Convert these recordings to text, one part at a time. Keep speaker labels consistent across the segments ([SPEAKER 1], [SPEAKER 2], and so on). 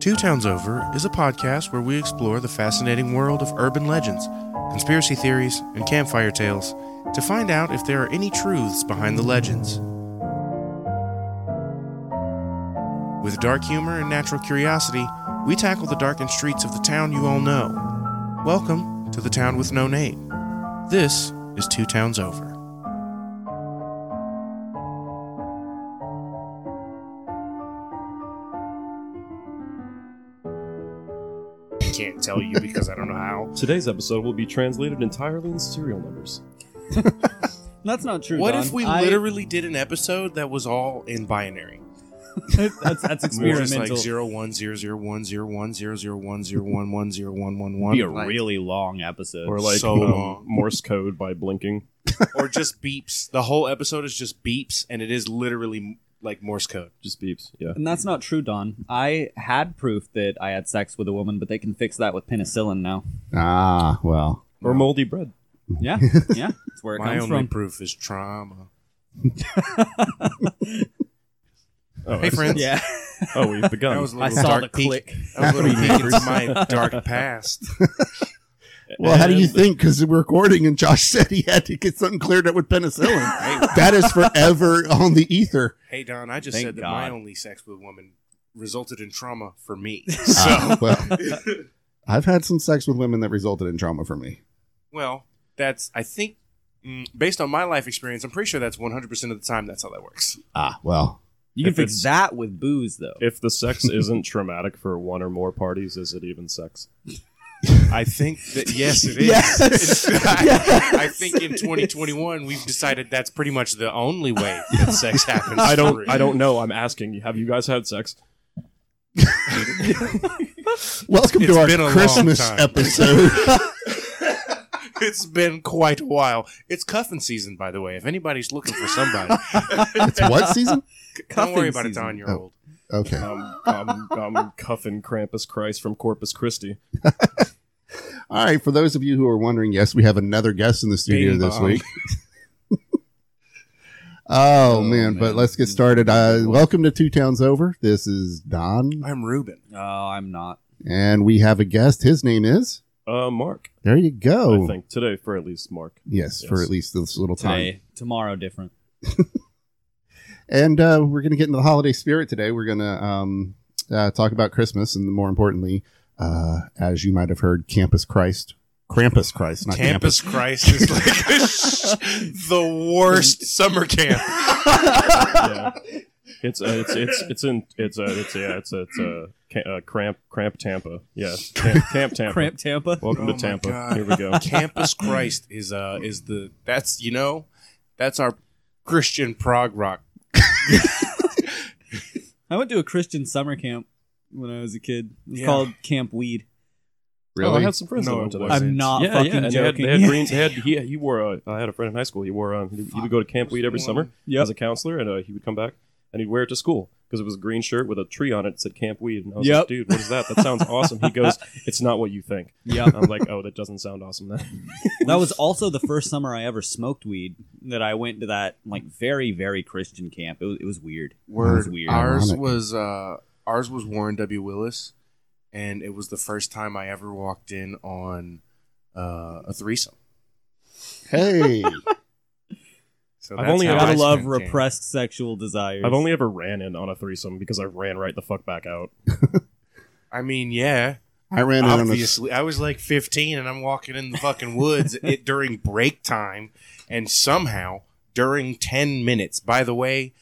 [SPEAKER 1] Two Towns Over is a podcast where we explore the fascinating world of urban legends, conspiracy theories, and campfire tales to find out if there are any truths behind the legends. With dark humor and natural curiosity, we tackle the darkened streets of the town you all know. Welcome to the town with no name. This is Two Towns Over. Can't tell you because I don't know how.
[SPEAKER 2] Today's episode will be translated entirely in serial numbers.
[SPEAKER 3] That's not true.
[SPEAKER 1] What
[SPEAKER 3] Don.
[SPEAKER 1] if we
[SPEAKER 3] I-
[SPEAKER 1] literally did an episode that was all in binary?
[SPEAKER 3] that's, that's
[SPEAKER 1] We were just like
[SPEAKER 3] experimental.
[SPEAKER 1] zero one zero zero one zero one zero zero one zero one one zero one one one.
[SPEAKER 3] be a
[SPEAKER 1] like-
[SPEAKER 3] really long episode.
[SPEAKER 2] Or like
[SPEAKER 1] So
[SPEAKER 2] um,
[SPEAKER 1] long.
[SPEAKER 2] Morse code by blinking.
[SPEAKER 1] or just beeps. The whole episode is just beeps, and it is literally like Morse code.
[SPEAKER 2] Just beeps. Yeah.
[SPEAKER 3] and that's not true, Don. I had proof that I had sex with a woman, but they can fix that with penicillin now.
[SPEAKER 4] Ah, well.
[SPEAKER 2] Or moldy bread.
[SPEAKER 3] Yeah, yeah, that's where it
[SPEAKER 1] My
[SPEAKER 3] comes
[SPEAKER 1] only
[SPEAKER 3] from.
[SPEAKER 1] proof is trauma.
[SPEAKER 2] Oh,
[SPEAKER 1] Hey friends,
[SPEAKER 3] Yeah,
[SPEAKER 2] oh, we've begun.
[SPEAKER 1] that was a
[SPEAKER 3] I
[SPEAKER 1] little
[SPEAKER 3] saw
[SPEAKER 1] dark
[SPEAKER 3] the
[SPEAKER 1] peek.
[SPEAKER 3] click.
[SPEAKER 1] That was a little peek into my dark past.
[SPEAKER 4] Well, how do you
[SPEAKER 2] And-
[SPEAKER 4] think? Because we're recording, and Josh said he had to get something cleared up with penicillin. that is forever on the ether.
[SPEAKER 1] Hey Don, I just
[SPEAKER 3] Thank
[SPEAKER 1] said that my
[SPEAKER 3] God.
[SPEAKER 1] only sex with a woman resulted in trauma for me.
[SPEAKER 4] Ah, well, I've had some sex with women that resulted in trauma for me.
[SPEAKER 1] Well, that's I think mm, based on my life experience, I'm pretty sure that's 100 percent of the time that's how that works.
[SPEAKER 4] Ah, well.
[SPEAKER 3] You can
[SPEAKER 2] If
[SPEAKER 3] fix
[SPEAKER 2] it's-
[SPEAKER 3] that with booze, though.
[SPEAKER 2] If the sex isn't traumatic for one or more parties, is it even sex?
[SPEAKER 1] I think that yes, it is.
[SPEAKER 4] Yes.
[SPEAKER 1] I, I think in 2021 we've decided that's pretty much the only way that sex happens. through.
[SPEAKER 2] I don't. I don't know. I'm asking. Have you guys had sex?
[SPEAKER 4] Welcome
[SPEAKER 1] It's
[SPEAKER 4] to our
[SPEAKER 1] been a long
[SPEAKER 4] Christmas
[SPEAKER 1] time.
[SPEAKER 4] episode.
[SPEAKER 1] It's been quite a while. It's cuffing season, by the way. If anybody's looking for somebody,
[SPEAKER 4] it's what season?
[SPEAKER 1] don't worry
[SPEAKER 3] Cuffing
[SPEAKER 1] about it,
[SPEAKER 3] season.
[SPEAKER 1] Don. You're
[SPEAKER 4] Oh.
[SPEAKER 1] old.
[SPEAKER 4] Okay.
[SPEAKER 2] Um, um, um, cuffing Krampus Christ from Corpus Christi.
[SPEAKER 4] All right. For those of you who are wondering, yes, we have another guest in the studio
[SPEAKER 1] Bing
[SPEAKER 4] this
[SPEAKER 1] bong.
[SPEAKER 4] week. oh,
[SPEAKER 3] Oh,
[SPEAKER 4] man, But
[SPEAKER 3] man.
[SPEAKER 4] let's get started. Uh, welcome to Two Towns Over. This is Don,
[SPEAKER 1] I'm Ruben.
[SPEAKER 3] Oh, I'm not.
[SPEAKER 4] and we have a guest. His name is.
[SPEAKER 2] Uh, Mark.
[SPEAKER 4] There you go.
[SPEAKER 2] I think today for at least Mark.
[SPEAKER 4] Yes, for
[SPEAKER 2] Yes.
[SPEAKER 4] at least this little time.
[SPEAKER 3] Today, tomorrow, different.
[SPEAKER 4] And uh, we're going to get into the holiday spirit today. We're going to um, uh, talk about Christmas, and more importantly, uh, as you might have heard, Campus Christ, Krampus Christ, not Campus.
[SPEAKER 1] Campus Christ is like the worst summer camp.
[SPEAKER 2] yeah. It's uh, it's it's it's in it's uh, it's yeah it's it's uh, ca- uh, cramp cramp Tampa yeah camp, camp Tampa
[SPEAKER 3] Cramp Tampa.
[SPEAKER 2] welcome
[SPEAKER 1] Oh my
[SPEAKER 2] to Tampa
[SPEAKER 1] God.
[SPEAKER 2] here we go
[SPEAKER 1] Campus Christ is uh is the that's you know that's our Christian prog rock.
[SPEAKER 3] I went to a Christian summer camp when I was a kid. It was
[SPEAKER 1] Yeah.
[SPEAKER 3] called Camp Weed.
[SPEAKER 2] oh, I had some friends
[SPEAKER 1] No,
[SPEAKER 2] that went to
[SPEAKER 1] it
[SPEAKER 2] that
[SPEAKER 1] Was wasn't.
[SPEAKER 3] I'm
[SPEAKER 1] it?
[SPEAKER 3] not
[SPEAKER 2] yeah
[SPEAKER 3] fucking
[SPEAKER 2] yeah and they had,
[SPEAKER 3] joking.
[SPEAKER 2] they had green they had he, he wore uh, I had a friend in high school he wore um, he, he would go to camp weed every summer
[SPEAKER 3] Yep.
[SPEAKER 2] as a counselor and uh, he would come back and he'd wear it to school because it was a green shirt with a tree on it that said camp weed and I was
[SPEAKER 3] Yep.
[SPEAKER 2] like dude what is that that sounds awesome he goes it's not what you think
[SPEAKER 3] Yep.
[SPEAKER 2] I'm like oh that doesn't sound awesome then
[SPEAKER 3] that was also the first summer I ever smoked weed. That I went to that like very very Christian camp. It was, it was weird. It was
[SPEAKER 1] Word.
[SPEAKER 3] weird.
[SPEAKER 1] Ours
[SPEAKER 4] Ironic.
[SPEAKER 1] was uh ours was Warren W. Willis, and it was the first time I ever walked in on uh, a threesome.
[SPEAKER 4] Hey,
[SPEAKER 1] So
[SPEAKER 2] I've
[SPEAKER 1] that's
[SPEAKER 2] only
[SPEAKER 1] how
[SPEAKER 2] ever
[SPEAKER 3] Gotta
[SPEAKER 1] I
[SPEAKER 3] love
[SPEAKER 1] spent camp.
[SPEAKER 3] repressed sexual desires.
[SPEAKER 2] I've only ever ran in on a threesome because I ran right the fuck back out
[SPEAKER 1] I mean, yeah.
[SPEAKER 4] I ran in on a.
[SPEAKER 1] Obviously, I was like 15 and I'm walking in the fucking woods it, during break time, and somehow during 10 minutes. By the way,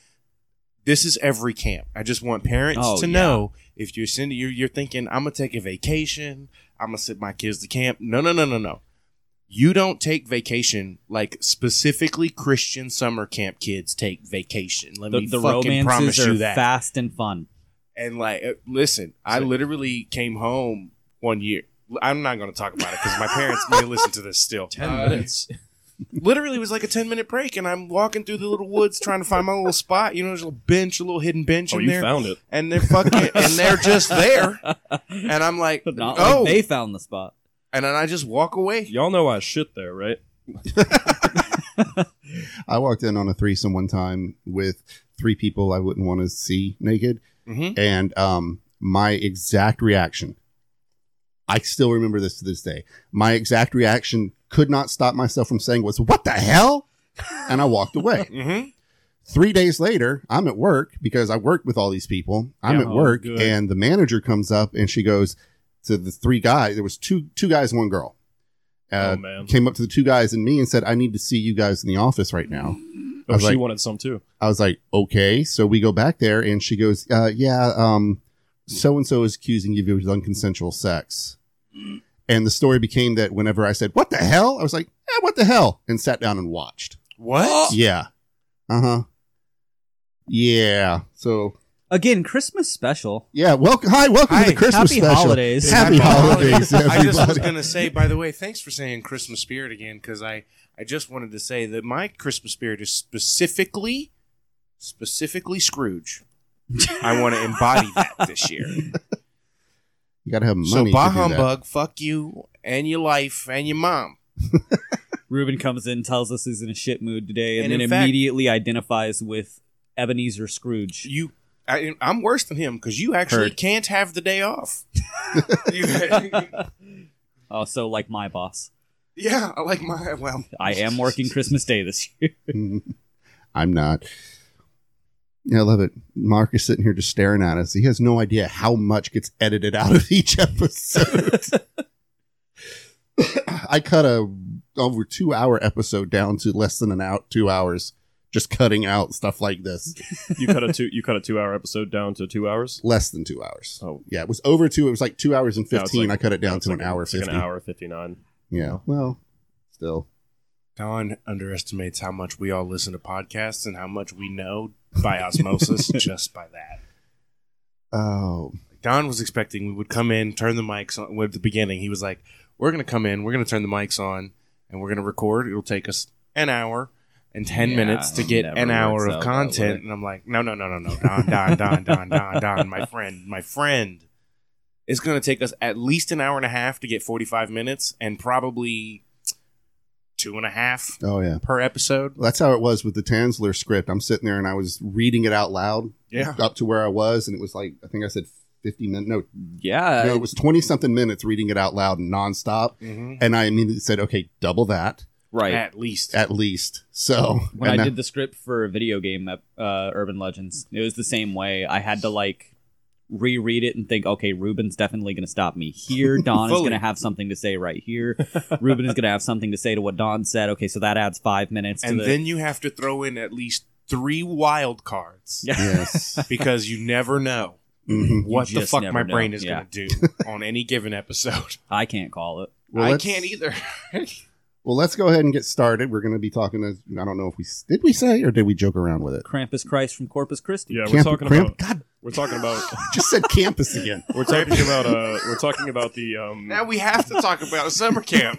[SPEAKER 1] this is every camp. I just want parents
[SPEAKER 3] Oh,
[SPEAKER 1] to
[SPEAKER 3] yeah.
[SPEAKER 1] know if you're sending you're, you're thinking I'm gonna take a vacation, I'm gonna send my kids to camp. No, no, no, no, no. You don't take vacation like specifically Christian summer camp kids take vacation. Let
[SPEAKER 3] the,
[SPEAKER 1] me
[SPEAKER 3] the
[SPEAKER 1] fucking promise
[SPEAKER 3] romances are
[SPEAKER 1] you that.
[SPEAKER 3] fast and fun.
[SPEAKER 1] And like, uh, listen, I literally came home one year. L- I'm not going to talk about it because my parents may listen to this still. Uh,
[SPEAKER 2] minutes
[SPEAKER 1] Literally, it was like a 10 minute break, and I'm walking through the little woods trying to find my little spot. You know, there's a little bench, a little hidden bench
[SPEAKER 2] oh
[SPEAKER 1] in
[SPEAKER 2] you
[SPEAKER 1] there,
[SPEAKER 2] found it
[SPEAKER 1] and they're fucking, and they're just there. And I'm like,
[SPEAKER 3] But not
[SPEAKER 1] oh,
[SPEAKER 3] like they found the spot.
[SPEAKER 1] and then I just walk away.
[SPEAKER 2] Y'all know I shit there, right?
[SPEAKER 4] I walked in on a
[SPEAKER 2] Mm-hmm.
[SPEAKER 4] threesome one time with three people I wouldn't want to see naked,
[SPEAKER 1] Mhm.
[SPEAKER 4] and um, my exact reaction. I still remember this to this day. My exact reaction could not stop myself from saying was "What the hell?" and I walked away.
[SPEAKER 1] Mm-hmm.
[SPEAKER 4] Three days later, I'm at work because I worked with all these people. I'm
[SPEAKER 2] Yeah,
[SPEAKER 4] at
[SPEAKER 2] oh,
[SPEAKER 4] work,
[SPEAKER 2] good.
[SPEAKER 4] and the manager comes up and she goes to the three guys. There was two two guys, one girl. Uh,
[SPEAKER 2] oh man.
[SPEAKER 4] came up to the two guys and me and said, "I need to see you guys in the office right now." I
[SPEAKER 2] Oh,
[SPEAKER 4] was
[SPEAKER 2] she
[SPEAKER 4] like-
[SPEAKER 2] wanted some too.
[SPEAKER 4] I was like, "Okay." So we go back there, and she goes, uh, "Yeah, um, so and so is accusing you of unconsensual sex." And the story became that whenever I said, "What the hell," I was like, eh, "What the hell," and sat down and watched.
[SPEAKER 2] Oh.
[SPEAKER 1] What?
[SPEAKER 4] Yeah. Uh huh. Yeah. So
[SPEAKER 3] Again, Christmas special.
[SPEAKER 4] yeah. Welcome. Hi. Welcome to
[SPEAKER 1] Hi,
[SPEAKER 4] the Christmas
[SPEAKER 3] Happy
[SPEAKER 4] special.
[SPEAKER 3] holidays.
[SPEAKER 4] Happy holidays,
[SPEAKER 1] I just was
[SPEAKER 4] everybody.
[SPEAKER 1] gonna say. By the way, thanks for saying Christmas spirit again, because I I just wanted to say that my Christmas spirit is specifically specifically Scrooge. I want to embody that this year.
[SPEAKER 4] You gotta have money.
[SPEAKER 1] so
[SPEAKER 4] to
[SPEAKER 1] bah
[SPEAKER 4] do that.
[SPEAKER 1] humbug, fuck you and your life and your mom.
[SPEAKER 3] Ruben comes in, tells us he's in a shit mood today, and,
[SPEAKER 1] And
[SPEAKER 3] then
[SPEAKER 1] in fact-
[SPEAKER 3] immediately identifies with Ebenezer Scrooge.
[SPEAKER 1] You, I, I'm worse than him because you actually
[SPEAKER 3] Heard.
[SPEAKER 1] can't have the day off. You-
[SPEAKER 3] Oh, so like my boss.
[SPEAKER 1] yeah, I like my well.
[SPEAKER 3] I am working Christmas Day this year.
[SPEAKER 4] I'm not. Yeah, I love it. Mark is sitting here just staring at us. He has no idea how much gets edited out of each episode. I cut a over two hour episode down to less than an out two hours, just cutting out stuff like this.
[SPEAKER 2] You cut a two. You cut a two-hour episode down to two hours.
[SPEAKER 4] Less than two hours.
[SPEAKER 2] Oh.
[SPEAKER 4] yeah, it was over two. It was like two hours and
[SPEAKER 2] No, it's
[SPEAKER 4] fifteen.
[SPEAKER 2] like-
[SPEAKER 4] I cut it down
[SPEAKER 2] It's
[SPEAKER 4] to
[SPEAKER 2] like
[SPEAKER 4] an
[SPEAKER 2] a-
[SPEAKER 4] hour
[SPEAKER 2] it's like
[SPEAKER 4] fifty.
[SPEAKER 2] an hour fifty-nine.
[SPEAKER 4] Yeah. Well, still.
[SPEAKER 1] Don underestimates how much we all listen to podcasts and how much we know by osmosis just by that.
[SPEAKER 4] Oh,
[SPEAKER 1] Don was expecting we would come in, turn the mics on. well, At the beginning, he was like, "We're going to come in, we're going to turn the mics on, and we're going to record. It'll take us an hour and ten
[SPEAKER 3] Yeah,
[SPEAKER 1] minutes to
[SPEAKER 3] it
[SPEAKER 1] get
[SPEAKER 3] never
[SPEAKER 1] an hour
[SPEAKER 3] works
[SPEAKER 1] of
[SPEAKER 3] out that
[SPEAKER 1] content."
[SPEAKER 3] way.
[SPEAKER 1] And I'm like, "No, no, no, no, no, Don, Don, Don, Don, Don, Don, my friend, my friend." It's going to take us at least an hour and a half to get 45 minutes, and probably two and a half
[SPEAKER 4] oh yeah.
[SPEAKER 1] per episode.
[SPEAKER 4] That's how it was with the Tansler script. I'm sitting there and I was reading it out loud
[SPEAKER 1] Yeah.
[SPEAKER 4] up to where I was, and it was like I think I said fifty minutes. No,
[SPEAKER 3] Yeah.
[SPEAKER 4] no, it was twenty something minutes reading it out loud and nonstop.
[SPEAKER 1] Mm-hmm.
[SPEAKER 4] And I immediately said, "Okay, double that
[SPEAKER 3] right.
[SPEAKER 1] At least.
[SPEAKER 4] at least." So
[SPEAKER 3] when
[SPEAKER 4] and
[SPEAKER 3] I
[SPEAKER 4] that-
[SPEAKER 3] did the script for a video game, uh, Urban Legends, it was the same way. I had to like reread it and think, okay, Ruben's definitely going to stop me here. Don is
[SPEAKER 1] Fully.
[SPEAKER 3] going to have something to say right here. Ruben is going to have something to say to what Don said. Okay, so that adds five minutes.
[SPEAKER 1] and
[SPEAKER 3] to the,
[SPEAKER 1] then you have to throw in at least three wild cards
[SPEAKER 3] yeah.
[SPEAKER 4] yes,
[SPEAKER 1] because you never know
[SPEAKER 4] Mhm.
[SPEAKER 1] what the
[SPEAKER 3] just
[SPEAKER 1] fuck
[SPEAKER 3] never
[SPEAKER 1] my
[SPEAKER 3] know.
[SPEAKER 1] brain is
[SPEAKER 3] Yeah.
[SPEAKER 1] going to do on any given episode.
[SPEAKER 3] I can't call it.
[SPEAKER 4] Well,
[SPEAKER 1] I
[SPEAKER 4] let's-
[SPEAKER 1] can't either.
[SPEAKER 4] Well, let's go ahead and get started. We're going to be talking. To, I don't know if we did we say or did we joke around with it.
[SPEAKER 3] Krampus Christ from Corpus Christi.
[SPEAKER 2] Yeah, we're
[SPEAKER 4] Camp-
[SPEAKER 2] talking
[SPEAKER 4] Cramp-
[SPEAKER 2] about.
[SPEAKER 4] God,
[SPEAKER 2] We're talking about.
[SPEAKER 4] I just said campus again.
[SPEAKER 2] We're talking about. Uh, we're talking about the. Um,
[SPEAKER 1] Now we have to talk about summer camp.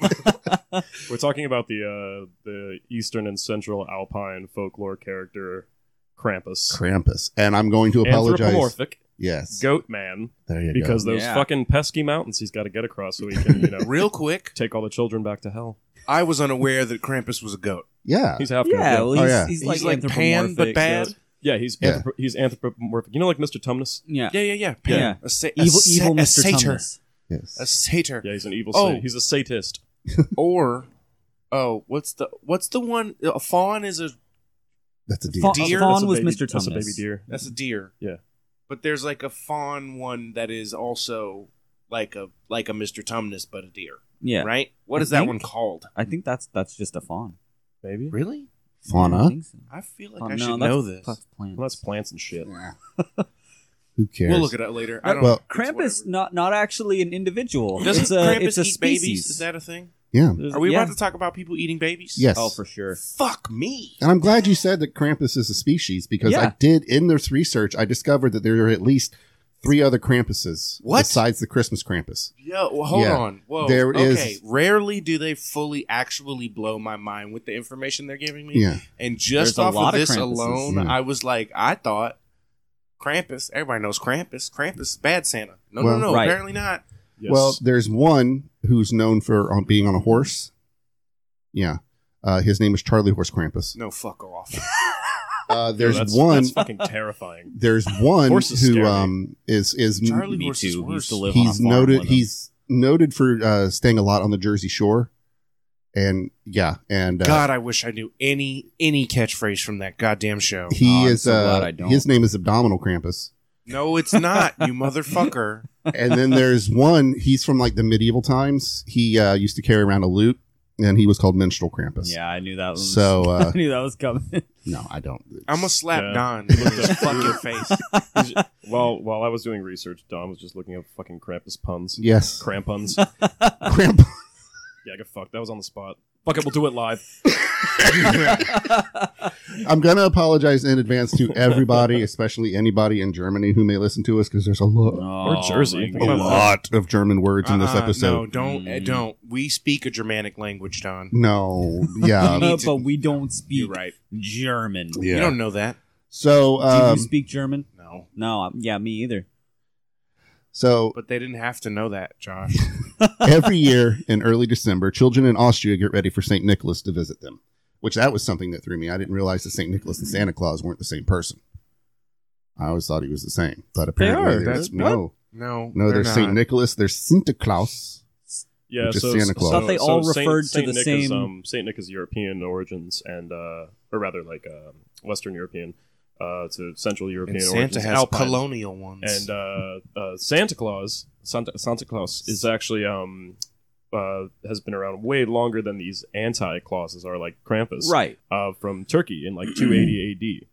[SPEAKER 2] We're talking about the uh, the Eastern and Central Alpine folklore character Krampus,
[SPEAKER 4] Krampus, and I'm going to apologize.
[SPEAKER 2] anthropomorphic
[SPEAKER 4] Yes,
[SPEAKER 2] goat man,
[SPEAKER 4] there you go.
[SPEAKER 2] because those
[SPEAKER 3] Yeah.
[SPEAKER 2] fucking pesky mountains he's got to get across so he can you know
[SPEAKER 1] Real quick,
[SPEAKER 2] take all the children back to hell.
[SPEAKER 1] I was unaware that Krampus was a goat.
[SPEAKER 4] Yeah,
[SPEAKER 2] He's half
[SPEAKER 3] Yeah,
[SPEAKER 2] goat.
[SPEAKER 3] well,
[SPEAKER 4] Oh,
[SPEAKER 3] he's,
[SPEAKER 4] yeah.
[SPEAKER 3] he's,
[SPEAKER 1] He's like Pan, but
[SPEAKER 3] anthropomorphic,
[SPEAKER 1] bad.
[SPEAKER 3] so-
[SPEAKER 2] Yeah, he's
[SPEAKER 4] Yeah.
[SPEAKER 2] anthrop- he's anthropomorphic. You know, like Mr. Tumnus.
[SPEAKER 3] Yeah.
[SPEAKER 1] Yeah, yeah, yeah. Pan.
[SPEAKER 3] Yeah.
[SPEAKER 1] A, sa- a
[SPEAKER 3] Evil,
[SPEAKER 1] sa-
[SPEAKER 3] evil
[SPEAKER 1] a
[SPEAKER 3] Mr.
[SPEAKER 1] satyr.
[SPEAKER 3] Thomas.
[SPEAKER 1] A
[SPEAKER 4] yes.
[SPEAKER 1] satyr.
[SPEAKER 2] Yeah, he's an evil.
[SPEAKER 1] Oh.
[SPEAKER 2] sa- he's a satist.
[SPEAKER 1] Or, oh, what's the what's the one? A fawn is a
[SPEAKER 4] That's a
[SPEAKER 3] Fa-
[SPEAKER 4] deal.
[SPEAKER 1] Deer?
[SPEAKER 3] Fawn
[SPEAKER 2] That's a
[SPEAKER 3] was
[SPEAKER 2] baby-
[SPEAKER 3] Mr.
[SPEAKER 2] That's a
[SPEAKER 3] Thomas.
[SPEAKER 2] baby deer.
[SPEAKER 1] that's a deer.
[SPEAKER 2] Yeah.
[SPEAKER 1] But there's like a fawn one that is also like a like a Mr. Tumnus but a deer.
[SPEAKER 3] Yeah.
[SPEAKER 1] Right? What
[SPEAKER 3] I
[SPEAKER 1] is that
[SPEAKER 3] think-
[SPEAKER 1] one called?
[SPEAKER 3] I think that's that's just a fawn.
[SPEAKER 2] Maybe.
[SPEAKER 1] Really?
[SPEAKER 4] Fauna.
[SPEAKER 3] I think so.
[SPEAKER 1] I feel like
[SPEAKER 3] Oh,
[SPEAKER 1] I
[SPEAKER 3] no,
[SPEAKER 1] should
[SPEAKER 3] that's-
[SPEAKER 1] know this.
[SPEAKER 3] That's plants.
[SPEAKER 2] Well, that's plants and shit.
[SPEAKER 4] Who cares?
[SPEAKER 1] We'll look it up later. I don't
[SPEAKER 4] Well-
[SPEAKER 1] it's
[SPEAKER 3] Krampus
[SPEAKER 1] whatever.
[SPEAKER 3] not not actually an individual.
[SPEAKER 1] Doesn't
[SPEAKER 3] it's a
[SPEAKER 1] Krampus
[SPEAKER 3] it's a
[SPEAKER 1] eat
[SPEAKER 3] species.
[SPEAKER 1] babies? Is that a thing?
[SPEAKER 4] yeah.
[SPEAKER 3] There's-
[SPEAKER 1] Are we
[SPEAKER 3] yeah.
[SPEAKER 1] about to talk about people eating babies?
[SPEAKER 4] Yes.
[SPEAKER 3] Oh, for sure.
[SPEAKER 1] Fuck me.
[SPEAKER 4] And I'm glad you said that Krampus is a species because
[SPEAKER 3] Yeah.
[SPEAKER 4] I did in this research I discovered that there are at least three other Krampuses
[SPEAKER 1] What?
[SPEAKER 4] besides the Christmas Krampus.
[SPEAKER 1] Yo, well, hold
[SPEAKER 4] Yeah.
[SPEAKER 1] on. Whoa.
[SPEAKER 4] There is-
[SPEAKER 1] okay. Rarely do they fully actually blow my mind with the information they're giving me.
[SPEAKER 4] Yeah.
[SPEAKER 1] And
[SPEAKER 3] There's
[SPEAKER 1] just
[SPEAKER 3] a
[SPEAKER 1] off of
[SPEAKER 3] lot of
[SPEAKER 1] this
[SPEAKER 3] Krampuses.
[SPEAKER 1] alone,
[SPEAKER 4] Yeah.
[SPEAKER 1] I was like, I thought Krampus. Everybody knows Krampus. Krampus is bad Santa. No,
[SPEAKER 4] Well-
[SPEAKER 1] no, no.
[SPEAKER 3] Right.
[SPEAKER 1] Apparently not.
[SPEAKER 2] Yes.
[SPEAKER 4] Well, there's one who's known for on being on a Uh, horse. Yeah. Uh, his name is Charlie Horse Krampus.
[SPEAKER 1] No, fuck off.
[SPEAKER 4] Uh, there's
[SPEAKER 2] that's,
[SPEAKER 4] one.
[SPEAKER 2] That's fucking terrifying.
[SPEAKER 4] there's one
[SPEAKER 2] Horse is
[SPEAKER 4] who
[SPEAKER 2] scary.
[SPEAKER 4] um is is
[SPEAKER 1] Charlie
[SPEAKER 3] Me
[SPEAKER 1] horse is
[SPEAKER 3] too. He used
[SPEAKER 1] worse.
[SPEAKER 3] to live on a
[SPEAKER 4] he's
[SPEAKER 3] farm
[SPEAKER 4] noted
[SPEAKER 3] with him.
[SPEAKER 4] he's noted for uh, staying a lot on the Jersey Shore, and yeah, and uh,
[SPEAKER 1] God, I wish I knew any any catchphrase from that goddamn show.
[SPEAKER 4] he
[SPEAKER 3] Oh, I'm
[SPEAKER 4] is
[SPEAKER 3] so glad
[SPEAKER 4] uh,
[SPEAKER 3] I don't.
[SPEAKER 4] his name is Abdominal Krampus.
[SPEAKER 1] No, it's not, you motherfucker.
[SPEAKER 4] and then there's one he's from like the medieval times he uh, used to carry around a lute and he was called minstrel krampus
[SPEAKER 3] Yeah, I knew that was.
[SPEAKER 4] so
[SPEAKER 3] I
[SPEAKER 4] uh,
[SPEAKER 3] knew that was coming.
[SPEAKER 4] no i don't
[SPEAKER 1] I'm gonna slap
[SPEAKER 2] Yeah.
[SPEAKER 1] Don in his fucking face.
[SPEAKER 2] He's- while while I was doing research, Don was just looking up fucking Krampus puns.
[SPEAKER 4] yes
[SPEAKER 2] Crampons.
[SPEAKER 4] Cramp-
[SPEAKER 2] Yeah, get fucked. That was on the spot. Fuck it, we'll do it live.
[SPEAKER 4] i'm gonna apologize in advance to everybody especially anybody in germany who may listen to us because there's a lot
[SPEAKER 3] Oh,
[SPEAKER 2] Jersey.
[SPEAKER 3] my
[SPEAKER 4] a
[SPEAKER 2] Oh,
[SPEAKER 3] God.
[SPEAKER 4] lot of german words in this
[SPEAKER 1] Uh-uh, No,
[SPEAKER 4] episode
[SPEAKER 1] don't eh,
[SPEAKER 3] Mm.
[SPEAKER 1] don't. We speak a Germanic language, Don.
[SPEAKER 4] no,
[SPEAKER 1] You
[SPEAKER 4] yeah
[SPEAKER 1] need to-
[SPEAKER 3] Uh, but we don't speak
[SPEAKER 1] You're right.
[SPEAKER 3] German.
[SPEAKER 1] You
[SPEAKER 4] yeah
[SPEAKER 1] don't know that.
[SPEAKER 4] so
[SPEAKER 3] Do you
[SPEAKER 4] um,
[SPEAKER 3] speak German?
[SPEAKER 1] No.
[SPEAKER 3] No, I'm- yeah, me either.
[SPEAKER 4] so
[SPEAKER 1] But they didn't have to know that, Josh.
[SPEAKER 4] every year in early december children in austria get ready for saint nicholas to visit them which that was something that threw me i didn't realize that saint nicholas and santa claus weren't the same person i always thought he was the same but
[SPEAKER 1] are.
[SPEAKER 4] apparently they're-
[SPEAKER 1] That's-
[SPEAKER 4] no
[SPEAKER 1] No.
[SPEAKER 4] No,
[SPEAKER 1] they're
[SPEAKER 4] there's Saint
[SPEAKER 1] not.
[SPEAKER 4] Nicholas. There's Santa Claus.
[SPEAKER 2] Yeah,
[SPEAKER 4] Which is
[SPEAKER 2] so
[SPEAKER 4] Santa Claus. I
[SPEAKER 3] thought they all referred to
[SPEAKER 2] Saint
[SPEAKER 3] the
[SPEAKER 2] Nick Is,
[SPEAKER 3] same-
[SPEAKER 2] um, Saint Nick is European origins, and uh, or rather, like um, Western European uh, to Central European.
[SPEAKER 1] And Santa
[SPEAKER 2] origins,
[SPEAKER 1] has
[SPEAKER 2] Alpine.
[SPEAKER 1] colonial ones.
[SPEAKER 2] and uh, uh, Santa Claus. Santa, Santa Claus is actually um, uh, has been around way longer than these anti clauses are, like Krampus,
[SPEAKER 3] Right.
[SPEAKER 2] Uh, from Turkey in like 280 AD.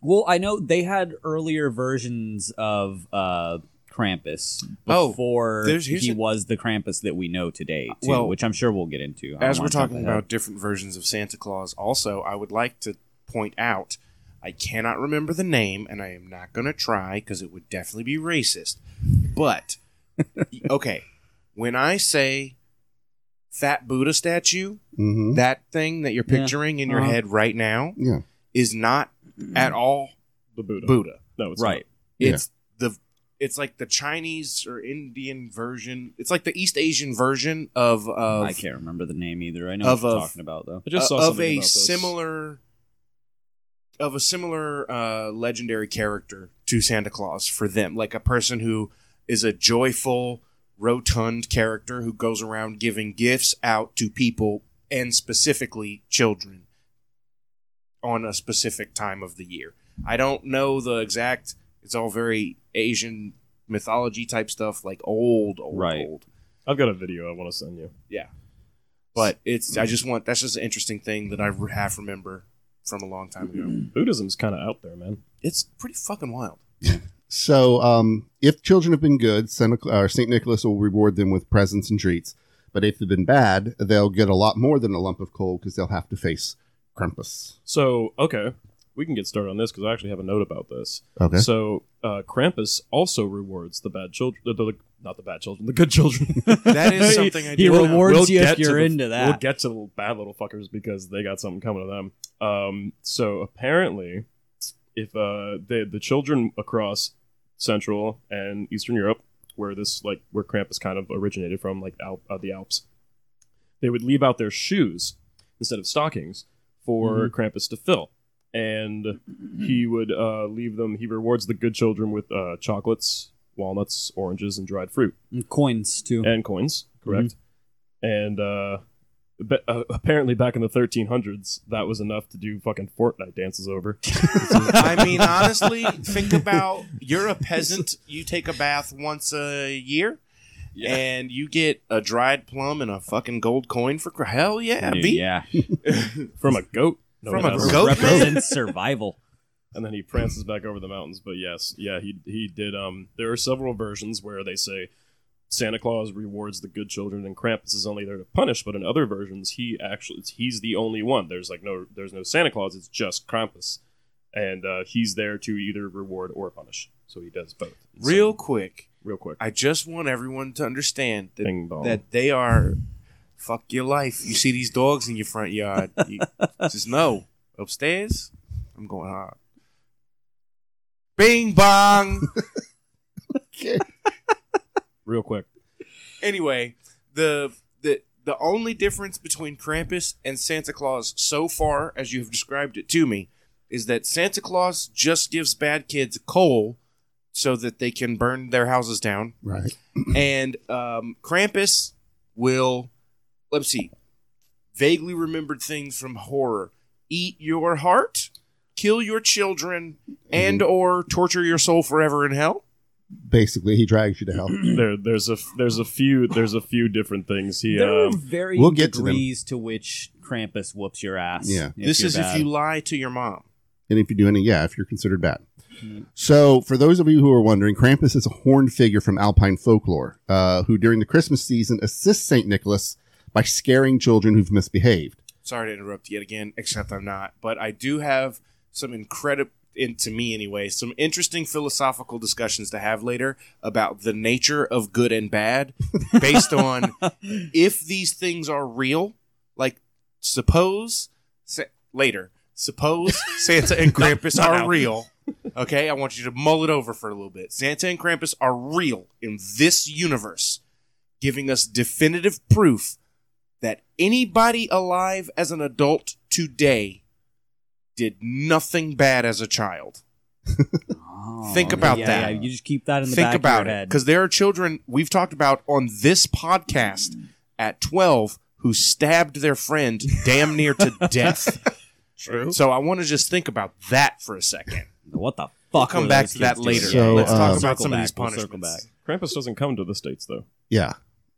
[SPEAKER 3] Well, I know they had earlier versions of uh, Krampus
[SPEAKER 1] Oh,
[SPEAKER 3] before
[SPEAKER 1] there's- here's
[SPEAKER 3] he
[SPEAKER 1] a-
[SPEAKER 3] was the Krampus that we know today, too,
[SPEAKER 1] Well,
[SPEAKER 3] which I'm sure we'll get into. I don't
[SPEAKER 1] As we're
[SPEAKER 3] wanna jump
[SPEAKER 1] talking
[SPEAKER 3] ahead.
[SPEAKER 1] about different versions of Santa Claus, also, I would like to point out I cannot remember the name, and I am not going to try because it would definitely be racist. But, okay, when I say fat Buddha statue,
[SPEAKER 4] Mm-hmm.
[SPEAKER 1] that thing that you're
[SPEAKER 3] Yeah.
[SPEAKER 1] picturing in your
[SPEAKER 3] Uh-huh. Mm.
[SPEAKER 1] head right now
[SPEAKER 4] Yeah.
[SPEAKER 1] is not at all
[SPEAKER 2] The Buddha.
[SPEAKER 1] Buddha.
[SPEAKER 2] No, it's
[SPEAKER 3] right.
[SPEAKER 4] Yeah.
[SPEAKER 1] It's the it's like the Chinese or Indian version. It's like the East Asian version of of
[SPEAKER 3] I can't remember the name either. I know
[SPEAKER 1] of
[SPEAKER 3] what
[SPEAKER 1] a-
[SPEAKER 3] you're talking about, though.
[SPEAKER 2] Not. I just
[SPEAKER 1] uh,
[SPEAKER 2] saw
[SPEAKER 1] of
[SPEAKER 2] something
[SPEAKER 1] a
[SPEAKER 2] about this.
[SPEAKER 1] similar of a similar uh, legendary character to Santa Claus for them, like a person who is a joyful, rotund character who goes around giving gifts out to people and specifically children on a specific time of the year. I don't know the exact. It's all very Asian mythology type stuff, like old, old,
[SPEAKER 3] Right.
[SPEAKER 1] old.
[SPEAKER 2] I've got a video I want to send you.
[SPEAKER 1] But it's. I just want. That's just an interesting thing that I re- half remember from a long time ago.
[SPEAKER 2] Buddhism's kind of out there, man.
[SPEAKER 1] It's pretty fucking wild.
[SPEAKER 4] So, um, if children have been good, Santa or Saint Nicholas will reward them with presents and treats. But if they've been bad, they'll get a lot more than a lump of coal because they'll have to face Krampus.
[SPEAKER 2] So okay, we can get started on this because I actually have a note about this.
[SPEAKER 4] Okay.
[SPEAKER 2] So uh, Krampus also rewards the bad children, the, the, not the bad children, the good children.
[SPEAKER 1] That is something I
[SPEAKER 3] He
[SPEAKER 1] do. know.
[SPEAKER 3] rewards-
[SPEAKER 2] we'll
[SPEAKER 3] you if
[SPEAKER 2] get to
[SPEAKER 3] you're
[SPEAKER 2] the-
[SPEAKER 3] into that.
[SPEAKER 2] We'll get to the bad little fuckers because they got something coming to them. Um, so apparently, if uh, the the children across Central and Eastern Europe, where this like where Krampus kind of originated from, like Alp, uh, the Alps, they would leave out their shoes instead of stockings for Krampus to fill, and he would uh, leave them. He rewards the good children with uh, chocolates, walnuts, oranges, and dried fruit
[SPEAKER 3] And coins, too.
[SPEAKER 2] and coins, correct? And uh, ba- uh, apparently, back in the 1300s, that was enough to do fucking Fortnite dances over.
[SPEAKER 1] I mean, honestly, think about you're a peasant. You take a bath once a year, and you get a dried plum and a fucking gold coin for cr- hell yeah,
[SPEAKER 3] Dude,
[SPEAKER 1] be
[SPEAKER 3] yeah.
[SPEAKER 2] from a goat. No,
[SPEAKER 1] From
[SPEAKER 2] it
[SPEAKER 1] a
[SPEAKER 2] hasn't.
[SPEAKER 1] goat?
[SPEAKER 3] represents survival.
[SPEAKER 2] And then he prances back over the mountains. But yes, yeah, he he did. Um, there are several versions where they say Santa Claus rewards the good children and Krampus is only there to punish. But in other versions, he actually he's the only one. There's like no there's no Santa Claus. It's just Krampus, and uh, he's there to either reward or punish. So he does both. So-
[SPEAKER 1] Real quick,
[SPEAKER 2] real quick.
[SPEAKER 1] I just want everyone to understand that
[SPEAKER 2] Bing bong.
[SPEAKER 1] that they are fuck your life. You see these dogs in your front yard. You, just know upstairs, I'm going hard. Bing bong.
[SPEAKER 2] real quick.
[SPEAKER 1] anyway, the the the only difference between Krampus and Santa Claus so far as you have described it to me is that Santa Claus just gives bad kids coal so that they can burn their houses down
[SPEAKER 4] Right.
[SPEAKER 1] and um, Krampus will. Let's see. Vaguely remembered things from horror: eat your heart, kill your children,
[SPEAKER 3] Mm-hmm.
[SPEAKER 1] and or torture your soul forever in hell.
[SPEAKER 4] Basically, he drags you to hell.
[SPEAKER 2] There, there's a there's a few there's a few different things he
[SPEAKER 3] There are
[SPEAKER 2] um,
[SPEAKER 3] varying
[SPEAKER 4] We'll get to them.
[SPEAKER 3] degrees to, which Krampus whoops your ass.
[SPEAKER 4] Yeah.
[SPEAKER 1] this
[SPEAKER 3] you're
[SPEAKER 1] is
[SPEAKER 3] bad.
[SPEAKER 1] if you lie to your mom.
[SPEAKER 4] And if you do any, yeah, if you're considered bad.
[SPEAKER 3] Mhm.
[SPEAKER 4] So, for those of you who are wondering, Krampus is a horned figure from Alpine folklore, uh, who during the Christmas season assists Saint Nicholas by scaring children who've misbehaved.
[SPEAKER 1] Sorry to interrupt yet again, except I'm not. But I do have some incredible, in, to me anyway, some interesting philosophical discussions to have later about the nature of good and bad based on if these things are real, like suppose sa- later, suppose Santa and Krampus
[SPEAKER 3] Not
[SPEAKER 1] are
[SPEAKER 3] now.
[SPEAKER 1] real. Okay, I want you to mull it over for a little bit. Santa and Krampus are real in this universe, giving us definitive proof that anybody alive as an adult today did nothing bad as a child.
[SPEAKER 3] Oh,
[SPEAKER 1] Think about
[SPEAKER 3] yeah,
[SPEAKER 1] that.
[SPEAKER 3] Yeah, you just keep that in the
[SPEAKER 1] Think
[SPEAKER 3] back
[SPEAKER 1] about
[SPEAKER 3] of your head.
[SPEAKER 1] it, because there are children we've talked about on this podcast at twelve who stabbed their friend damn near to death.
[SPEAKER 4] True.
[SPEAKER 1] So I want to just think about that for a second.
[SPEAKER 3] what the fuck?
[SPEAKER 1] We'll come
[SPEAKER 3] were
[SPEAKER 1] back
[SPEAKER 3] those
[SPEAKER 1] to that
[SPEAKER 3] kids
[SPEAKER 1] later.
[SPEAKER 3] doing?
[SPEAKER 4] So,
[SPEAKER 1] Let's
[SPEAKER 4] uh,
[SPEAKER 1] talk about
[SPEAKER 3] Circle
[SPEAKER 1] some of
[SPEAKER 3] back,
[SPEAKER 1] these
[SPEAKER 3] we'll circle
[SPEAKER 1] punishments.
[SPEAKER 3] back.
[SPEAKER 2] Krampus doesn't come to the states though.
[SPEAKER 4] Yeah.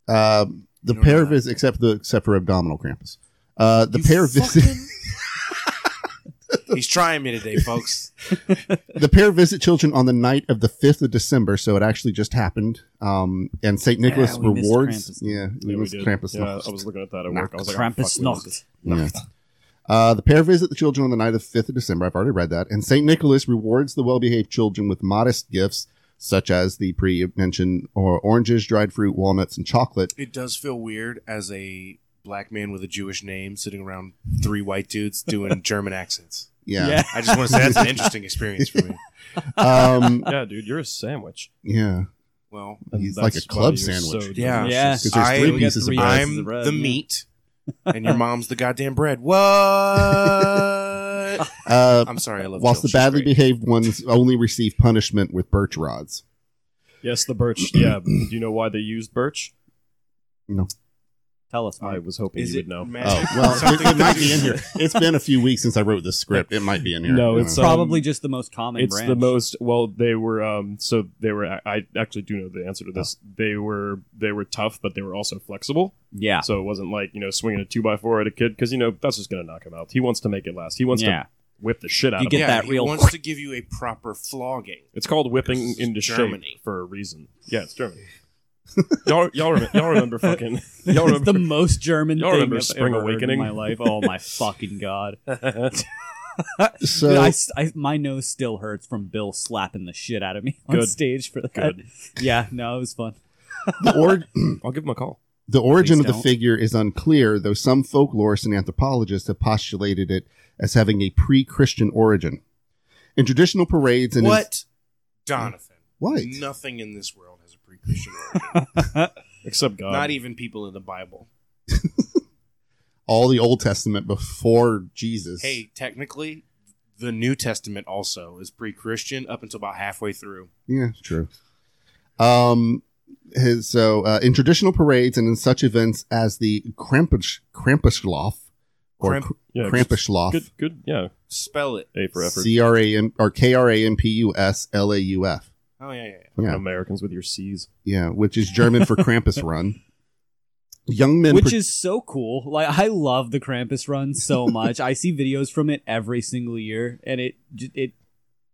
[SPEAKER 4] Um, the
[SPEAKER 1] You don't
[SPEAKER 4] pair
[SPEAKER 1] know
[SPEAKER 4] of his, except the except for abdominal Krampus. Uh, the pair
[SPEAKER 1] You
[SPEAKER 4] visit
[SPEAKER 1] fucking- He's trying me today, folks.
[SPEAKER 4] the pair visit children on the night of the fifth of December, so it actually just happened. Um, and Saint Nicholas
[SPEAKER 3] we missed Krampus.
[SPEAKER 4] rewards. Yeah, we
[SPEAKER 2] Yeah,
[SPEAKER 4] missed
[SPEAKER 2] did.
[SPEAKER 4] Krampus.
[SPEAKER 2] Yeah, I was looking at that at work. I was like, oh,
[SPEAKER 3] Krampus
[SPEAKER 2] fuck, we missed
[SPEAKER 3] knocked.
[SPEAKER 4] Yeah. Uh, the pair visit the children on the night of the 5th of December. I've already read that. And St. Nicholas rewards the well behaved children with modest gifts, such as the pre mentioned or oranges, dried fruit, walnuts, and chocolate.
[SPEAKER 1] It does feel weird as a black man with a Jewish name sitting around three white dudes doing German accents.
[SPEAKER 4] Yeah.
[SPEAKER 1] I just want to say that's an interesting experience for me.
[SPEAKER 4] Yeah. Um,
[SPEAKER 2] Yeah, dude, you're a sandwich.
[SPEAKER 4] yeah.
[SPEAKER 1] Well,
[SPEAKER 2] And
[SPEAKER 4] He's
[SPEAKER 2] that's
[SPEAKER 4] like a
[SPEAKER 2] why
[SPEAKER 4] club
[SPEAKER 2] you're so
[SPEAKER 4] sandwich.
[SPEAKER 1] Yeah.
[SPEAKER 3] Yeah.
[SPEAKER 4] Because
[SPEAKER 1] I-
[SPEAKER 4] there's
[SPEAKER 1] we
[SPEAKER 4] three
[SPEAKER 1] got
[SPEAKER 4] pieces
[SPEAKER 3] three
[SPEAKER 4] of bread.
[SPEAKER 3] eyes.
[SPEAKER 1] I'm
[SPEAKER 3] of bread,
[SPEAKER 1] the
[SPEAKER 3] yeah.
[SPEAKER 1] meat, and your mom's the goddamn bread. What?
[SPEAKER 4] Uh,
[SPEAKER 1] I'm sorry, I love.
[SPEAKER 4] whilst
[SPEAKER 1] Jill.
[SPEAKER 4] the
[SPEAKER 1] She's
[SPEAKER 4] badly
[SPEAKER 1] great.
[SPEAKER 4] behaved ones only receive punishment with birch rods.
[SPEAKER 2] Yes, the birch. Yeah. Do you know why they used birch?
[SPEAKER 3] Tell us,
[SPEAKER 2] I
[SPEAKER 3] Mike.
[SPEAKER 2] was hoping
[SPEAKER 1] Is
[SPEAKER 2] you
[SPEAKER 1] it
[SPEAKER 2] would know.
[SPEAKER 4] Oh,
[SPEAKER 1] magic?
[SPEAKER 4] well, it,
[SPEAKER 1] Something
[SPEAKER 4] it might
[SPEAKER 1] to-
[SPEAKER 4] be in here. It's been a few weeks since I wrote this script. It might be in here.
[SPEAKER 2] No,
[SPEAKER 4] I don't
[SPEAKER 2] it's,
[SPEAKER 4] know.
[SPEAKER 2] uh,
[SPEAKER 3] Probably just the most common
[SPEAKER 2] It's
[SPEAKER 3] branch.
[SPEAKER 2] the most. Well, they were. Um. So they were. I, I actually do know the answer to this.
[SPEAKER 1] Oh.
[SPEAKER 2] They were. They were tough, but they were also flexible.
[SPEAKER 1] Ah.
[SPEAKER 3] Yeah.
[SPEAKER 2] So it wasn't like you know swinging a two by four at a kid because you know that's just gonna knock him out. He wants to make it last. He wants
[SPEAKER 3] Yeah.
[SPEAKER 2] to whip the shit out
[SPEAKER 3] You
[SPEAKER 2] of
[SPEAKER 3] get
[SPEAKER 2] him.
[SPEAKER 1] yeah,
[SPEAKER 3] that
[SPEAKER 1] he
[SPEAKER 3] real
[SPEAKER 1] wants
[SPEAKER 3] quick.
[SPEAKER 1] to give you a proper flogging.
[SPEAKER 2] It's called whipping
[SPEAKER 1] It's
[SPEAKER 2] into
[SPEAKER 1] Germany.
[SPEAKER 2] shape for a reason. Yeah, it's Germany. y'all, y'all, remember, y'all remember fucking. Y'all
[SPEAKER 3] it's the
[SPEAKER 2] remember.
[SPEAKER 3] most German
[SPEAKER 2] Y'all
[SPEAKER 3] thing
[SPEAKER 2] remember
[SPEAKER 3] I've
[SPEAKER 2] Spring
[SPEAKER 3] ever heard
[SPEAKER 2] Awakening?
[SPEAKER 3] in my life. Oh my fucking god!
[SPEAKER 4] So,
[SPEAKER 3] Dude, I, I- my nose still hurts from Bill slapping the shit out of me on
[SPEAKER 2] Good.
[SPEAKER 3] stage for that.
[SPEAKER 2] Good.
[SPEAKER 3] Yeah, no, it was fun.
[SPEAKER 4] the or-
[SPEAKER 2] I'll give him a call.
[SPEAKER 4] The origin
[SPEAKER 3] Please
[SPEAKER 4] of the
[SPEAKER 3] don't.
[SPEAKER 4] figure is unclear, though some folklorists and anthropologists have postulated it as having a pre Christian origin. In traditional parades and in-
[SPEAKER 1] What, Donovan?
[SPEAKER 4] What?
[SPEAKER 1] Nothing in this world has a pre-Christian origin.
[SPEAKER 2] Except
[SPEAKER 3] Oh.
[SPEAKER 2] God.
[SPEAKER 1] Not even people in the Bible.
[SPEAKER 4] all the Old Testament before Jesus.
[SPEAKER 1] Hey, technically, the New Testament also is pre-Christian up until about halfway through.
[SPEAKER 4] Yeah, true. Um, his, so uh, in traditional parades and in such events as the Krampus, Krampuschlauf or
[SPEAKER 1] Kramp-
[SPEAKER 2] Yeah,
[SPEAKER 4] Krampuschlauf,
[SPEAKER 2] Good, good. Yeah,
[SPEAKER 1] Spell it.
[SPEAKER 2] A for effort.
[SPEAKER 4] C R A M or K R A M P U S L A U F.
[SPEAKER 1] Oh yeah, yeah. yeah.
[SPEAKER 4] Yeah,
[SPEAKER 2] Americans with your C's.
[SPEAKER 4] yeah, which is German for Krampus Run. Young men,
[SPEAKER 3] Which
[SPEAKER 4] par-
[SPEAKER 3] is so cool. Like I love the Krampus run so much. I see videos from it every single year, and it j- it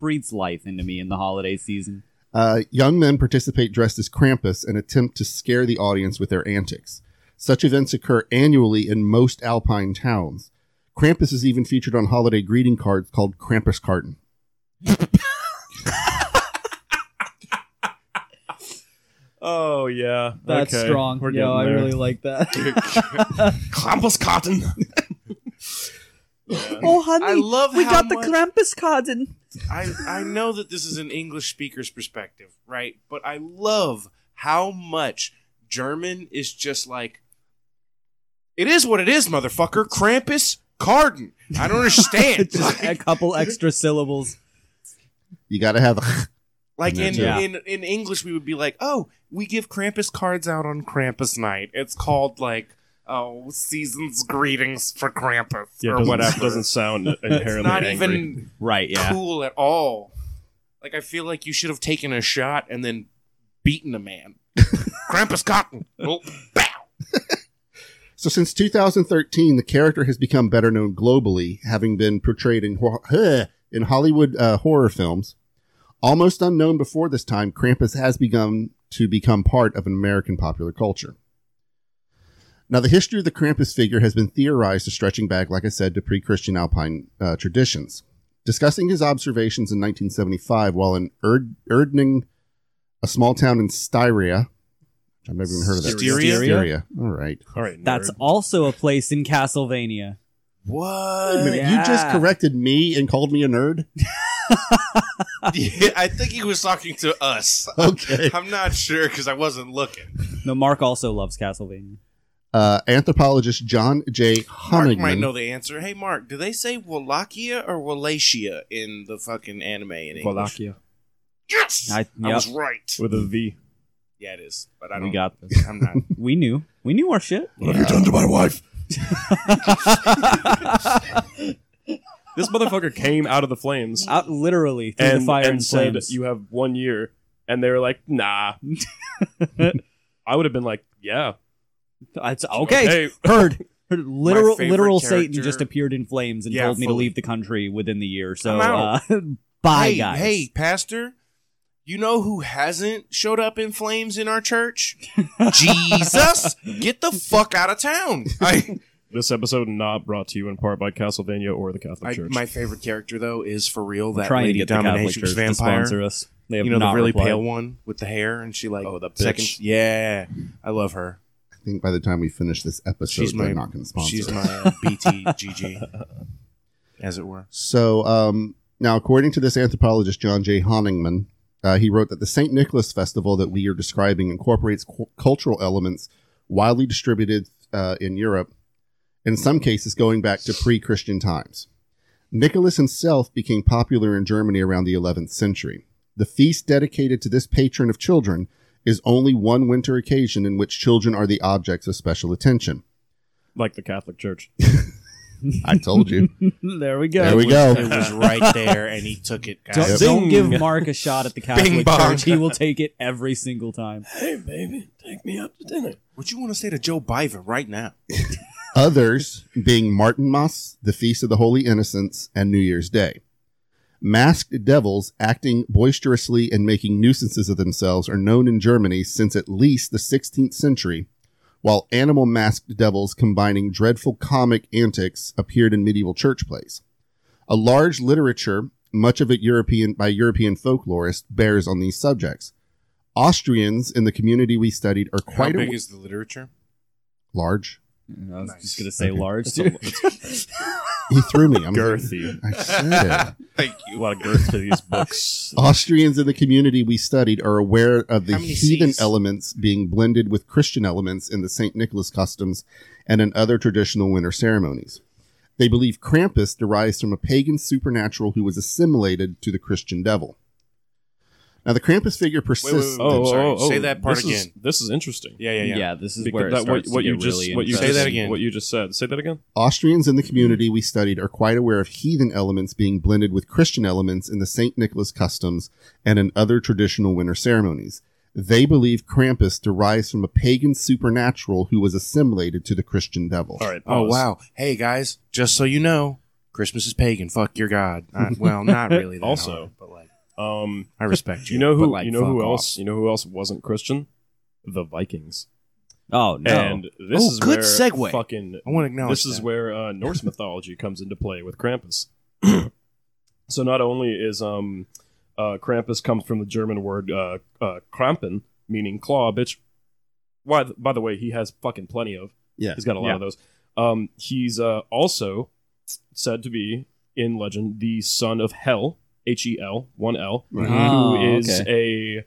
[SPEAKER 3] breathes life into me in the holiday season.
[SPEAKER 4] Uh, young men participate dressed as Krampus and attempt to scare the audience with their antics. Such events occur annually in most alpine towns. Krampus is even featured on holiday greeting cards called Krampus Carton.
[SPEAKER 2] Oh yeah,
[SPEAKER 3] That's
[SPEAKER 2] Okay,
[SPEAKER 3] strong.
[SPEAKER 2] We're
[SPEAKER 3] Yo, I
[SPEAKER 2] getting there.
[SPEAKER 3] really like that.
[SPEAKER 1] Krampus cotton.
[SPEAKER 3] oh,
[SPEAKER 1] I love how much-
[SPEAKER 3] Krampus cards in.
[SPEAKER 1] I, I know that this is an English speaker's perspective, right? But I love how much German is just like, it is what it is, motherfucker. Krampus, Carden. I don't understand.
[SPEAKER 3] Just a couple extra syllables.
[SPEAKER 4] You got to have a
[SPEAKER 1] Like in,
[SPEAKER 3] Yeah.
[SPEAKER 1] in in English, we would be like, "Oh, we give Krampus cards out on Krampus night. It's called like, oh, season's greetings for Krampus
[SPEAKER 2] Yeah, it
[SPEAKER 1] or
[SPEAKER 2] doesn't,
[SPEAKER 1] whatever.
[SPEAKER 2] doesn't sound inherently
[SPEAKER 1] it's not
[SPEAKER 2] angry.
[SPEAKER 1] even
[SPEAKER 3] Right, yeah.
[SPEAKER 1] cool at all. Like I feel like you should have taken a shot and then beaten a man. Krampus Cotton. Oh, bow.
[SPEAKER 4] So since 2013, the character has become better known globally, having been portrayed in hor- huh, in Hollywood uh, horror films. Almost unknown before this time, Krampus has begun to become part of an American popular culture. Now, the history of the Krampus figure has been theorized as stretching back, like I said, to pre-Christian Alpine uh, traditions. Discussing his observations in 1975 while in Erd- Erdning, a small town in Styria. I've never even heard of that.
[SPEAKER 1] Styria?
[SPEAKER 4] Styria. All right.
[SPEAKER 2] All right,
[SPEAKER 3] That's
[SPEAKER 2] nerd.
[SPEAKER 3] also a place in Castlevania.
[SPEAKER 4] Wait a
[SPEAKER 1] What?
[SPEAKER 4] minute, You just
[SPEAKER 3] Yeah.
[SPEAKER 4] corrected me and called me a nerd?
[SPEAKER 1] Yeah, I think he was talking to us.
[SPEAKER 4] Okay.
[SPEAKER 1] I'm not sure because I wasn't looking.
[SPEAKER 3] No, Mark also loves Castlevania.
[SPEAKER 4] Uh, anthropologist John J.
[SPEAKER 1] Mark might know
[SPEAKER 4] Honigman.
[SPEAKER 1] the answer. Hey, Mark, do they say Wallachia or Wallachia in the fucking anime in English?
[SPEAKER 2] Wallachia
[SPEAKER 1] Yes,
[SPEAKER 3] I-
[SPEAKER 1] I was
[SPEAKER 3] yep.
[SPEAKER 1] right.
[SPEAKER 2] with a V.
[SPEAKER 1] Yeah, it is, but I don't.
[SPEAKER 3] We got this.
[SPEAKER 1] I'm not.
[SPEAKER 3] We knew. We knew our shit.
[SPEAKER 4] What have you done to my wife?
[SPEAKER 2] This motherfucker came out of the flames
[SPEAKER 3] Out Uh, literally through
[SPEAKER 2] and,
[SPEAKER 3] the fire
[SPEAKER 2] and
[SPEAKER 3] and,
[SPEAKER 2] said,
[SPEAKER 3] flames.
[SPEAKER 2] "You have one year," and they were like, "Nah." I would have been like, "Yeah,
[SPEAKER 3] It's okay.
[SPEAKER 2] Hey,
[SPEAKER 3] Heard. Heard. Literal,
[SPEAKER 1] favorite
[SPEAKER 3] literal
[SPEAKER 1] character-
[SPEAKER 3] Satan just appeared in flames and
[SPEAKER 1] Yeah,
[SPEAKER 3] told me to
[SPEAKER 1] fully.
[SPEAKER 3] leave the country within the year. So,
[SPEAKER 1] I'm out.
[SPEAKER 3] uh, bye,
[SPEAKER 1] hey,
[SPEAKER 3] guys.
[SPEAKER 1] hey, pastor, you know who hasn't showed up in flames in our church? Jesus, get the fuck out of town! I,
[SPEAKER 2] This episode not brought to you in part by Castlevania or the Catholic
[SPEAKER 1] I,
[SPEAKER 2] Church.
[SPEAKER 1] my favorite character though is for real
[SPEAKER 3] We're
[SPEAKER 1] that
[SPEAKER 3] trying to
[SPEAKER 1] lady
[SPEAKER 3] get the Catholic Church
[SPEAKER 1] dominatrix
[SPEAKER 3] to
[SPEAKER 1] vampire.
[SPEAKER 3] sponsor us. They have
[SPEAKER 1] You know the
[SPEAKER 3] not
[SPEAKER 1] really
[SPEAKER 3] replied.
[SPEAKER 1] pale one with the hair, and she like
[SPEAKER 2] Oh, the bitch.
[SPEAKER 1] second. Yeah, I love her.
[SPEAKER 4] I think by the time we finish this episode,
[SPEAKER 1] She's my-
[SPEAKER 4] they're not going to sponsor
[SPEAKER 1] She's
[SPEAKER 4] it.
[SPEAKER 1] my uh, BTGG, as it were.
[SPEAKER 4] So um, now, according to this anthropologist John J. Honigman, uh, he wrote that the St. Nicholas Festival that we are describing incorporates cu- cultural elements widely distributed uh, in Europe, in some cases going back to pre Christian times. Nicholas himself became popular in Germany around the 11th century. The feast dedicated to this patron of children is only one winter occasion in which children are the objects of special attention.
[SPEAKER 2] like the Catholic Church.
[SPEAKER 4] I told you.
[SPEAKER 3] there we go.
[SPEAKER 4] There we go.
[SPEAKER 1] It was right there, and he took it.
[SPEAKER 3] Don't,
[SPEAKER 1] Guys.
[SPEAKER 3] don't
[SPEAKER 2] Zing.
[SPEAKER 3] give Mark a shot at the
[SPEAKER 1] Bing
[SPEAKER 3] Catholic
[SPEAKER 1] bong.
[SPEAKER 3] Church. He will take it every single time.
[SPEAKER 2] Hey, baby, take me out to dinner.
[SPEAKER 1] What you want to say to Joe Biden right now?
[SPEAKER 4] others being Martin Mas, the Feast of the Holy Innocents, and New Year's Day. Masked devils acting boisterously and making nuisances of themselves are known in Germany since at least the 16th century, while animal masked devils combining dreadful comic antics appeared in medieval church plays. A large literature, much of it European by European folklorists, bears on these subjects. Austrians in the community we studied are quite
[SPEAKER 1] How big
[SPEAKER 4] aw-
[SPEAKER 1] is the literature?
[SPEAKER 4] large.
[SPEAKER 3] I was
[SPEAKER 1] Nice.
[SPEAKER 3] just gonna say
[SPEAKER 4] Okay.
[SPEAKER 3] large.
[SPEAKER 4] He threw me. I'm
[SPEAKER 2] Girthy.
[SPEAKER 4] I said it.
[SPEAKER 1] Thank
[SPEAKER 2] A
[SPEAKER 1] you.
[SPEAKER 2] lot of girth to these books.
[SPEAKER 4] Austrians in the community we studied are aware of the
[SPEAKER 1] How many
[SPEAKER 4] heathen
[SPEAKER 1] Cs?
[SPEAKER 4] elements being blended with Christian elements in the St. Nicholas customs and in other traditional winter ceremonies. They believe Krampus derives from a pagan supernatural who was assimilated to the Christian devil. Now, the Krampus figure
[SPEAKER 1] wait, wait,
[SPEAKER 4] persists.
[SPEAKER 1] wait. I'm sorry. Say that part
[SPEAKER 2] this is-
[SPEAKER 1] again.
[SPEAKER 2] this is interesting.
[SPEAKER 1] Yeah,
[SPEAKER 3] yeah,
[SPEAKER 1] yeah, yeah.
[SPEAKER 3] this is
[SPEAKER 2] Because
[SPEAKER 3] where it
[SPEAKER 2] that-
[SPEAKER 3] starts
[SPEAKER 2] what, what
[SPEAKER 3] to
[SPEAKER 2] you
[SPEAKER 3] get
[SPEAKER 2] just
[SPEAKER 3] really
[SPEAKER 2] what
[SPEAKER 1] Say
[SPEAKER 2] you just,
[SPEAKER 3] interesting.
[SPEAKER 1] that again.
[SPEAKER 2] What you just said. Say that again.
[SPEAKER 4] Austrians in the community we studied are quite aware of heathen elements being blended with Christian elements in the St. Nicholas customs and in other traditional winter ceremonies. They believe Krampus derives from a pagan supernatural who was assimilated to the Christian devil.
[SPEAKER 2] All right.
[SPEAKER 1] Oh
[SPEAKER 2] pause.
[SPEAKER 1] wow! Hey guys, just so you know, Christmas is pagan. Fuck your god. Uh, well, not really. That
[SPEAKER 2] Also-
[SPEAKER 1] hard, but like,
[SPEAKER 2] Um,
[SPEAKER 1] I respect you.
[SPEAKER 2] you know
[SPEAKER 1] but,
[SPEAKER 2] who?
[SPEAKER 1] like,
[SPEAKER 2] you know who
[SPEAKER 1] fuck
[SPEAKER 2] else?
[SPEAKER 1] off.
[SPEAKER 2] You know who else wasn't Christian? The Vikings.
[SPEAKER 3] Oh no!
[SPEAKER 2] And this
[SPEAKER 1] Oh,
[SPEAKER 2] is
[SPEAKER 1] good
[SPEAKER 2] where
[SPEAKER 1] segue.
[SPEAKER 2] fucking
[SPEAKER 1] I want to
[SPEAKER 3] Oh,
[SPEAKER 1] acknowledge
[SPEAKER 2] this is
[SPEAKER 1] that.
[SPEAKER 2] where uh, Norse mythology comes into play with Krampus. so not only is um, uh, Krampus comes from the German word uh, uh, Krampen, meaning claw, bitch. Why? By the way, he has fucking plenty of.
[SPEAKER 4] Yeah.
[SPEAKER 2] he's got a lot
[SPEAKER 3] Yeah.
[SPEAKER 2] of those. Um, he's uh, also said to be in legend the son of Hell, H E L, one L,
[SPEAKER 4] Right.
[SPEAKER 1] Uh-huh.
[SPEAKER 3] Oh,
[SPEAKER 2] who is
[SPEAKER 3] okay.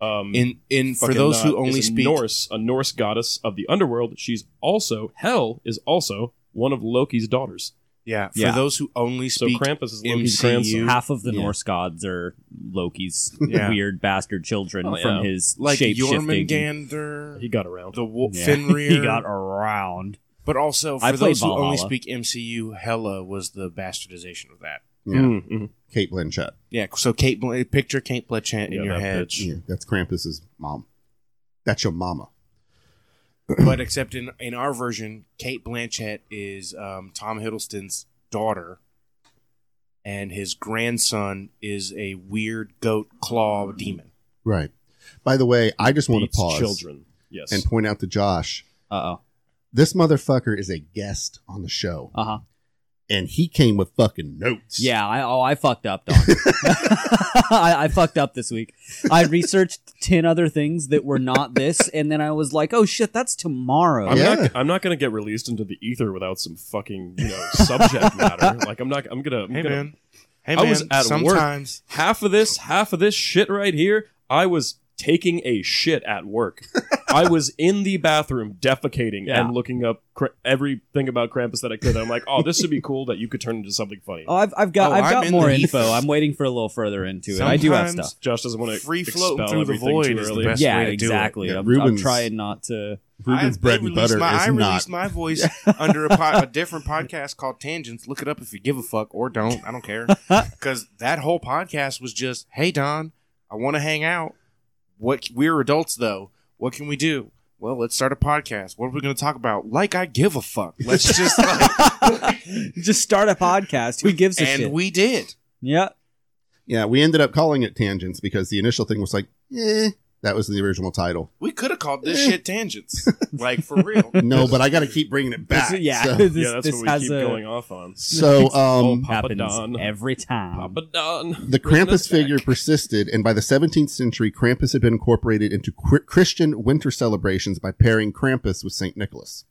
[SPEAKER 3] a um,
[SPEAKER 1] in in for
[SPEAKER 2] fucking,
[SPEAKER 1] those
[SPEAKER 2] uh,
[SPEAKER 1] who only
[SPEAKER 2] is a
[SPEAKER 1] speak
[SPEAKER 2] Norse, a Norse goddess of the underworld. She's also Hel is also one of Loki's daughters.
[SPEAKER 1] Yeah, for
[SPEAKER 3] Yeah.
[SPEAKER 1] those who only
[SPEAKER 2] So
[SPEAKER 1] speak
[SPEAKER 2] Krampus is Loki's
[SPEAKER 1] MCU.
[SPEAKER 2] grandson.
[SPEAKER 3] Half of the
[SPEAKER 4] Yeah.
[SPEAKER 3] Norse gods are Loki's
[SPEAKER 1] Yeah.
[SPEAKER 3] weird bastard children
[SPEAKER 2] Oh, yeah.
[SPEAKER 3] from his
[SPEAKER 1] like
[SPEAKER 3] shape-shifting.
[SPEAKER 1] Jormungandr,
[SPEAKER 2] He got around.
[SPEAKER 1] the Wolf
[SPEAKER 3] Yeah.
[SPEAKER 1] Fenrir,
[SPEAKER 3] He got around.
[SPEAKER 1] but also
[SPEAKER 3] I
[SPEAKER 1] for
[SPEAKER 3] played
[SPEAKER 1] those who only
[SPEAKER 3] Valhalla.
[SPEAKER 1] speak MCU, Hela was the bastardization of that.
[SPEAKER 4] Yeah.
[SPEAKER 2] Mm, mhm.
[SPEAKER 4] Kate Blanchett.
[SPEAKER 1] Yeah, so Kate, Bl- picture Kate Blanchett in
[SPEAKER 2] Yeah,
[SPEAKER 1] your
[SPEAKER 2] that
[SPEAKER 1] head,
[SPEAKER 2] bitch.
[SPEAKER 4] Yeah, that's Krampus's mom. That's your mama.
[SPEAKER 1] but except in in our version, Kate Blanchett is um, Tom Hiddleston's daughter, and his grandson is a weird goat claw demon.
[SPEAKER 4] Right. By the way, I just want to
[SPEAKER 2] Beats
[SPEAKER 4] pause
[SPEAKER 2] children. Yes.
[SPEAKER 4] and point out to Josh
[SPEAKER 3] Uh
[SPEAKER 4] this motherfucker is a guest on the show,
[SPEAKER 3] oh. Uh
[SPEAKER 1] Uh-huh.
[SPEAKER 3] huh.
[SPEAKER 4] and he came with fucking notes.
[SPEAKER 3] Yeah. I, oh, I fucked up, Don. I, I fucked up this week. I researched ten other things that were not this, and then I was like, "Oh shit, that's tomorrow."
[SPEAKER 2] I'm
[SPEAKER 4] Yeah.
[SPEAKER 2] not. I'm not gonna get released into the ether without some fucking you know subject matter. Like I'm not. I'm gonna. I'm
[SPEAKER 1] Hey
[SPEAKER 2] gonna
[SPEAKER 1] man, hey
[SPEAKER 2] I
[SPEAKER 1] man.
[SPEAKER 2] was at work.
[SPEAKER 1] sometimes
[SPEAKER 2] half of this, half of this shit right here, I was taking a shit at work. I was in the bathroom defecating
[SPEAKER 3] Yeah.
[SPEAKER 2] and looking up cr- everything about Krampus that I could. I'm like, oh, this would be cool that you could turn into something funny.
[SPEAKER 3] Oh, I've, I've got
[SPEAKER 1] Oh,
[SPEAKER 3] I've
[SPEAKER 1] I'm
[SPEAKER 3] got
[SPEAKER 1] in
[SPEAKER 3] more
[SPEAKER 1] the-
[SPEAKER 3] info. I'm waiting for a little further into it. I do have
[SPEAKER 1] Sometimes-
[SPEAKER 3] stuff.
[SPEAKER 2] Josh doesn't want to
[SPEAKER 1] Free
[SPEAKER 2] expel
[SPEAKER 1] floating through the
[SPEAKER 2] everything
[SPEAKER 1] void
[SPEAKER 2] too
[SPEAKER 1] is the
[SPEAKER 2] early.
[SPEAKER 1] best.
[SPEAKER 3] Yeah,
[SPEAKER 1] way to do it.
[SPEAKER 3] exactly.
[SPEAKER 4] Yeah,
[SPEAKER 3] I'm, I'm
[SPEAKER 4] Rubens-
[SPEAKER 3] trying not to.
[SPEAKER 4] Ruben's
[SPEAKER 1] I-
[SPEAKER 4] bread
[SPEAKER 1] they
[SPEAKER 4] and
[SPEAKER 1] released
[SPEAKER 4] butter
[SPEAKER 1] my, I
[SPEAKER 4] is not.
[SPEAKER 1] released my voice under a, po- a different podcast called Tangents. Look it up if you give a fuck or don't. I don't care because that whole podcast was just, "Hey Don, I want to hang out. What we're adults though. What can we do? Well, let's start a podcast. What are we going to talk about? Like I give a fuck. Let's just like,
[SPEAKER 3] Just start a podcast. Who gives a
[SPEAKER 1] and
[SPEAKER 3] shit?
[SPEAKER 1] we did.
[SPEAKER 3] yeah,
[SPEAKER 4] yeah, we ended up calling it Tangents because the initial thing was like, eh, that was the original title.
[SPEAKER 1] We could have called this shit Tangents, like for real.
[SPEAKER 4] No, but I got to keep bringing it back.
[SPEAKER 3] This- yeah.
[SPEAKER 4] So,
[SPEAKER 3] This,
[SPEAKER 2] Yeah, that's
[SPEAKER 3] this
[SPEAKER 2] what we
[SPEAKER 3] has
[SPEAKER 2] keep
[SPEAKER 3] a
[SPEAKER 2] going off on.
[SPEAKER 4] so um,
[SPEAKER 2] Papa
[SPEAKER 3] happens
[SPEAKER 2] Don.
[SPEAKER 3] every time.
[SPEAKER 2] Papa Don.
[SPEAKER 4] the
[SPEAKER 2] Bringing us
[SPEAKER 4] Krampus figure
[SPEAKER 2] back.
[SPEAKER 4] persisted, and by the 17th century, Krampus had been incorporated into Chr- Christian winter celebrations by pairing Krampus with Saint Nicholas.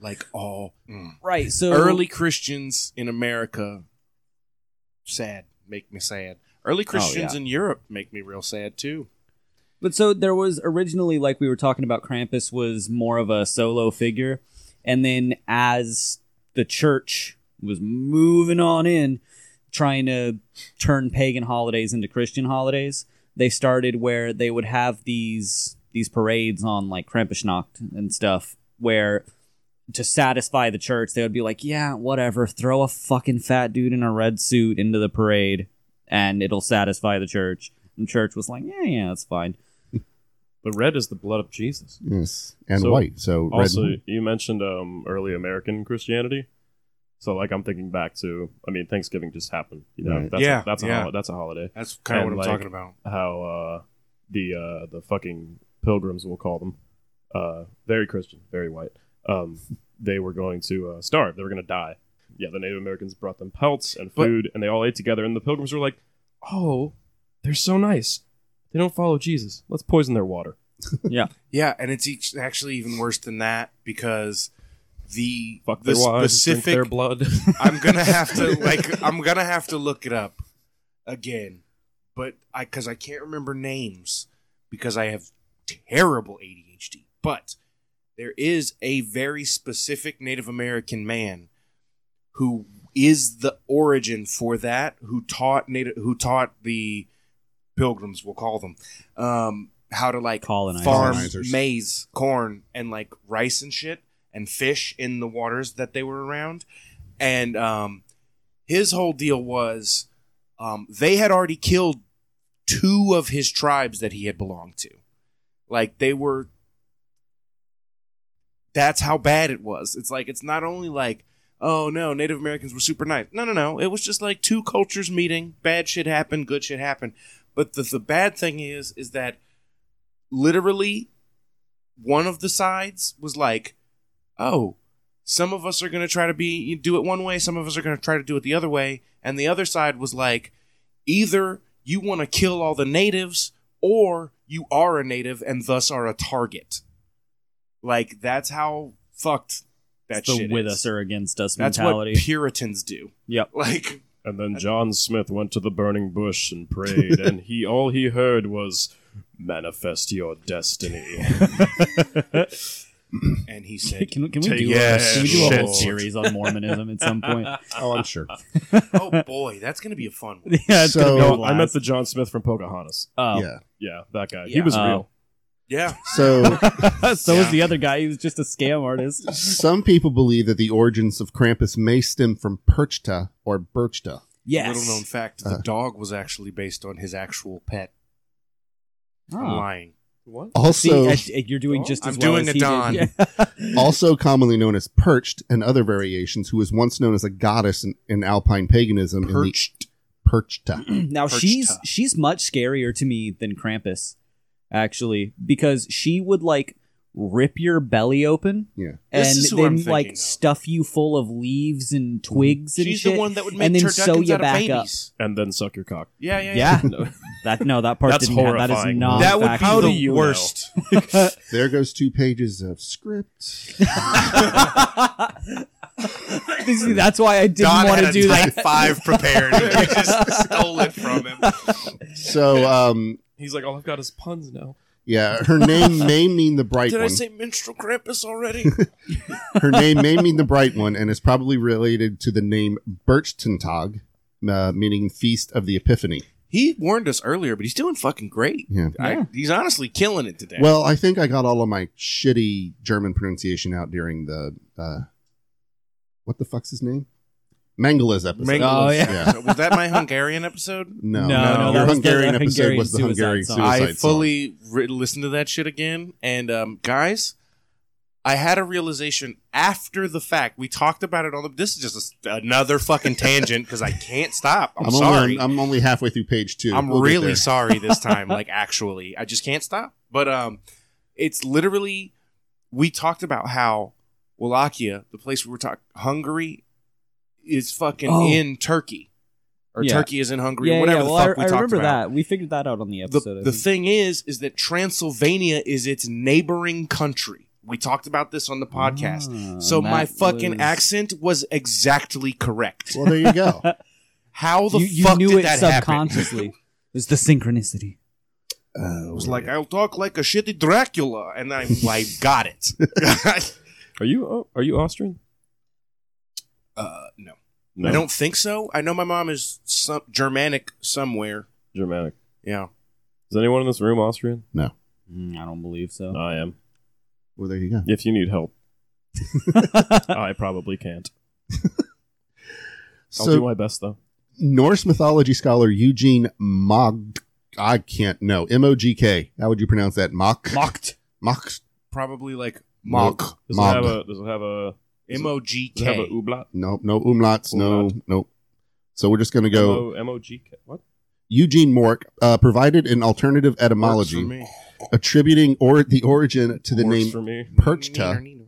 [SPEAKER 1] Like all mm.
[SPEAKER 3] Right. So
[SPEAKER 1] early Christians in America, sad make me sad.
[SPEAKER 2] Oh,
[SPEAKER 1] Early Christians in Europe make me real sad too.
[SPEAKER 3] But so there was originally, like we were talking about, Krampus was more of a solo figure. And then as the church was moving on in, trying to turn pagan holidays into Christian holidays, they started where they would have these these parades on like Krampusnacht and stuff where to satisfy the church they would be like yeah whatever throw a fucking fat dude in a red suit into the parade and it'll satisfy the church and church was like yeah yeah that's fine
[SPEAKER 2] The red is the blood of Jesus.
[SPEAKER 4] Yes, and
[SPEAKER 2] So,
[SPEAKER 4] white. So red.
[SPEAKER 2] Also, you mentioned um, early American Christianity. So, like, I'm thinking back to, I mean, Thanksgiving just happened. You know,
[SPEAKER 4] Right.
[SPEAKER 2] that's
[SPEAKER 1] Yeah,
[SPEAKER 2] a, that's a
[SPEAKER 1] yeah.
[SPEAKER 2] hol- that's a holiday.
[SPEAKER 1] That's kind of
[SPEAKER 2] And,
[SPEAKER 1] what I'm
[SPEAKER 2] like,
[SPEAKER 1] talking about.
[SPEAKER 2] How uh, the uh, the fucking pilgrims, we'll call them, uh, very Christian, very white. Um, they were going to uh, starve. They were going to die. Yeah, the Native Americans brought them pelts and
[SPEAKER 1] But-
[SPEAKER 2] food, and they all ate together. And the pilgrims were like, "Oh, they're so nice. They don't follow Jesus. Let's poison their water."
[SPEAKER 1] Yeah, and it's each, actually even worse than that because the
[SPEAKER 2] Fuck
[SPEAKER 1] the
[SPEAKER 2] their wives. Drink
[SPEAKER 1] specific.
[SPEAKER 2] their blood.
[SPEAKER 1] I'm gonna have to like. I'm gonna have to look it up again, but I because I can't remember names because I have terrible ADHD. But there is a very specific Native American man who is the origin for that. Who taught Native? Who taught the pilgrims? We'll call them um, how to like
[SPEAKER 3] Colonizers.
[SPEAKER 1] farm
[SPEAKER 4] Colonizers.
[SPEAKER 1] maize, corn, and like rice and shit, and fish in the waters that they were around. And um, his whole deal was um, they had already killed two of his tribes that he had belonged to. Like they were. That's how bad it was. It's like it's not only like oh no, Native Americans were super nice. No, no, no. It was just like two cultures meeting. Bad shit happened. Good shit happened. But the, the bad thing is, is that literally one of the sides was like, oh, some of us are going to try to be do it one way, some of us are going to try to do it the other way, and the other side was like, either you want to kill all the natives or you are a native and thus are a target. Like that's how fucked that
[SPEAKER 3] It's the
[SPEAKER 1] shit
[SPEAKER 3] with
[SPEAKER 1] is.
[SPEAKER 3] us or against us
[SPEAKER 1] That's
[SPEAKER 3] mentality.
[SPEAKER 1] what Puritans do.
[SPEAKER 3] yep.
[SPEAKER 1] Like,
[SPEAKER 2] And then John Smith went to the burning bush and prayed, and he all he heard was, "Manifest your destiny."
[SPEAKER 1] and he
[SPEAKER 3] Can,
[SPEAKER 1] said,
[SPEAKER 3] can we do,
[SPEAKER 2] Take
[SPEAKER 3] a,
[SPEAKER 1] that
[SPEAKER 3] can we do a whole
[SPEAKER 1] shit.
[SPEAKER 3] series on Mormonism at some point?
[SPEAKER 4] Oh, I'm sure.
[SPEAKER 1] "Oh boy, that's going to be a fun one."
[SPEAKER 3] yeah, it's gonna
[SPEAKER 4] So-
[SPEAKER 3] be a
[SPEAKER 2] No, I met
[SPEAKER 3] blast.
[SPEAKER 2] the John Smith from Pocahontas.
[SPEAKER 3] Oh.
[SPEAKER 4] Yeah.
[SPEAKER 2] Yeah, that guy. He
[SPEAKER 1] Yeah.
[SPEAKER 2] was
[SPEAKER 3] Oh.
[SPEAKER 2] real.
[SPEAKER 1] Yeah,
[SPEAKER 4] So
[SPEAKER 3] so
[SPEAKER 1] Yeah.
[SPEAKER 3] was the other guy. He was just a scam artist.
[SPEAKER 4] some people believe that the origins of Krampus may stem from Perchta or Birchta.
[SPEAKER 3] Yes.
[SPEAKER 1] little known fact: the
[SPEAKER 4] Uh.
[SPEAKER 1] dog was actually based on his actual pet. I'm
[SPEAKER 3] Oh.
[SPEAKER 1] lying.
[SPEAKER 2] What?
[SPEAKER 4] Also,
[SPEAKER 3] See, I- you're doing just
[SPEAKER 1] Oh, I'm
[SPEAKER 3] as well
[SPEAKER 1] doing
[SPEAKER 3] as
[SPEAKER 1] a
[SPEAKER 3] he did.
[SPEAKER 1] Don.
[SPEAKER 3] Yeah.
[SPEAKER 4] also commonly known as Perched and other variations, who was once known as a goddess in, in Alpine paganism. in the-
[SPEAKER 1] Perched.
[SPEAKER 4] Perchta.
[SPEAKER 3] now
[SPEAKER 1] Perched
[SPEAKER 3] she's
[SPEAKER 1] up.
[SPEAKER 3] she's much scarier to me than Krampus, actually, because she would like rip your belly open.
[SPEAKER 4] Yeah.
[SPEAKER 3] And
[SPEAKER 1] This is who
[SPEAKER 3] then
[SPEAKER 1] I'm thinking
[SPEAKER 3] like
[SPEAKER 1] of.
[SPEAKER 3] stuff you full of leaves and twigs and
[SPEAKER 1] She's
[SPEAKER 3] shit.
[SPEAKER 1] the one that would make
[SPEAKER 3] and then sew
[SPEAKER 1] turduckens
[SPEAKER 3] you
[SPEAKER 1] out of
[SPEAKER 3] back up.
[SPEAKER 1] babies.
[SPEAKER 2] And then suck your cock.
[SPEAKER 1] Yeah, yeah, yeah.
[SPEAKER 3] yeah. that no, that part
[SPEAKER 2] That's
[SPEAKER 3] didn't happen. That is
[SPEAKER 2] horrifying.
[SPEAKER 3] not
[SPEAKER 1] That would
[SPEAKER 3] factual.
[SPEAKER 1] be the
[SPEAKER 2] do you know?
[SPEAKER 1] worst.
[SPEAKER 4] There goes two pages of script.
[SPEAKER 3] You see, that's why I didn't
[SPEAKER 1] Don
[SPEAKER 3] want
[SPEAKER 1] had
[SPEAKER 3] to
[SPEAKER 1] a
[SPEAKER 3] do
[SPEAKER 1] type
[SPEAKER 3] that.
[SPEAKER 1] five prepared. and You just stole it from him.
[SPEAKER 4] So, um,
[SPEAKER 2] He's like, all I've got is puns now.
[SPEAKER 4] yeah, her name may mean the bright
[SPEAKER 1] Did
[SPEAKER 4] one.
[SPEAKER 1] I say menstrual Krampus already?
[SPEAKER 4] her name may mean the bright one, and is probably related to the name Birchtentag, uh, meaning feast of the Epiphany.
[SPEAKER 1] he warned us earlier, but he's doing fucking great.
[SPEAKER 4] Yeah.
[SPEAKER 1] I, he's honestly killing it today.
[SPEAKER 4] Well, I think I got all of my shitty German pronunciation out during the uh, what the fuck's his name? Mangala's episode.
[SPEAKER 1] Mangala's.
[SPEAKER 3] Oh, yeah.
[SPEAKER 1] So was that my Hungarian episode?
[SPEAKER 3] No,
[SPEAKER 4] No,
[SPEAKER 1] no,
[SPEAKER 4] your
[SPEAKER 1] that
[SPEAKER 3] was the Hungarian
[SPEAKER 4] Hungarian episode was the
[SPEAKER 3] suicide
[SPEAKER 4] Hungarian
[SPEAKER 3] song.
[SPEAKER 4] suicide
[SPEAKER 1] I fully re- listened to that shit again. And um, guys, I had a realization after the fact. We talked about it on the. This is just a s another fucking tangent because I can't stop. I'm,
[SPEAKER 4] song. I'm,
[SPEAKER 1] sorry.
[SPEAKER 4] Only, I'm only halfway through page two.
[SPEAKER 1] I'm
[SPEAKER 4] We'll get
[SPEAKER 1] really
[SPEAKER 4] there.
[SPEAKER 1] sorry this time. Like, actually, I just can't stop. But um, it's literally we talked about how Wallachia, the place we were talking, Hungary, is fucking
[SPEAKER 3] Oh.
[SPEAKER 1] in Turkey, or
[SPEAKER 3] Yeah.
[SPEAKER 1] Turkey is in Hungary,
[SPEAKER 3] yeah,
[SPEAKER 1] whatever
[SPEAKER 3] yeah.
[SPEAKER 1] the
[SPEAKER 3] well,
[SPEAKER 1] fuck
[SPEAKER 3] I,
[SPEAKER 1] we
[SPEAKER 3] I
[SPEAKER 1] talked
[SPEAKER 3] remember
[SPEAKER 1] about.
[SPEAKER 3] that. We figured that out on the
[SPEAKER 1] The,
[SPEAKER 3] episode. I
[SPEAKER 1] the
[SPEAKER 3] think.
[SPEAKER 1] thing is, is that Transylvania is its neighboring country. We talked about this on the podcast.
[SPEAKER 3] Ah,
[SPEAKER 1] so my
[SPEAKER 3] that
[SPEAKER 1] fucking
[SPEAKER 3] was-
[SPEAKER 1] accent was exactly correct.
[SPEAKER 4] Well, there you go.
[SPEAKER 1] How the
[SPEAKER 3] you, you
[SPEAKER 1] fuck
[SPEAKER 3] knew
[SPEAKER 1] did
[SPEAKER 3] it
[SPEAKER 1] that happen?
[SPEAKER 3] subconsciously. It's the synchronicity.
[SPEAKER 4] Uh,
[SPEAKER 1] I was like, I'll talk like a shitty Dracula, and I'm like, got it.
[SPEAKER 2] Are you oh, are you Austrian?
[SPEAKER 1] uh, no.
[SPEAKER 2] No.
[SPEAKER 1] I don't think so. I know my mom is some Germanic somewhere.
[SPEAKER 2] Germanic.
[SPEAKER 1] Yeah,
[SPEAKER 2] Is anyone in this room Austrian?
[SPEAKER 3] Mm, I don't believe so.
[SPEAKER 2] I am.
[SPEAKER 4] well, there you go.
[SPEAKER 2] If you need help, I probably can't. I'll do
[SPEAKER 4] So,
[SPEAKER 2] my best though.
[SPEAKER 4] Norse mythology scholar Eugene Mogg, I can't know M O G K. How would you pronounce that? Mock.
[SPEAKER 3] Mocked.
[SPEAKER 4] Mock.
[SPEAKER 1] probably like Mok.
[SPEAKER 2] Does it
[SPEAKER 4] Mog.
[SPEAKER 2] have a does it have a Is it-
[SPEAKER 1] M O G
[SPEAKER 2] does it have a
[SPEAKER 1] K.
[SPEAKER 2] ublat?
[SPEAKER 4] No, no umlauts. No, no. So we're just gonna go.
[SPEAKER 2] M O G K. What?
[SPEAKER 4] Eugene Mork uh, provided an alternative etymology. attributing or the origin to the
[SPEAKER 2] Works
[SPEAKER 4] name
[SPEAKER 2] for me.
[SPEAKER 4] Perchta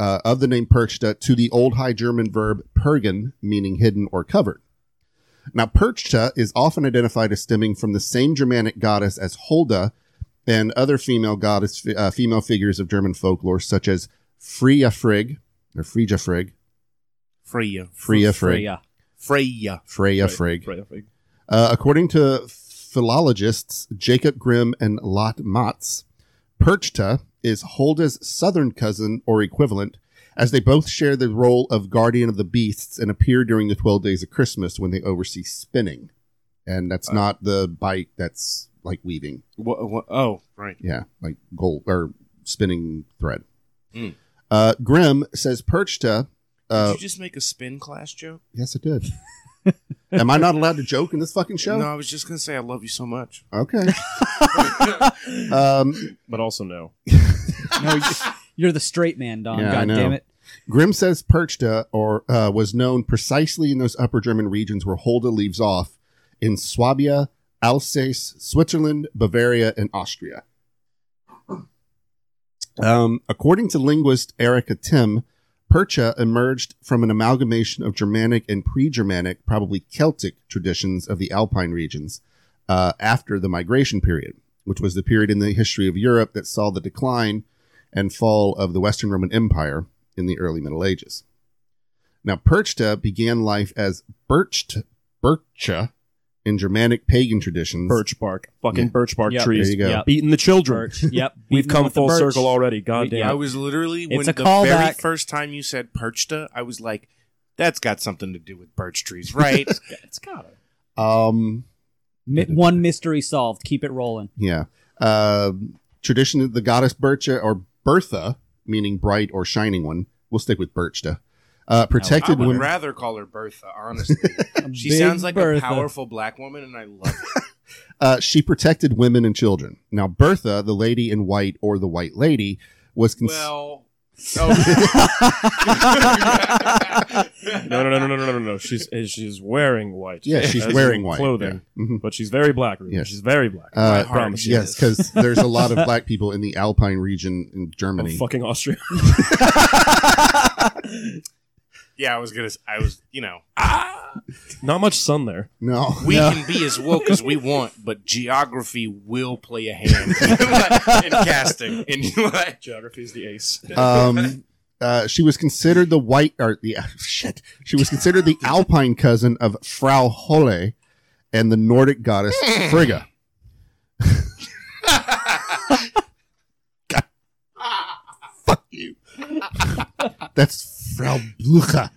[SPEAKER 4] uh, of the name Perchta to the old High German verb pergen, meaning hidden or covered. Now, Perchta is often identified as stemming from the same Germanic goddess as Holda and other female goddess uh, female figures of German folklore, such as Freya Frigg or Frija Frigg,
[SPEAKER 1] Freya.
[SPEAKER 4] Freya Frigg,
[SPEAKER 3] Freya.
[SPEAKER 1] Freya.
[SPEAKER 4] Freya
[SPEAKER 2] Right,
[SPEAKER 4] Frigg.
[SPEAKER 2] Freya Frigg.
[SPEAKER 4] Uh, according to philologists Jacob Grimm and Lot Matz, Perchta is Holda's southern cousin or equivalent, as they both share the role of guardian of the beasts and appear during the 12 days of Christmas when they oversee spinning. And that's
[SPEAKER 2] Uh.
[SPEAKER 4] not the bite that's like weaving.
[SPEAKER 1] Wha- wha- oh, right.
[SPEAKER 4] Yeah, like gold or spinning thread.
[SPEAKER 1] Mm.
[SPEAKER 4] Uh, Grimm says Perchta. Uh,
[SPEAKER 1] did you just make a spin class joke?
[SPEAKER 4] yes, it did. Am I not allowed to joke in this fucking show?
[SPEAKER 1] No, I was just gonna say I love you so much.
[SPEAKER 4] Okay. um,
[SPEAKER 2] But also no.
[SPEAKER 3] No, you- you're the straight man, Don.
[SPEAKER 4] Yeah, I
[SPEAKER 3] God
[SPEAKER 4] know.
[SPEAKER 3] damn it.
[SPEAKER 4] Grimm says Perchta or uh, was known precisely in those Upper German regions where Holda leaves off in Swabia, Alsace, Switzerland, Bavaria, and Austria. Um, according to linguist Erica Tim, Percha emerged from an amalgamation of Germanic and pre-Germanic, probably Celtic traditions of the Alpine regions uh, after the migration period, which was the period in the history of Europe that saw the decline and fall of the Western Roman Empire in the early Middle Ages. Now, Perchta began life as Bircht, Bircha in Germanic pagan traditions.
[SPEAKER 2] Birch bark, fucking
[SPEAKER 4] Yeah.
[SPEAKER 2] birch bark
[SPEAKER 3] Yeah.
[SPEAKER 4] There
[SPEAKER 2] trees,
[SPEAKER 4] you go.
[SPEAKER 3] Yeah.
[SPEAKER 2] beating the children.
[SPEAKER 3] Birch. Yep.
[SPEAKER 2] We've
[SPEAKER 3] Beating
[SPEAKER 2] come
[SPEAKER 3] with the
[SPEAKER 2] full
[SPEAKER 3] birch.
[SPEAKER 2] circle already. God
[SPEAKER 3] Yeah.
[SPEAKER 2] damn.
[SPEAKER 1] I was literally when
[SPEAKER 3] a
[SPEAKER 1] the very
[SPEAKER 3] callback.
[SPEAKER 1] first time you said perchta, I was like, "That's got something to do with birch trees, right?"
[SPEAKER 2] it's gotta.
[SPEAKER 4] Um,
[SPEAKER 3] Mi- one mystery solved. Keep it rolling.
[SPEAKER 4] yeah. Uh, tradition of the goddess Bircha or Bertha, meaning bright or shining one. Well stick with Birchta. Uh,
[SPEAKER 1] I
[SPEAKER 4] protected
[SPEAKER 1] would
[SPEAKER 4] women.
[SPEAKER 1] rather call her Bertha, honestly. she
[SPEAKER 3] Big
[SPEAKER 1] sounds like
[SPEAKER 3] Bertha.
[SPEAKER 1] a powerful black woman, and I love it.
[SPEAKER 4] Uh, she protected women and children. Now, Bertha, the lady in white or the white lady, was cons-
[SPEAKER 1] well. oh.
[SPEAKER 2] No, no, no, no, no, no, no, no. She's eh, she's wearing white.
[SPEAKER 4] Yeah, she's
[SPEAKER 2] As
[SPEAKER 4] wearing
[SPEAKER 2] in
[SPEAKER 4] white.
[SPEAKER 2] clothing,
[SPEAKER 4] Yeah. Mhm.
[SPEAKER 2] but she's very black. Ruben.
[SPEAKER 4] Yes.
[SPEAKER 2] She's very black.
[SPEAKER 4] Uh,
[SPEAKER 2] I promise you.
[SPEAKER 4] yes, because there's a lot of black people in the Alpine region in
[SPEAKER 2] I'm
[SPEAKER 4] Germany.
[SPEAKER 2] fucking Austria.
[SPEAKER 1] yeah, I was gonna. s- I was, you know,
[SPEAKER 2] Not much sun there.
[SPEAKER 4] no,
[SPEAKER 1] we
[SPEAKER 4] no.
[SPEAKER 1] can be as woke as we want, but geography will play a hand in casting. In like,
[SPEAKER 2] Geography is the ace.
[SPEAKER 4] um, uh, she was considered the white or the shit. She was considered the Alpine cousin of Frau Holle and the Nordic goddess Frigga. God. Fuck you. That's Frau Blucher.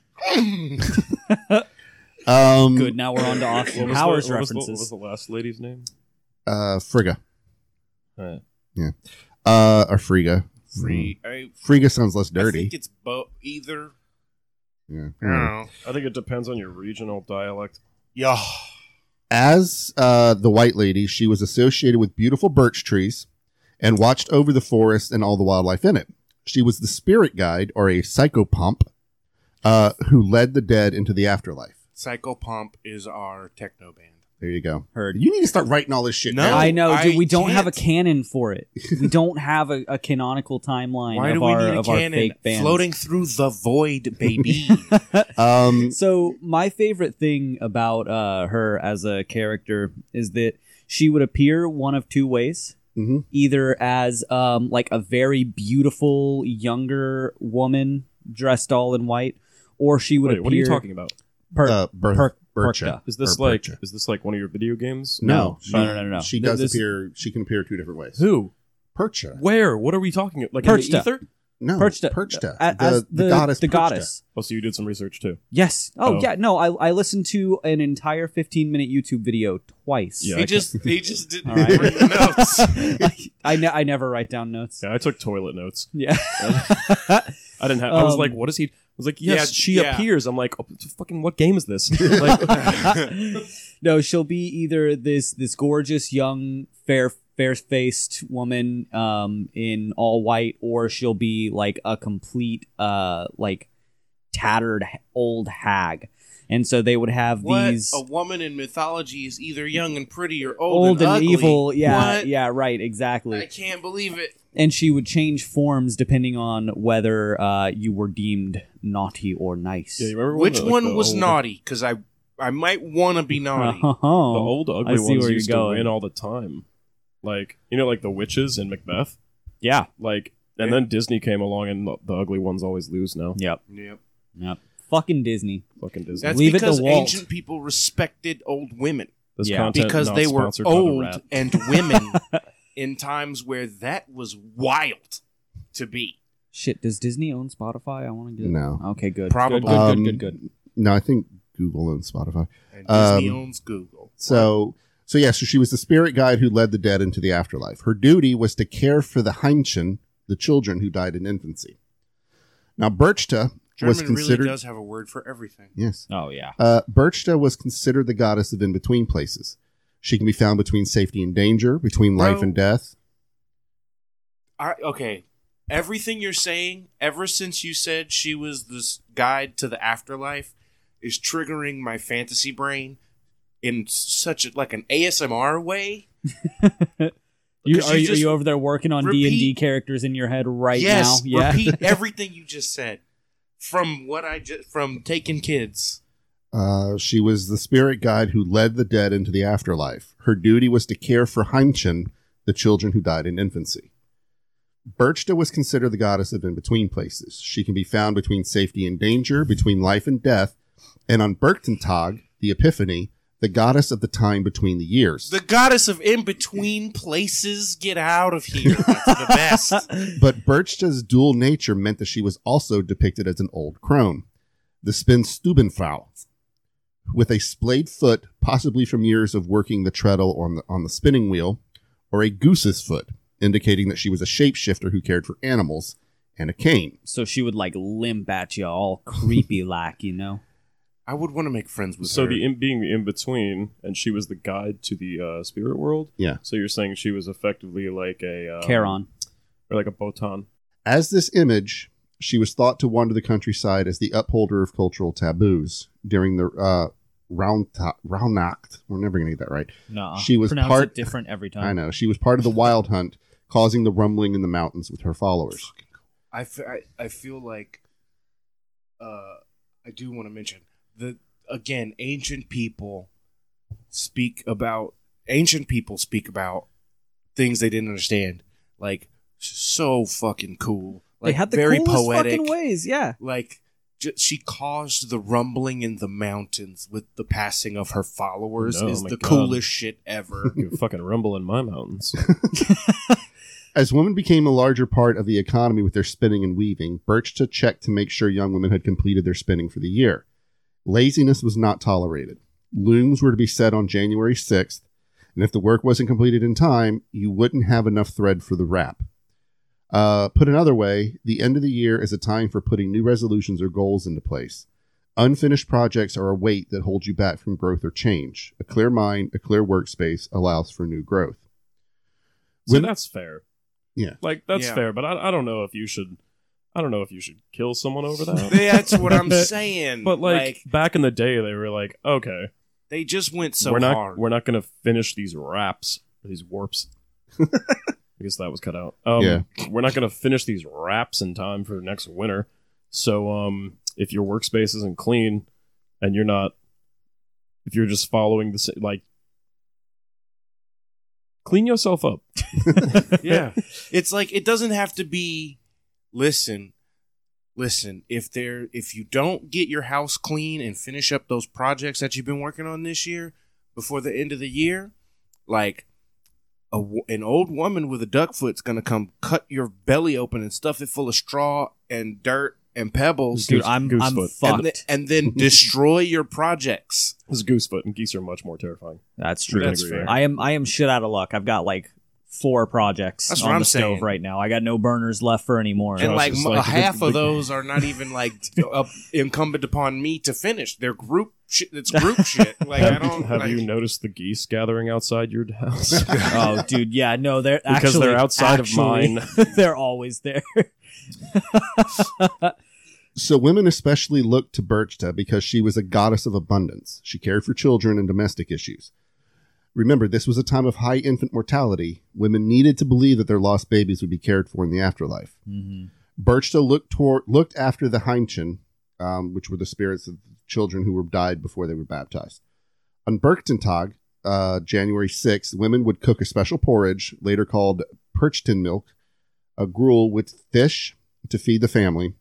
[SPEAKER 4] um,
[SPEAKER 3] Good. Now we're on to Austin Powers
[SPEAKER 2] what was the, what was
[SPEAKER 3] references.
[SPEAKER 2] the last lady's name?
[SPEAKER 4] Uh, Frigga.
[SPEAKER 2] Alright.
[SPEAKER 4] Yeah. Uh, or Frigga.
[SPEAKER 1] free. I,
[SPEAKER 4] Frigga sounds less
[SPEAKER 1] I think
[SPEAKER 4] dirty. Hmm.
[SPEAKER 1] it's both. Either.
[SPEAKER 4] Yeah.
[SPEAKER 1] I don't know.
[SPEAKER 2] I think it depends on your regional dialect.
[SPEAKER 1] Yeah.
[SPEAKER 4] As uh, the white lady, she was associated with beautiful birch trees and watched over the forest and all the wildlife in it. She was the spirit guide or a psychopomp uh, who led the dead into the afterlife.
[SPEAKER 1] Psycho Pump is our techno band.
[SPEAKER 4] There you go.
[SPEAKER 3] Heard.
[SPEAKER 4] You need to start writing all this shit.
[SPEAKER 1] No.
[SPEAKER 4] down.
[SPEAKER 3] I know, dude.
[SPEAKER 1] I
[SPEAKER 3] we don't have a
[SPEAKER 1] can't.
[SPEAKER 3] canon for it. We don't have a, a canonical timeline
[SPEAKER 1] Why
[SPEAKER 3] of
[SPEAKER 1] do we
[SPEAKER 3] our
[SPEAKER 1] need a
[SPEAKER 3] of our
[SPEAKER 1] cannon
[SPEAKER 3] fake bands.
[SPEAKER 1] floating through the void, baby?
[SPEAKER 4] Um,
[SPEAKER 3] So my favorite thing about uh, her as a character is that she would appear one of two ways.
[SPEAKER 2] Mm-hmm.
[SPEAKER 4] mhm.
[SPEAKER 3] either as um, like a very beautiful younger woman dressed all in white, or she would
[SPEAKER 2] Wait,
[SPEAKER 3] appear.
[SPEAKER 2] what are you talking about?
[SPEAKER 3] Per-
[SPEAKER 4] Uh, Ber-
[SPEAKER 3] per- Perkta.
[SPEAKER 4] Bircha.
[SPEAKER 2] Is this
[SPEAKER 4] Or
[SPEAKER 2] like
[SPEAKER 4] Berkshire.
[SPEAKER 2] is this like one of your video games?
[SPEAKER 4] No,
[SPEAKER 3] No, no, no, no, no.
[SPEAKER 4] She
[SPEAKER 2] Th-
[SPEAKER 4] does
[SPEAKER 2] this-
[SPEAKER 4] appear. She can appear two different ways.
[SPEAKER 2] Who?
[SPEAKER 4] Percha.
[SPEAKER 2] Where? What are we talking about? Like in
[SPEAKER 3] Perchta.
[SPEAKER 2] the ether?
[SPEAKER 4] No,
[SPEAKER 3] Perchta,
[SPEAKER 4] Perchta.
[SPEAKER 3] a- as the,
[SPEAKER 4] goddess.
[SPEAKER 3] The
[SPEAKER 4] Perchta.
[SPEAKER 3] goddess.
[SPEAKER 2] Oh, so you did some research too.
[SPEAKER 3] Yes. Oh,
[SPEAKER 2] Oh.
[SPEAKER 3] yeah. No, I, I listened to an entire 15 minute YouTube video twice.
[SPEAKER 2] Yeah. I
[SPEAKER 1] he
[SPEAKER 2] can't-
[SPEAKER 1] just he just didn't
[SPEAKER 3] All right.
[SPEAKER 1] bring the notes.
[SPEAKER 3] I, I, ne- I never write down notes.
[SPEAKER 2] Yeah, I took toilet notes.
[SPEAKER 3] Yeah.
[SPEAKER 2] I didn't have. I was
[SPEAKER 3] Um,
[SPEAKER 2] like, what is he? I was like,
[SPEAKER 1] Yeah,
[SPEAKER 2] yes, she
[SPEAKER 1] yeah.
[SPEAKER 2] appears. I'm like, oh, fucking, what game is this? like,
[SPEAKER 3] no, she'll be either this this gorgeous young fair fair faced woman um in all white, or she'll be like a complete uh like tattered h- old hag. And so they would have
[SPEAKER 1] What
[SPEAKER 3] these
[SPEAKER 1] a woman in mythology is either young and pretty or old,
[SPEAKER 3] old and
[SPEAKER 1] ugly.
[SPEAKER 3] evil. Yeah,
[SPEAKER 1] What?
[SPEAKER 3] yeah, right,
[SPEAKER 1] I
[SPEAKER 3] exactly.
[SPEAKER 1] can't believe it.
[SPEAKER 3] And she would change forms depending on whether uh you were deemed naughty or nice.
[SPEAKER 2] yeah, you remember
[SPEAKER 1] Which
[SPEAKER 2] of the- like,
[SPEAKER 1] one
[SPEAKER 2] the
[SPEAKER 1] was
[SPEAKER 2] old-
[SPEAKER 1] naughty? Because I I might want to be naughty.
[SPEAKER 3] Uh-huh.
[SPEAKER 2] The old ugly
[SPEAKER 3] Oh, I see
[SPEAKER 2] ones
[SPEAKER 3] where you're
[SPEAKER 2] used
[SPEAKER 3] going.
[SPEAKER 2] to win all the time. Like you know, like the witches in Macbeth.
[SPEAKER 3] yeah.
[SPEAKER 2] Like, and then Disney came along, and the, the ugly ones always lose now.
[SPEAKER 3] Yep.
[SPEAKER 1] Yep.
[SPEAKER 3] Yep. Fucking Disney.
[SPEAKER 2] Fucking Disney.
[SPEAKER 1] That's
[SPEAKER 3] Leave it to
[SPEAKER 1] because
[SPEAKER 3] Walt.
[SPEAKER 1] ancient people respected old women
[SPEAKER 2] This
[SPEAKER 3] Yeah.
[SPEAKER 2] content
[SPEAKER 1] because
[SPEAKER 2] not
[SPEAKER 1] they were
[SPEAKER 2] sponsored by the
[SPEAKER 1] old
[SPEAKER 2] rat.
[SPEAKER 1] and women in times where that was wild to be.
[SPEAKER 3] Shit, does Disney own Spotify? I want to get
[SPEAKER 4] No.
[SPEAKER 3] Okay, good.
[SPEAKER 1] Probably.
[SPEAKER 3] Good, good,
[SPEAKER 4] Um,
[SPEAKER 3] good, good, good.
[SPEAKER 4] No, I think Google and Spotify.
[SPEAKER 1] And
[SPEAKER 4] Um,
[SPEAKER 1] Disney owns Google.
[SPEAKER 4] So, so yeah, so she was the spirit guide who led the dead into the afterlife. Her duty was to care for the Heimchen, the children who died in infancy. Now, Birchta was
[SPEAKER 1] German
[SPEAKER 4] considered.
[SPEAKER 1] really does have a word for everything.
[SPEAKER 4] Yes.
[SPEAKER 3] Oh yeah.
[SPEAKER 4] Uh, Birchta was considered the goddess of in between places. She can be found between safety and danger, between life
[SPEAKER 1] Bro.
[SPEAKER 4] and death.
[SPEAKER 1] I, okay. Everything you're saying, ever since you said she was this guide to the afterlife, is triggering my fantasy brain in such a, like an ASMR way.
[SPEAKER 3] You,
[SPEAKER 1] Because
[SPEAKER 3] are,
[SPEAKER 1] you
[SPEAKER 3] you, are
[SPEAKER 1] just
[SPEAKER 3] you over there working on D
[SPEAKER 1] repeat-
[SPEAKER 3] and D characters in your head right
[SPEAKER 1] yes,
[SPEAKER 3] now? Yeah.
[SPEAKER 1] repeat everything you just said from what I just from taking kids.
[SPEAKER 4] Uh, she was the spirit guide who led the dead into the afterlife. Her duty was to care for Heimchen, the children who died in infancy. Birchta was considered the goddess of in between places. She can be found between safety and danger, between life and death, and on Berchtentag, the Epiphany, the the goddess of the time between the years.
[SPEAKER 1] The goddess of in between places. Get out of here. That's the best.
[SPEAKER 4] But Berchta's dual nature meant that she was also depicted as an old crone, the Spinstubenfrau, with a splayed foot, possibly from years of working the treadle on the, on the spinning wheel, or a goose's foot, indicating that she was a shapeshifter who cared for animals, and a cane.
[SPEAKER 3] so she would like limp at you all creepy like, you know?
[SPEAKER 1] I would want to make friends with
[SPEAKER 2] So
[SPEAKER 1] her.
[SPEAKER 2] the in being the in between, and she was the guide to the uh, spirit world.
[SPEAKER 4] Yeah.
[SPEAKER 2] So you're saying she was effectively like a um,
[SPEAKER 1] Uh,
[SPEAKER 3] Charon.
[SPEAKER 2] or like a botan.
[SPEAKER 4] As this image, she was thought to wander the countryside as the upholder of cultural taboos during the uh, Round Roundnacht. We're never going to get that right.
[SPEAKER 5] No,
[SPEAKER 4] She was
[SPEAKER 5] pronounce
[SPEAKER 4] part-
[SPEAKER 5] it different every time.
[SPEAKER 4] I know. She was part of the wild hunt, causing the rumbling in the mountains with her followers.
[SPEAKER 1] I, f- I, I feel like uh, I do want to mention the again ancient people speak about ancient people speak about things they didn't understand like so fucking cool like
[SPEAKER 3] they had the
[SPEAKER 1] very
[SPEAKER 3] coolest
[SPEAKER 1] poetic
[SPEAKER 3] fucking ways, yeah.
[SPEAKER 1] like ju- she caused the rumbling in the mountains with the passing of her followers
[SPEAKER 2] No,
[SPEAKER 1] is
[SPEAKER 2] my
[SPEAKER 1] the
[SPEAKER 2] God.
[SPEAKER 1] coolest shit ever
[SPEAKER 2] You could fucking rumble in my mountains.
[SPEAKER 4] As women became a larger part of the economy with their spinning and weaving, Birchta checked to make sure young women had completed their spinning for the year. Laziness was not tolerated. Looms were to be set on January 6th, and if the work wasn't completed in time, you wouldn't have enough thread for the wrap. Uh, put another way, the end of the year is a time for putting new resolutions or goals into place. Unfinished projects are a weight that holds you back from growth or change. A clear mind, a clear workspace allows for new growth.
[SPEAKER 2] So
[SPEAKER 4] When-
[SPEAKER 2] that's fair.
[SPEAKER 4] Yeah.
[SPEAKER 2] Like that's
[SPEAKER 1] Yeah.
[SPEAKER 2] fair, but I, I don't know if you should I don't know if you should kill someone over that.
[SPEAKER 1] that's what i'm saying
[SPEAKER 2] but like, back in the day they were like, okay,
[SPEAKER 1] they just went so
[SPEAKER 2] we're not
[SPEAKER 1] hard
[SPEAKER 2] we're not gonna finish these wraps or these warps. I guess that was cut out. Um,
[SPEAKER 4] Yeah.
[SPEAKER 2] we're not gonna finish these wraps in time for next winter. So um if your workspace isn't clean and you're not if you're just following the sa- like clean yourself up.
[SPEAKER 1] yeah. It's like it doesn't have to be listen. Listen, if there if you don't get your house clean and finish up those projects that you've been working on this year before the end of the year, like a, wo- an old woman with a duck foot's going to come cut your belly open and stuff it full of straw and dirt and pebbles
[SPEAKER 3] Dude, I'm
[SPEAKER 2] goose
[SPEAKER 3] I'm
[SPEAKER 2] foot.
[SPEAKER 1] and,
[SPEAKER 3] fucked.
[SPEAKER 1] then, and then destroy your projects.
[SPEAKER 2] This goosefoot and geese are much more terrifying.
[SPEAKER 3] That's true.
[SPEAKER 2] That's fair.
[SPEAKER 3] I am I am shit out of luck. I've got like four projects
[SPEAKER 1] That's
[SPEAKER 3] on
[SPEAKER 1] what
[SPEAKER 3] the
[SPEAKER 1] I'm
[SPEAKER 3] stove
[SPEAKER 1] saying.
[SPEAKER 3] right now. I got no burners left for anymore.
[SPEAKER 1] and
[SPEAKER 2] Josh
[SPEAKER 1] like,
[SPEAKER 2] is
[SPEAKER 1] m
[SPEAKER 2] like,
[SPEAKER 1] half
[SPEAKER 2] "This-
[SPEAKER 1] of
[SPEAKER 2] the-
[SPEAKER 1] those are not even like up, incumbent upon me to finish. They're group shit. It's group shit. Like I
[SPEAKER 2] have
[SPEAKER 1] don't.
[SPEAKER 2] have
[SPEAKER 1] like,
[SPEAKER 2] you noticed the geese gathering outside your house?
[SPEAKER 3] oh, dude, yeah, no, they're
[SPEAKER 2] Because
[SPEAKER 3] actually,
[SPEAKER 2] they're outside of
[SPEAKER 3] actually,
[SPEAKER 2] mine.
[SPEAKER 3] they're always there.
[SPEAKER 4] So women especially looked to Berchta because she was a goddess of abundance. She cared for children and domestic issues. Remember, this was a time of high infant mortality. Women needed to believe that their lost babies would be cared for in the afterlife.
[SPEAKER 5] Mhm.
[SPEAKER 3] Mm-hmm.
[SPEAKER 4] Berchta looked toward, looked after the Heimchen, um, which were the spirits of children who were died before they were baptized. On Berchtentag, uh, January 6th, women would cook a special porridge, later called Perchten milk, a gruel with fish to feed the family,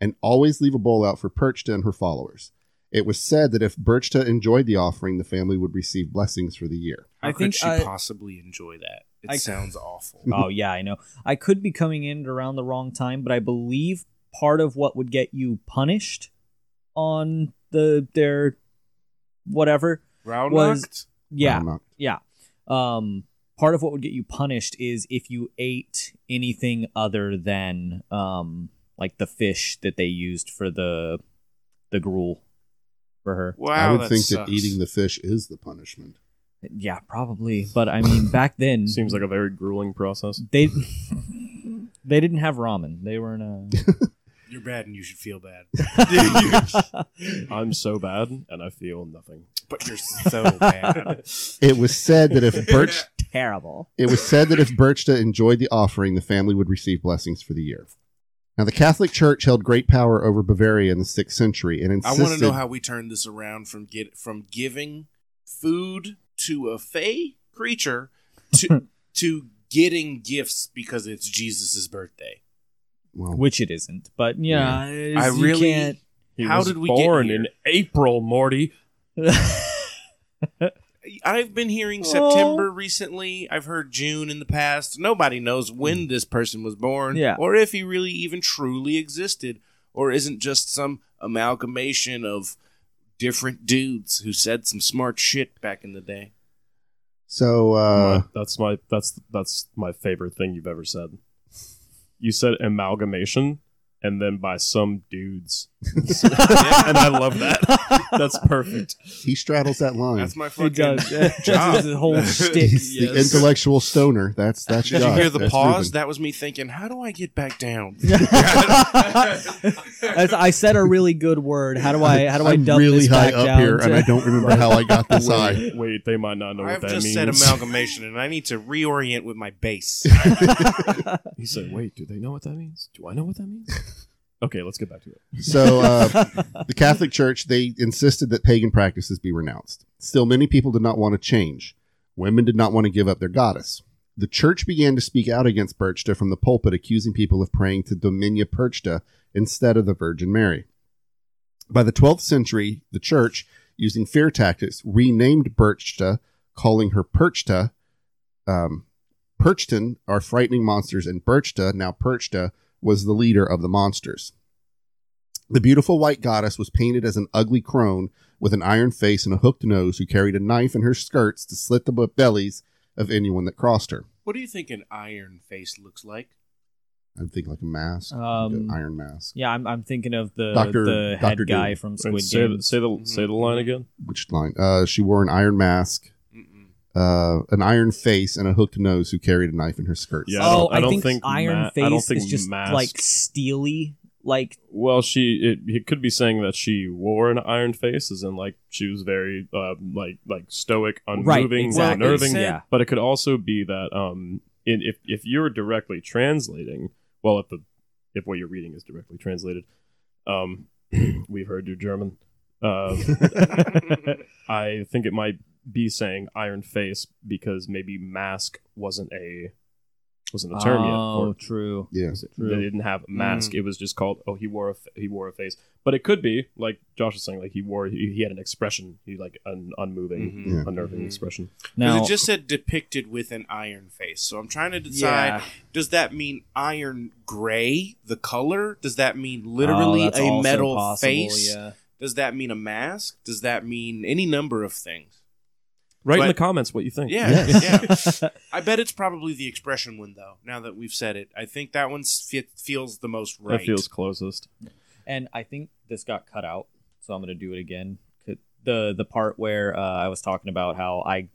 [SPEAKER 4] and always leave a bowl out for Perchta and her followers. It was said that if Berchta enjoyed the offering, the family would receive blessings for the year.
[SPEAKER 1] How
[SPEAKER 3] I
[SPEAKER 1] could
[SPEAKER 3] think
[SPEAKER 1] she
[SPEAKER 3] I-
[SPEAKER 1] possibly enjoy that? It
[SPEAKER 3] I-
[SPEAKER 1] sounds awful.
[SPEAKER 3] oh yeah, I know. I could be coming in at around the wrong time, but I believe part of what would get you punished on the their whatever.
[SPEAKER 1] Round
[SPEAKER 3] Was-
[SPEAKER 1] knocked?
[SPEAKER 3] Yeah,
[SPEAKER 4] I'm not-
[SPEAKER 3] Yeah. Um, part of what would get you punished is if you ate anything other than um, like the fish that they used for the the gruel for her.
[SPEAKER 1] Wow,
[SPEAKER 4] I would
[SPEAKER 1] that
[SPEAKER 4] think
[SPEAKER 1] sucks.
[SPEAKER 4] that eating the fish is the punishment.
[SPEAKER 3] Yeah, probably. But I mean, back then
[SPEAKER 2] Seems like a very grueling process.
[SPEAKER 3] they they didn't have ramen. They uh, were in
[SPEAKER 1] you're bad and you should feel bad,
[SPEAKER 3] a.
[SPEAKER 2] I'm so bad, and I feel nothing.
[SPEAKER 1] but you're so bad.
[SPEAKER 4] It was said that if Birch
[SPEAKER 3] Terrible.
[SPEAKER 4] It was said that if Berchta enjoyed the offering, the family would receive blessings for the year. Now, the Catholic Church held great power over Bavaria in the 6th century and
[SPEAKER 1] I
[SPEAKER 4] insisted.
[SPEAKER 1] want to know how we turn this around from get from giving food to a fey creature to to getting gifts because it's Jesus' birthday.
[SPEAKER 4] Well,
[SPEAKER 3] Which it isn't, but yeah,
[SPEAKER 1] I
[SPEAKER 3] you
[SPEAKER 1] really
[SPEAKER 3] can't-
[SPEAKER 2] He
[SPEAKER 1] How
[SPEAKER 2] was
[SPEAKER 1] did we get
[SPEAKER 2] born
[SPEAKER 1] here?
[SPEAKER 2] in April, Morty?
[SPEAKER 1] I've been hearing
[SPEAKER 3] Oh.
[SPEAKER 1] September recently. I've heard June in the past. Nobody knows when this person was born
[SPEAKER 3] Mm. Yeah.
[SPEAKER 1] or if he really even truly existed or isn't just some amalgamation of different dudes who said some smart shit back in the day.
[SPEAKER 4] So uh,
[SPEAKER 2] My- that's my that's that's my favorite thing you've ever said. You said amalgamation, and then by some dudes, and I love that. That's perfect.
[SPEAKER 4] he straddles that line.
[SPEAKER 1] That's my
[SPEAKER 3] He
[SPEAKER 1] fucking
[SPEAKER 3] does. Yeah.
[SPEAKER 1] job.
[SPEAKER 3] That's his whole shtick.
[SPEAKER 4] He's the
[SPEAKER 2] Yes.
[SPEAKER 4] intellectual stoner. That's that's
[SPEAKER 1] Did you
[SPEAKER 4] Josh.
[SPEAKER 1] hear the
[SPEAKER 4] That's
[SPEAKER 1] pause?
[SPEAKER 4] Ruben.
[SPEAKER 1] That was me thinking, how do I get back down?
[SPEAKER 3] That's- I said a really good word. How do I? How do I
[SPEAKER 4] I'm
[SPEAKER 3] dump
[SPEAKER 4] really
[SPEAKER 3] this
[SPEAKER 4] high
[SPEAKER 3] back
[SPEAKER 4] up
[SPEAKER 3] down?
[SPEAKER 4] here,
[SPEAKER 3] to-
[SPEAKER 4] and I don't remember how I got this high.
[SPEAKER 2] Wait, they might not know
[SPEAKER 1] I've
[SPEAKER 2] what that
[SPEAKER 1] just
[SPEAKER 2] means.
[SPEAKER 1] said amalgamation and I need to reorient with my base.
[SPEAKER 2] he said, "Wait, do they know what that means? Do I know what that means?" okay, let's get back to it.
[SPEAKER 4] So uh, the Catholic Church they insisted that pagan practices be renounced. Still, many people did not want to change. Women did not want to give up their goddess. The church began to speak out against Perchta from the pulpit, accusing people of praying to Dominia Perchta instead of the Virgin Mary. By the 12th century, the church, using fear tactics, renamed Perchta, calling her Perchta. Um, Perchton are frightening monsters, and Perchta, now Perchta, was the leader of the monsters. The beautiful white goddess was painted as an ugly crone with an iron face and a hooked nose who carried a knife in her skirts to slit the bu- bellies of anyone that crossed her.
[SPEAKER 1] what do you think an iron face looks like?
[SPEAKER 4] I'm thinking like a mask, like
[SPEAKER 3] Um,
[SPEAKER 4] an iron mask.
[SPEAKER 3] Yeah, I'm, I'm thinking of the
[SPEAKER 4] Dr.
[SPEAKER 3] the head
[SPEAKER 4] Dr. Doom.
[SPEAKER 3] guy from
[SPEAKER 2] Wait,
[SPEAKER 3] Squid
[SPEAKER 2] say, the,
[SPEAKER 3] Games.
[SPEAKER 2] say
[SPEAKER 1] Mm-hmm.
[SPEAKER 2] the say the line again.
[SPEAKER 4] Which line? Uh, she wore an iron mask,
[SPEAKER 1] Mm-mm.
[SPEAKER 4] uh, an iron face, and a hooked nose who carried a knife in her skirts.
[SPEAKER 2] Yeah. I don't-
[SPEAKER 3] oh,
[SPEAKER 2] I don't
[SPEAKER 3] think,
[SPEAKER 2] think
[SPEAKER 3] Iron
[SPEAKER 2] ma- I
[SPEAKER 3] Face
[SPEAKER 2] don't think
[SPEAKER 3] is just
[SPEAKER 2] mask-
[SPEAKER 3] like steely. Like
[SPEAKER 2] Well, she it, it could be saying that she wore an iron face, as in like she was very uh, like like stoic, unmoving,
[SPEAKER 3] right, exactly.
[SPEAKER 2] unnerving.
[SPEAKER 1] said-
[SPEAKER 3] yeah.
[SPEAKER 2] But it could also be that um, in, if if you're directly translating, well, if the if what you're reading is directly translated, um, we've heard you German. Uh, I think it might be saying iron face because maybe mask wasn't a wasn't a term yet.
[SPEAKER 3] oh,
[SPEAKER 2] or-
[SPEAKER 3] true.
[SPEAKER 4] Yeah.
[SPEAKER 2] they didn't have a mask.
[SPEAKER 1] Mm.
[SPEAKER 2] It was just called. Oh, he wore a f- he wore a face. But it could be like Josh was saying, like he wore he, he had an expression, he like an unmoving,
[SPEAKER 1] Mhm.
[SPEAKER 4] Yeah.
[SPEAKER 2] unnerving
[SPEAKER 1] Mhm.
[SPEAKER 2] expression.
[SPEAKER 1] 'Cause
[SPEAKER 3] Now,
[SPEAKER 1] it just said depicted with an iron face. So I'm trying to decide
[SPEAKER 3] Yeah.
[SPEAKER 1] does that mean iron gray, the color? Does that mean literally
[SPEAKER 3] Oh, that's
[SPEAKER 1] a
[SPEAKER 3] also
[SPEAKER 1] metal
[SPEAKER 3] possible,
[SPEAKER 1] face?
[SPEAKER 3] Yeah.
[SPEAKER 1] Does that mean a mask? Does that mean any number of things?
[SPEAKER 2] Write in
[SPEAKER 1] But-
[SPEAKER 2] the comments what you
[SPEAKER 3] Oh,
[SPEAKER 2] think.
[SPEAKER 1] Yeah,
[SPEAKER 4] Yes.
[SPEAKER 1] yeah. I bet it's probably the expression one though. Now that we've said it, I think that one fe- feels the most
[SPEAKER 2] that
[SPEAKER 1] right.
[SPEAKER 2] feels closest.
[SPEAKER 3] And I think this got cut out, so I'm gonna do it again. C- The the part where uh, I was talking about how I,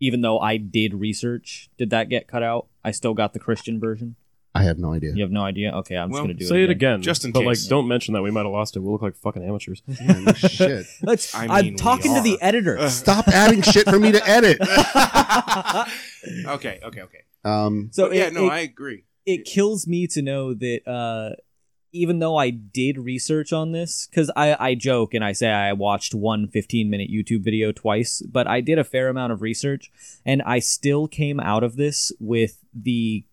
[SPEAKER 3] even though I did research, did that get cut out? I still got the Christian version.
[SPEAKER 4] I have no idea.
[SPEAKER 3] You have no idea. Okay, I'm
[SPEAKER 1] Well,
[SPEAKER 3] just gonna do
[SPEAKER 2] Say it
[SPEAKER 3] it
[SPEAKER 2] again,
[SPEAKER 1] Just in
[SPEAKER 2] but
[SPEAKER 1] case.
[SPEAKER 2] like don't mention that we might have lost it. We'll look like fucking amateurs.
[SPEAKER 4] Holy shit.
[SPEAKER 3] Let's.
[SPEAKER 1] I
[SPEAKER 3] I'm
[SPEAKER 1] mean, we
[SPEAKER 3] talking to
[SPEAKER 1] are.
[SPEAKER 3] the editor.
[SPEAKER 4] Stop adding shit for me to edit.
[SPEAKER 1] okay, okay, okay.
[SPEAKER 4] Um,
[SPEAKER 3] so
[SPEAKER 1] But yeah,
[SPEAKER 3] it-
[SPEAKER 1] no,
[SPEAKER 3] it-
[SPEAKER 1] I agree.
[SPEAKER 3] it kills me to know that uh, even though I did research on this, because I, I joke and I say I watched one 15 minute YouTube video twice, but I did a fair amount of research and I still came out of this with the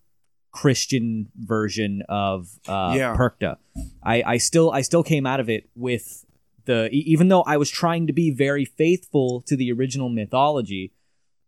[SPEAKER 3] Christian version of uh,
[SPEAKER 1] Yeah.
[SPEAKER 3] Perkta. I, I still I still came out of it with the e- even though I was trying to be very faithful to the original mythology.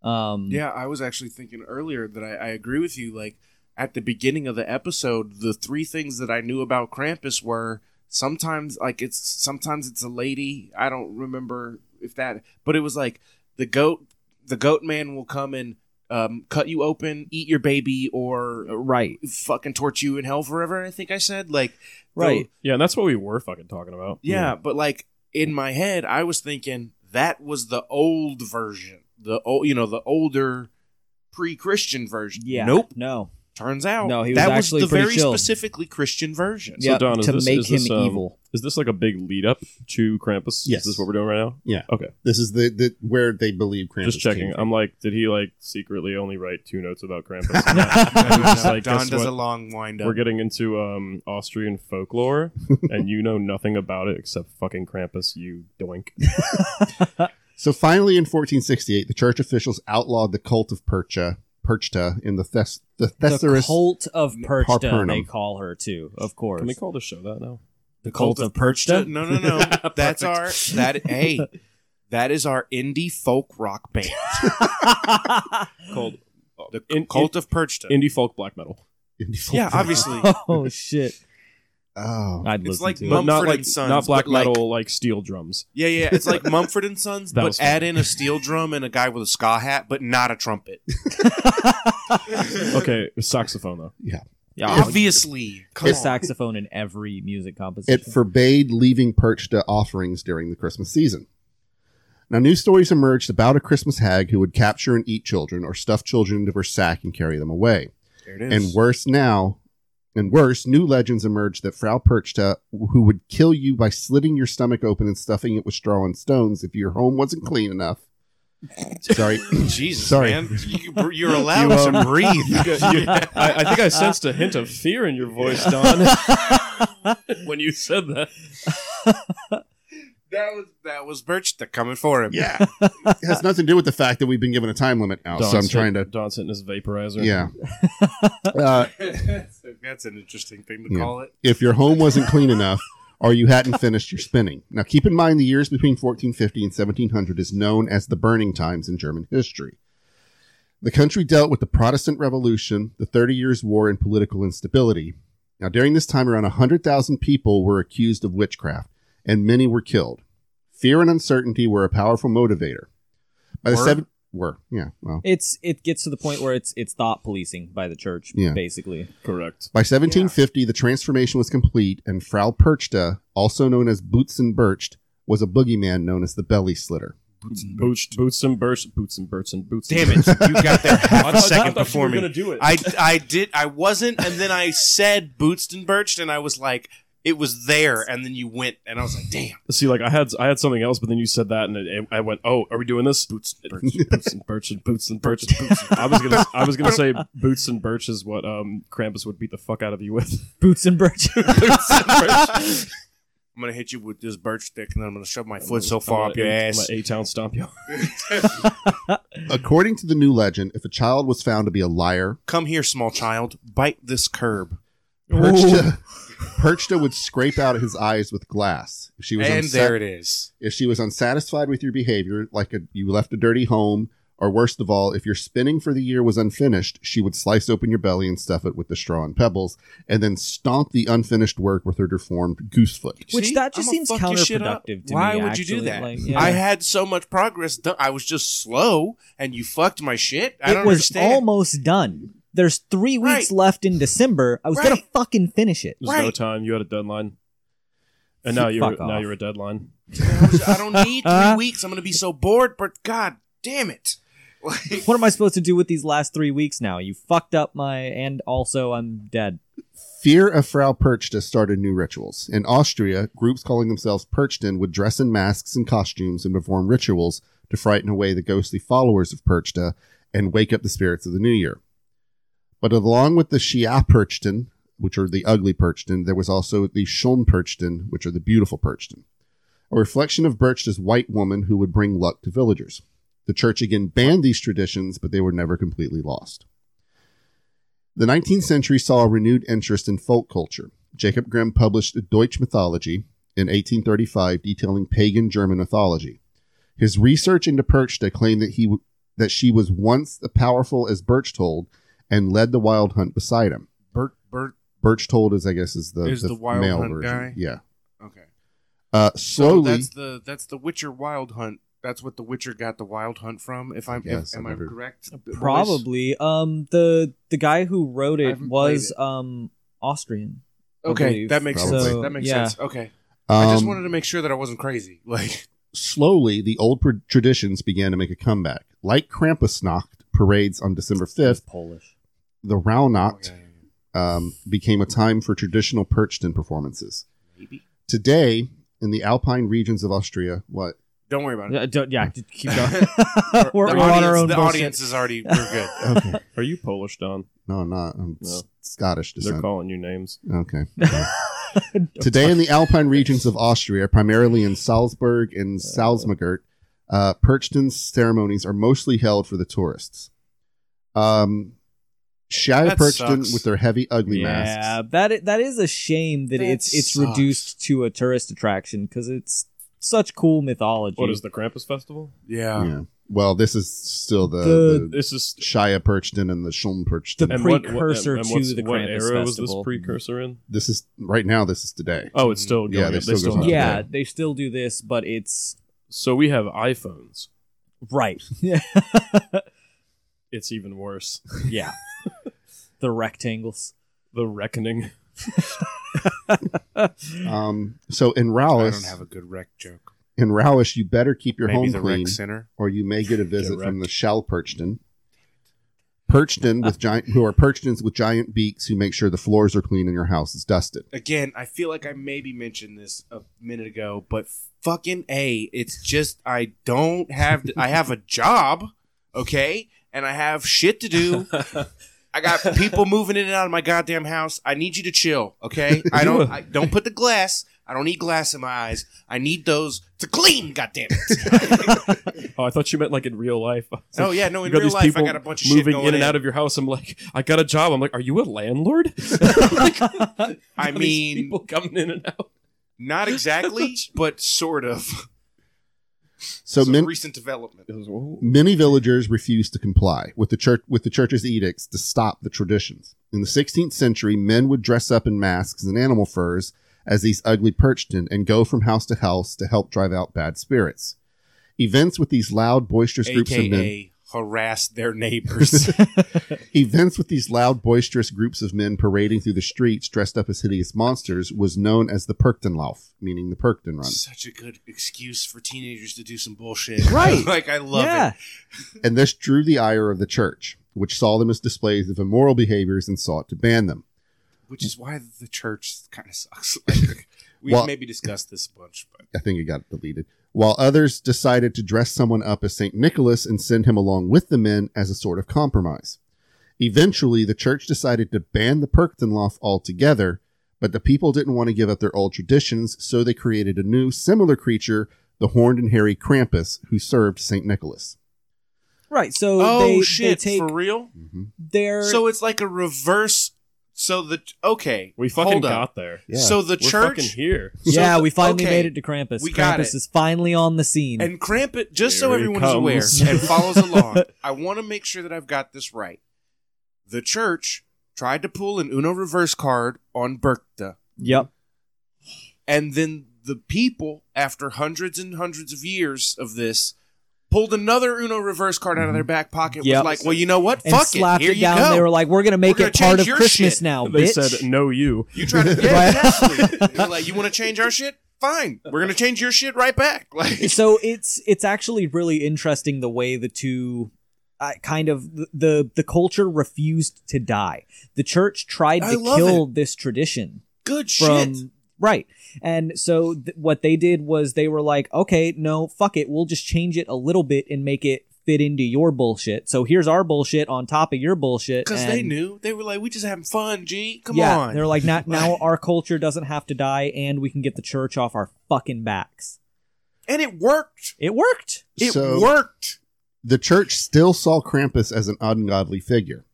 [SPEAKER 3] Um,
[SPEAKER 1] Yeah, I was actually thinking earlier that I, I agree with you. Like at the beginning of the episode, the three things that I knew about Krampus were sometimes like it's sometimes it's a lady. I don't remember if that, but it was like the goat. The goat man will come and um, cut you open, eat your baby, or uh,
[SPEAKER 3] right,
[SPEAKER 1] fucking torture you in hell forever. I think I said like
[SPEAKER 3] right.
[SPEAKER 2] Yeah, and that's what we were fucking talking about.
[SPEAKER 1] yeah, but like in my head, I was thinking that was the old version, the old, you know, the older pre-Christian version.
[SPEAKER 3] Yeah.
[SPEAKER 1] Nope.
[SPEAKER 3] No.
[SPEAKER 1] Turns out,
[SPEAKER 3] No, he was
[SPEAKER 1] that
[SPEAKER 3] actually
[SPEAKER 1] was the
[SPEAKER 3] pretty
[SPEAKER 1] very
[SPEAKER 3] chill.
[SPEAKER 1] specifically Christian version.
[SPEAKER 2] So,
[SPEAKER 3] Yeah,
[SPEAKER 2] Don, is
[SPEAKER 3] to
[SPEAKER 2] this-
[SPEAKER 3] make
[SPEAKER 2] is
[SPEAKER 3] him
[SPEAKER 2] this, um,
[SPEAKER 3] evil.
[SPEAKER 2] Is this like a big lead up to Krampus?
[SPEAKER 4] Yes.
[SPEAKER 2] Is this what we're doing right now?
[SPEAKER 4] this is the, the where they believe Krampus.
[SPEAKER 2] just checking.
[SPEAKER 4] came from.
[SPEAKER 2] I'm like, did he like secretly only write two notes about Krampus?
[SPEAKER 1] And
[SPEAKER 2] Just like,
[SPEAKER 1] Don
[SPEAKER 2] guess
[SPEAKER 1] does
[SPEAKER 2] what?
[SPEAKER 1] a long wind up.
[SPEAKER 2] We're getting into um, Austrian folklore, and you know nothing about it except fucking Krampus, you doink.
[SPEAKER 4] So finally, in 1468, the church officials outlawed the cult of Percha, Perchta, in the, Thess- the
[SPEAKER 3] the
[SPEAKER 4] Thesserus.
[SPEAKER 3] cult of Perchta,
[SPEAKER 4] Parpernum.
[SPEAKER 3] they call her too, of course.
[SPEAKER 2] Can we call the show that now?
[SPEAKER 3] the cult of Perchta?
[SPEAKER 1] No, no, no. That's our that. Hey, That is our indie folk rock band called the
[SPEAKER 2] In-
[SPEAKER 1] Cult of Perchta.
[SPEAKER 2] indie folk black metal.
[SPEAKER 4] Indie
[SPEAKER 1] yeah,
[SPEAKER 4] folk-
[SPEAKER 1] obviously.
[SPEAKER 3] oh shit!
[SPEAKER 4] Oh,
[SPEAKER 3] I'd
[SPEAKER 1] It's
[SPEAKER 3] listen
[SPEAKER 1] like
[SPEAKER 3] to
[SPEAKER 2] But
[SPEAKER 1] Mumford
[SPEAKER 2] not like
[SPEAKER 1] and Sons,
[SPEAKER 2] not black
[SPEAKER 1] but like-
[SPEAKER 2] metal like steel drums.
[SPEAKER 1] Yeah, yeah. It's like Mumford and Sons,
[SPEAKER 2] That
[SPEAKER 1] but
[SPEAKER 2] was
[SPEAKER 1] add
[SPEAKER 2] funny.
[SPEAKER 1] in a steel drum and a guy with a ska hat, but not a trumpet.
[SPEAKER 2] Okay, saxophone though.
[SPEAKER 3] it. Yeah,
[SPEAKER 1] Obviously. Come
[SPEAKER 3] a
[SPEAKER 1] on.
[SPEAKER 3] saxophone in every music composition.
[SPEAKER 4] it forbade leaving Perchta offerings during the Christmas season. Now, new stories emerged about a Christmas hag who would capture and eat children or stuff children into her sack and carry them away.
[SPEAKER 1] There it is.
[SPEAKER 4] And worse now, and worse, new legends emerged that Frau Perchta, who would kill you by slitting your stomach open and stuffing it with straw and stones if your home wasn't clean enough. Sorry.
[SPEAKER 1] Jesus,
[SPEAKER 4] Sorry.
[SPEAKER 1] man. You, you're allowed
[SPEAKER 2] You,
[SPEAKER 1] to breathe.
[SPEAKER 2] I, I think I sensed a hint of fear in your voice, Don, when you said that.
[SPEAKER 1] that was that was Birchta coming for him.
[SPEAKER 4] yeah. It has nothing to do with the fact that we've been given a time limit now. so I'm
[SPEAKER 2] Don's
[SPEAKER 4] trying
[SPEAKER 2] hit-
[SPEAKER 4] to.
[SPEAKER 2] Don's hitting his vaporizer.
[SPEAKER 4] Yeah. Uh,
[SPEAKER 1] So That's an interesting thing to
[SPEAKER 4] Yeah.
[SPEAKER 1] call it.
[SPEAKER 4] if your home wasn't clean enough or you hadn't finished your spinning. Now, keep in mind the years between 1450 and 1700 is known as the Burning Times in German history. The country dealt with the Protestant Revolution, the Thirty Years' War, and political instability. Now, during this time, around 100,000 people were accused of witchcraft, and many were killed. Fear and uncertainty were a powerful motivator. By the
[SPEAKER 1] Were?
[SPEAKER 4] seven were yeah well
[SPEAKER 3] it's it gets to the point where it's it's thought policing by the church,
[SPEAKER 4] Yeah.
[SPEAKER 3] basically.
[SPEAKER 2] correct.
[SPEAKER 4] By 1750, the transformation was complete, and Frau Perchta, also known as Boots and Birched, was a boogeyman known as the Belly Slitter.
[SPEAKER 2] Boots, boots and birch, boots and birch and boots.
[SPEAKER 1] Damn it!
[SPEAKER 2] and
[SPEAKER 1] You got there half a
[SPEAKER 2] I
[SPEAKER 1] second
[SPEAKER 2] thought you were
[SPEAKER 1] before
[SPEAKER 2] gonna
[SPEAKER 1] me.
[SPEAKER 2] do it.
[SPEAKER 1] I I did I wasn't, and then I said Bootsed and Birched, and I was like, it was there, and then you went, and I was like, damn.
[SPEAKER 2] See, like I had I had something else, but then you said that, and it, it- I went, "Oh, are we doing this?" Boots and birch, boots and birch, and boots and birch. And boots. I was gonna I was gonna say boots and birch is what um Krampus would beat the fuck out of you with.
[SPEAKER 3] Boots and birch.
[SPEAKER 2] boots and birch.
[SPEAKER 1] I'm gonna hit you with this birch stick, and then I'm gonna shove my foot so far up your ass.
[SPEAKER 2] A town stomp you.
[SPEAKER 4] According to the new legend, if a child was found to be a liar,
[SPEAKER 1] Come here, small child. Bite this curb.
[SPEAKER 4] Perchta, Perchta would scrape out his eyes with glass. If she was
[SPEAKER 1] And
[SPEAKER 4] unsat-
[SPEAKER 1] there it is.
[SPEAKER 4] if she was unsatisfied with your behavior, like a, you left a dirty home, or worst of all, if your spinning for the year was unfinished, she would slice open your belly and stuff it with the straw and pebbles, and then stomp the unfinished work with her deformed goose foot.
[SPEAKER 3] Which that just
[SPEAKER 1] I'ma
[SPEAKER 3] seems
[SPEAKER 1] fuck your shit up.
[SPEAKER 3] counterproductive to
[SPEAKER 1] Why
[SPEAKER 3] me,
[SPEAKER 1] would you do
[SPEAKER 3] actually.
[SPEAKER 1] that?
[SPEAKER 3] Like, yeah.
[SPEAKER 1] I had so much progress. done. I was just slow, and you fucked my shit. I
[SPEAKER 3] it
[SPEAKER 1] don't
[SPEAKER 3] was
[SPEAKER 1] understand.
[SPEAKER 3] almost done. There's three
[SPEAKER 1] Right.
[SPEAKER 3] weeks left in December. I was gonna
[SPEAKER 1] Right.
[SPEAKER 3] fucking finish it.
[SPEAKER 2] There's no
[SPEAKER 1] Right.
[SPEAKER 2] time. You had a deadline, and now you're
[SPEAKER 3] Fuck
[SPEAKER 2] now
[SPEAKER 3] off.
[SPEAKER 2] you're a deadline.
[SPEAKER 1] I was- I don't need three weeks. I'm gonna be so bored. But god damn it! Like,
[SPEAKER 3] What am I supposed to do with these last three weeks now? You fucked up my, and also I'm dead.
[SPEAKER 4] Fear of Frau Perchta started new rituals. In Austria, groups calling themselves Perchten would dress in masks and costumes and perform rituals to frighten away the ghostly followers of Perchta and wake up the spirits of the new year. But along with the Shia Perchten, which are the ugly Perchten, there was also the Schon Perchten, which are the beautiful Perchten, a reflection of Perchta's white woman who would bring luck to villagers. The church again banned these traditions, but they were never completely lost. The 19th century saw a renewed interest in folk culture. Jacob Grimm published Deutsche Mythology in 1835 detailing pagan German mythology. His research into Perchta claimed that he w- that she was once the powerful as Berchtold and led the wild hunt beside him.
[SPEAKER 1] Bert, Bert.
[SPEAKER 4] Berchtold is I guess is the,
[SPEAKER 1] Is the wild
[SPEAKER 4] male
[SPEAKER 1] hunt
[SPEAKER 4] version.
[SPEAKER 1] guy?
[SPEAKER 4] Yeah.
[SPEAKER 1] Okay.
[SPEAKER 4] Uh,
[SPEAKER 1] So
[SPEAKER 4] slowly
[SPEAKER 1] that's the that's the Witcher Wild Hunt. That's what the Witcher got the Wild Hunt from. If I'm
[SPEAKER 4] Yes,
[SPEAKER 1] am
[SPEAKER 4] I've
[SPEAKER 1] I
[SPEAKER 4] never-
[SPEAKER 1] correct? boys?
[SPEAKER 3] Uh, Probably. Um. The the guy who wrote
[SPEAKER 1] I
[SPEAKER 3] it
[SPEAKER 1] haven't
[SPEAKER 3] was
[SPEAKER 1] played
[SPEAKER 3] um Austrian. I
[SPEAKER 1] Okay,
[SPEAKER 3] believe.
[SPEAKER 1] that makes
[SPEAKER 4] Probably.
[SPEAKER 1] sense. That makes
[SPEAKER 3] Yeah.
[SPEAKER 1] sense. Okay,
[SPEAKER 4] um,
[SPEAKER 1] I just wanted to make sure that I wasn't crazy. Like
[SPEAKER 4] slowly the old pr- traditions began to make a comeback. Like Krampusnacht parades on December 5th,
[SPEAKER 3] Polish.
[SPEAKER 4] the Rauhnacht
[SPEAKER 1] Okay,
[SPEAKER 4] um, became a time for traditional Perchten performances.
[SPEAKER 1] maybe.
[SPEAKER 4] Today, in the alpine regions of Austria, what?
[SPEAKER 1] Uh, Don't worry about it.
[SPEAKER 3] Yeah. Don't, yeah just keep going.
[SPEAKER 1] The
[SPEAKER 3] we're we're
[SPEAKER 1] audience,
[SPEAKER 3] on our own
[SPEAKER 1] the
[SPEAKER 3] bullshit.
[SPEAKER 1] audience is already we're good.
[SPEAKER 4] Okay.
[SPEAKER 2] Are you Polish, Don?
[SPEAKER 4] no, I'm not. I'm
[SPEAKER 2] No.
[SPEAKER 4] s- Scottish
[SPEAKER 2] They're
[SPEAKER 4] descent.
[SPEAKER 2] calling you names.
[SPEAKER 4] okay. Today, in the alpine regions of Austria, primarily in Salzburg and Salzmagert, uh, Perchten's ceremonies are mostly held for the tourists. Um, Shia
[SPEAKER 1] That
[SPEAKER 4] Perchten
[SPEAKER 1] sucks.
[SPEAKER 4] with their heavy, ugly masks.
[SPEAKER 3] yeah, that i- that is a shame that,
[SPEAKER 1] That
[SPEAKER 3] it's it's
[SPEAKER 1] sucks.
[SPEAKER 3] reduced to a tourist attraction because it's such cool mythology.
[SPEAKER 2] What is the Krampus festival?
[SPEAKER 1] Yeah.
[SPEAKER 4] yeah. Well, this is still the,
[SPEAKER 3] The-
[SPEAKER 4] the
[SPEAKER 2] This is
[SPEAKER 4] Shia Perchton and the Shulm Perchton.
[SPEAKER 3] The-
[SPEAKER 2] and what-
[SPEAKER 3] precursor
[SPEAKER 2] what, and- and
[SPEAKER 3] to
[SPEAKER 2] what's-
[SPEAKER 3] the
[SPEAKER 2] what
[SPEAKER 3] Krampus
[SPEAKER 2] era was this
[SPEAKER 3] festival. Mm-hmm.
[SPEAKER 2] precursor in?
[SPEAKER 4] this is right now. This is today.
[SPEAKER 2] Oh, it's still going.
[SPEAKER 4] Yeah,
[SPEAKER 2] on.
[SPEAKER 4] they
[SPEAKER 2] they
[SPEAKER 4] still
[SPEAKER 2] still
[SPEAKER 4] goes on.
[SPEAKER 2] have
[SPEAKER 3] yeah,
[SPEAKER 2] that.
[SPEAKER 3] they still do this, but it's
[SPEAKER 2] So we have iPhones.
[SPEAKER 3] right. Yeah,
[SPEAKER 2] It's even worse.
[SPEAKER 3] yeah. the rectangles.
[SPEAKER 2] The reckoning.
[SPEAKER 4] Um, so in
[SPEAKER 1] I
[SPEAKER 4] Rowlis,
[SPEAKER 1] don't have a good wreck joke.
[SPEAKER 4] in Rowlis, you better keep your
[SPEAKER 1] Maybe
[SPEAKER 4] home
[SPEAKER 1] the
[SPEAKER 4] clean,
[SPEAKER 1] rec center.
[SPEAKER 4] or you may get a visit
[SPEAKER 2] Get
[SPEAKER 4] from
[SPEAKER 2] wrecked.
[SPEAKER 4] the Shell Perchton. Perchton with giant, who are Perchtons with giant beaks who make sure the floors are clean and your house is dusted.
[SPEAKER 1] again, I feel like I maybe mentioned this a minute ago, but fucking A, it's just I don't have I have a job, okay? And I have shit to do. I got people moving in and out of my goddamn house. I need you to chill, okay? I don't I don't put the glass. I don't need glass in my eyes. I need those to clean, goddamn it.
[SPEAKER 2] Oh, I thought you meant like in real life. It's
[SPEAKER 1] oh
[SPEAKER 2] like,
[SPEAKER 1] yeah, no, in
[SPEAKER 2] you got
[SPEAKER 1] real
[SPEAKER 2] these
[SPEAKER 1] life I
[SPEAKER 2] people
[SPEAKER 1] got a bunch of shit
[SPEAKER 2] moving
[SPEAKER 1] going
[SPEAKER 2] in and out of your house. I'm like, I got a job. I'm like, are you a landlord?
[SPEAKER 1] I
[SPEAKER 2] All these
[SPEAKER 1] mean,
[SPEAKER 2] people coming in and out.
[SPEAKER 1] not exactly, but sort of.
[SPEAKER 4] So,
[SPEAKER 1] It's a
[SPEAKER 4] men,
[SPEAKER 1] recent development.
[SPEAKER 2] It was, whoa.
[SPEAKER 4] many villagers refused to comply with the church with the church's edicts to stop the traditions. In the 16th century, men would dress up in masks and animal furs as these ugly Perchton and go from house to house to help drive out bad spirits. Events with these loud, boisterous groups of men
[SPEAKER 1] AKA harass their neighbors.
[SPEAKER 4] Events with these loud, boisterous groups of men parading through the streets dressed up as hideous monsters was known as the Perchtenlauf, meaning the Perchten Run.
[SPEAKER 1] Such a good excuse for teenagers to do some bullshit.
[SPEAKER 3] Right.
[SPEAKER 1] like I love
[SPEAKER 3] yeah,
[SPEAKER 1] it.
[SPEAKER 4] And this drew the ire of the church, which saw them as displays of immoral behaviors and sought to ban them.
[SPEAKER 1] Which is why the church kind of sucks. Like, we've
[SPEAKER 4] Well-
[SPEAKER 1] maybe discussed this a bunch, but
[SPEAKER 4] I think it got deleted. While others decided to dress someone up as St. Nicholas and send him along with the men as a sort of compromise. Eventually, the church decided to ban the Perchtenlauf altogether, but the people didn't want to give up their old traditions, so they created a new, similar creature, the horned and hairy Krampus, who served St. Nicholas.
[SPEAKER 3] right. So
[SPEAKER 1] oh
[SPEAKER 3] they,
[SPEAKER 1] shit,
[SPEAKER 3] they take
[SPEAKER 1] for real?
[SPEAKER 3] their
[SPEAKER 1] So it's like a reverse. So the okay,
[SPEAKER 2] We fucking
[SPEAKER 1] hold up.
[SPEAKER 2] got there.
[SPEAKER 4] Yeah.
[SPEAKER 1] So the
[SPEAKER 2] We're
[SPEAKER 1] church
[SPEAKER 2] fucking here.
[SPEAKER 3] yeah.
[SPEAKER 1] so-
[SPEAKER 3] we finally
[SPEAKER 1] okay,
[SPEAKER 3] made it to Krampus.
[SPEAKER 1] we
[SPEAKER 3] Krampus
[SPEAKER 1] got it.
[SPEAKER 3] is finally on the scene.
[SPEAKER 1] And Krampus, just so
[SPEAKER 2] Here he
[SPEAKER 1] everyone is aware
[SPEAKER 2] comes.
[SPEAKER 1] and follows along, I want to make sure that I've got this right. The church tried to pull an Uno reverse card on Berkta.
[SPEAKER 3] yep.
[SPEAKER 1] And then the people, after hundreds and hundreds of years of this, pulled another Uno reverse card out of their back pocket.
[SPEAKER 3] Mm-hmm.
[SPEAKER 1] Was
[SPEAKER 3] Yep.
[SPEAKER 1] like, well, you know what?
[SPEAKER 3] And
[SPEAKER 1] Fuck
[SPEAKER 3] slapped
[SPEAKER 1] it. Here
[SPEAKER 3] it
[SPEAKER 1] you
[SPEAKER 3] down.
[SPEAKER 1] go.
[SPEAKER 3] They were like, "We're gonna make
[SPEAKER 1] gonna
[SPEAKER 3] it part
[SPEAKER 1] change
[SPEAKER 3] of
[SPEAKER 1] your
[SPEAKER 3] Christmas
[SPEAKER 1] shit.
[SPEAKER 3] now,
[SPEAKER 2] They
[SPEAKER 3] bitch."
[SPEAKER 2] said, no, you.
[SPEAKER 1] you try to
[SPEAKER 3] Right.
[SPEAKER 1] yeah, exactly. They were like, you want to change our shit? Fine. We're gonna change your shit right back. Like,
[SPEAKER 3] so it's it's actually really interesting the way the two uh, kind of the, the the culture refused to die. The church tried
[SPEAKER 1] I
[SPEAKER 3] to
[SPEAKER 1] love
[SPEAKER 3] kill this tradition
[SPEAKER 1] good
[SPEAKER 3] from
[SPEAKER 1] shit.
[SPEAKER 3] right. And so th- what they did was they were like, okay, no, fuck it, we'll just change it a little bit and make it fit into your bullshit. So here's our bullshit on top of your bullshit.
[SPEAKER 1] Because they
[SPEAKER 3] and-
[SPEAKER 1] knew they were like, we just having fun. G, come
[SPEAKER 3] yeah,
[SPEAKER 1] on.
[SPEAKER 3] they're like, not now our culture doesn't have to die, and we can get the church off our fucking backs.
[SPEAKER 1] and it worked.
[SPEAKER 3] It worked.
[SPEAKER 1] It
[SPEAKER 4] So-
[SPEAKER 1] worked.
[SPEAKER 4] The church still saw Krampus as an ungodly figure,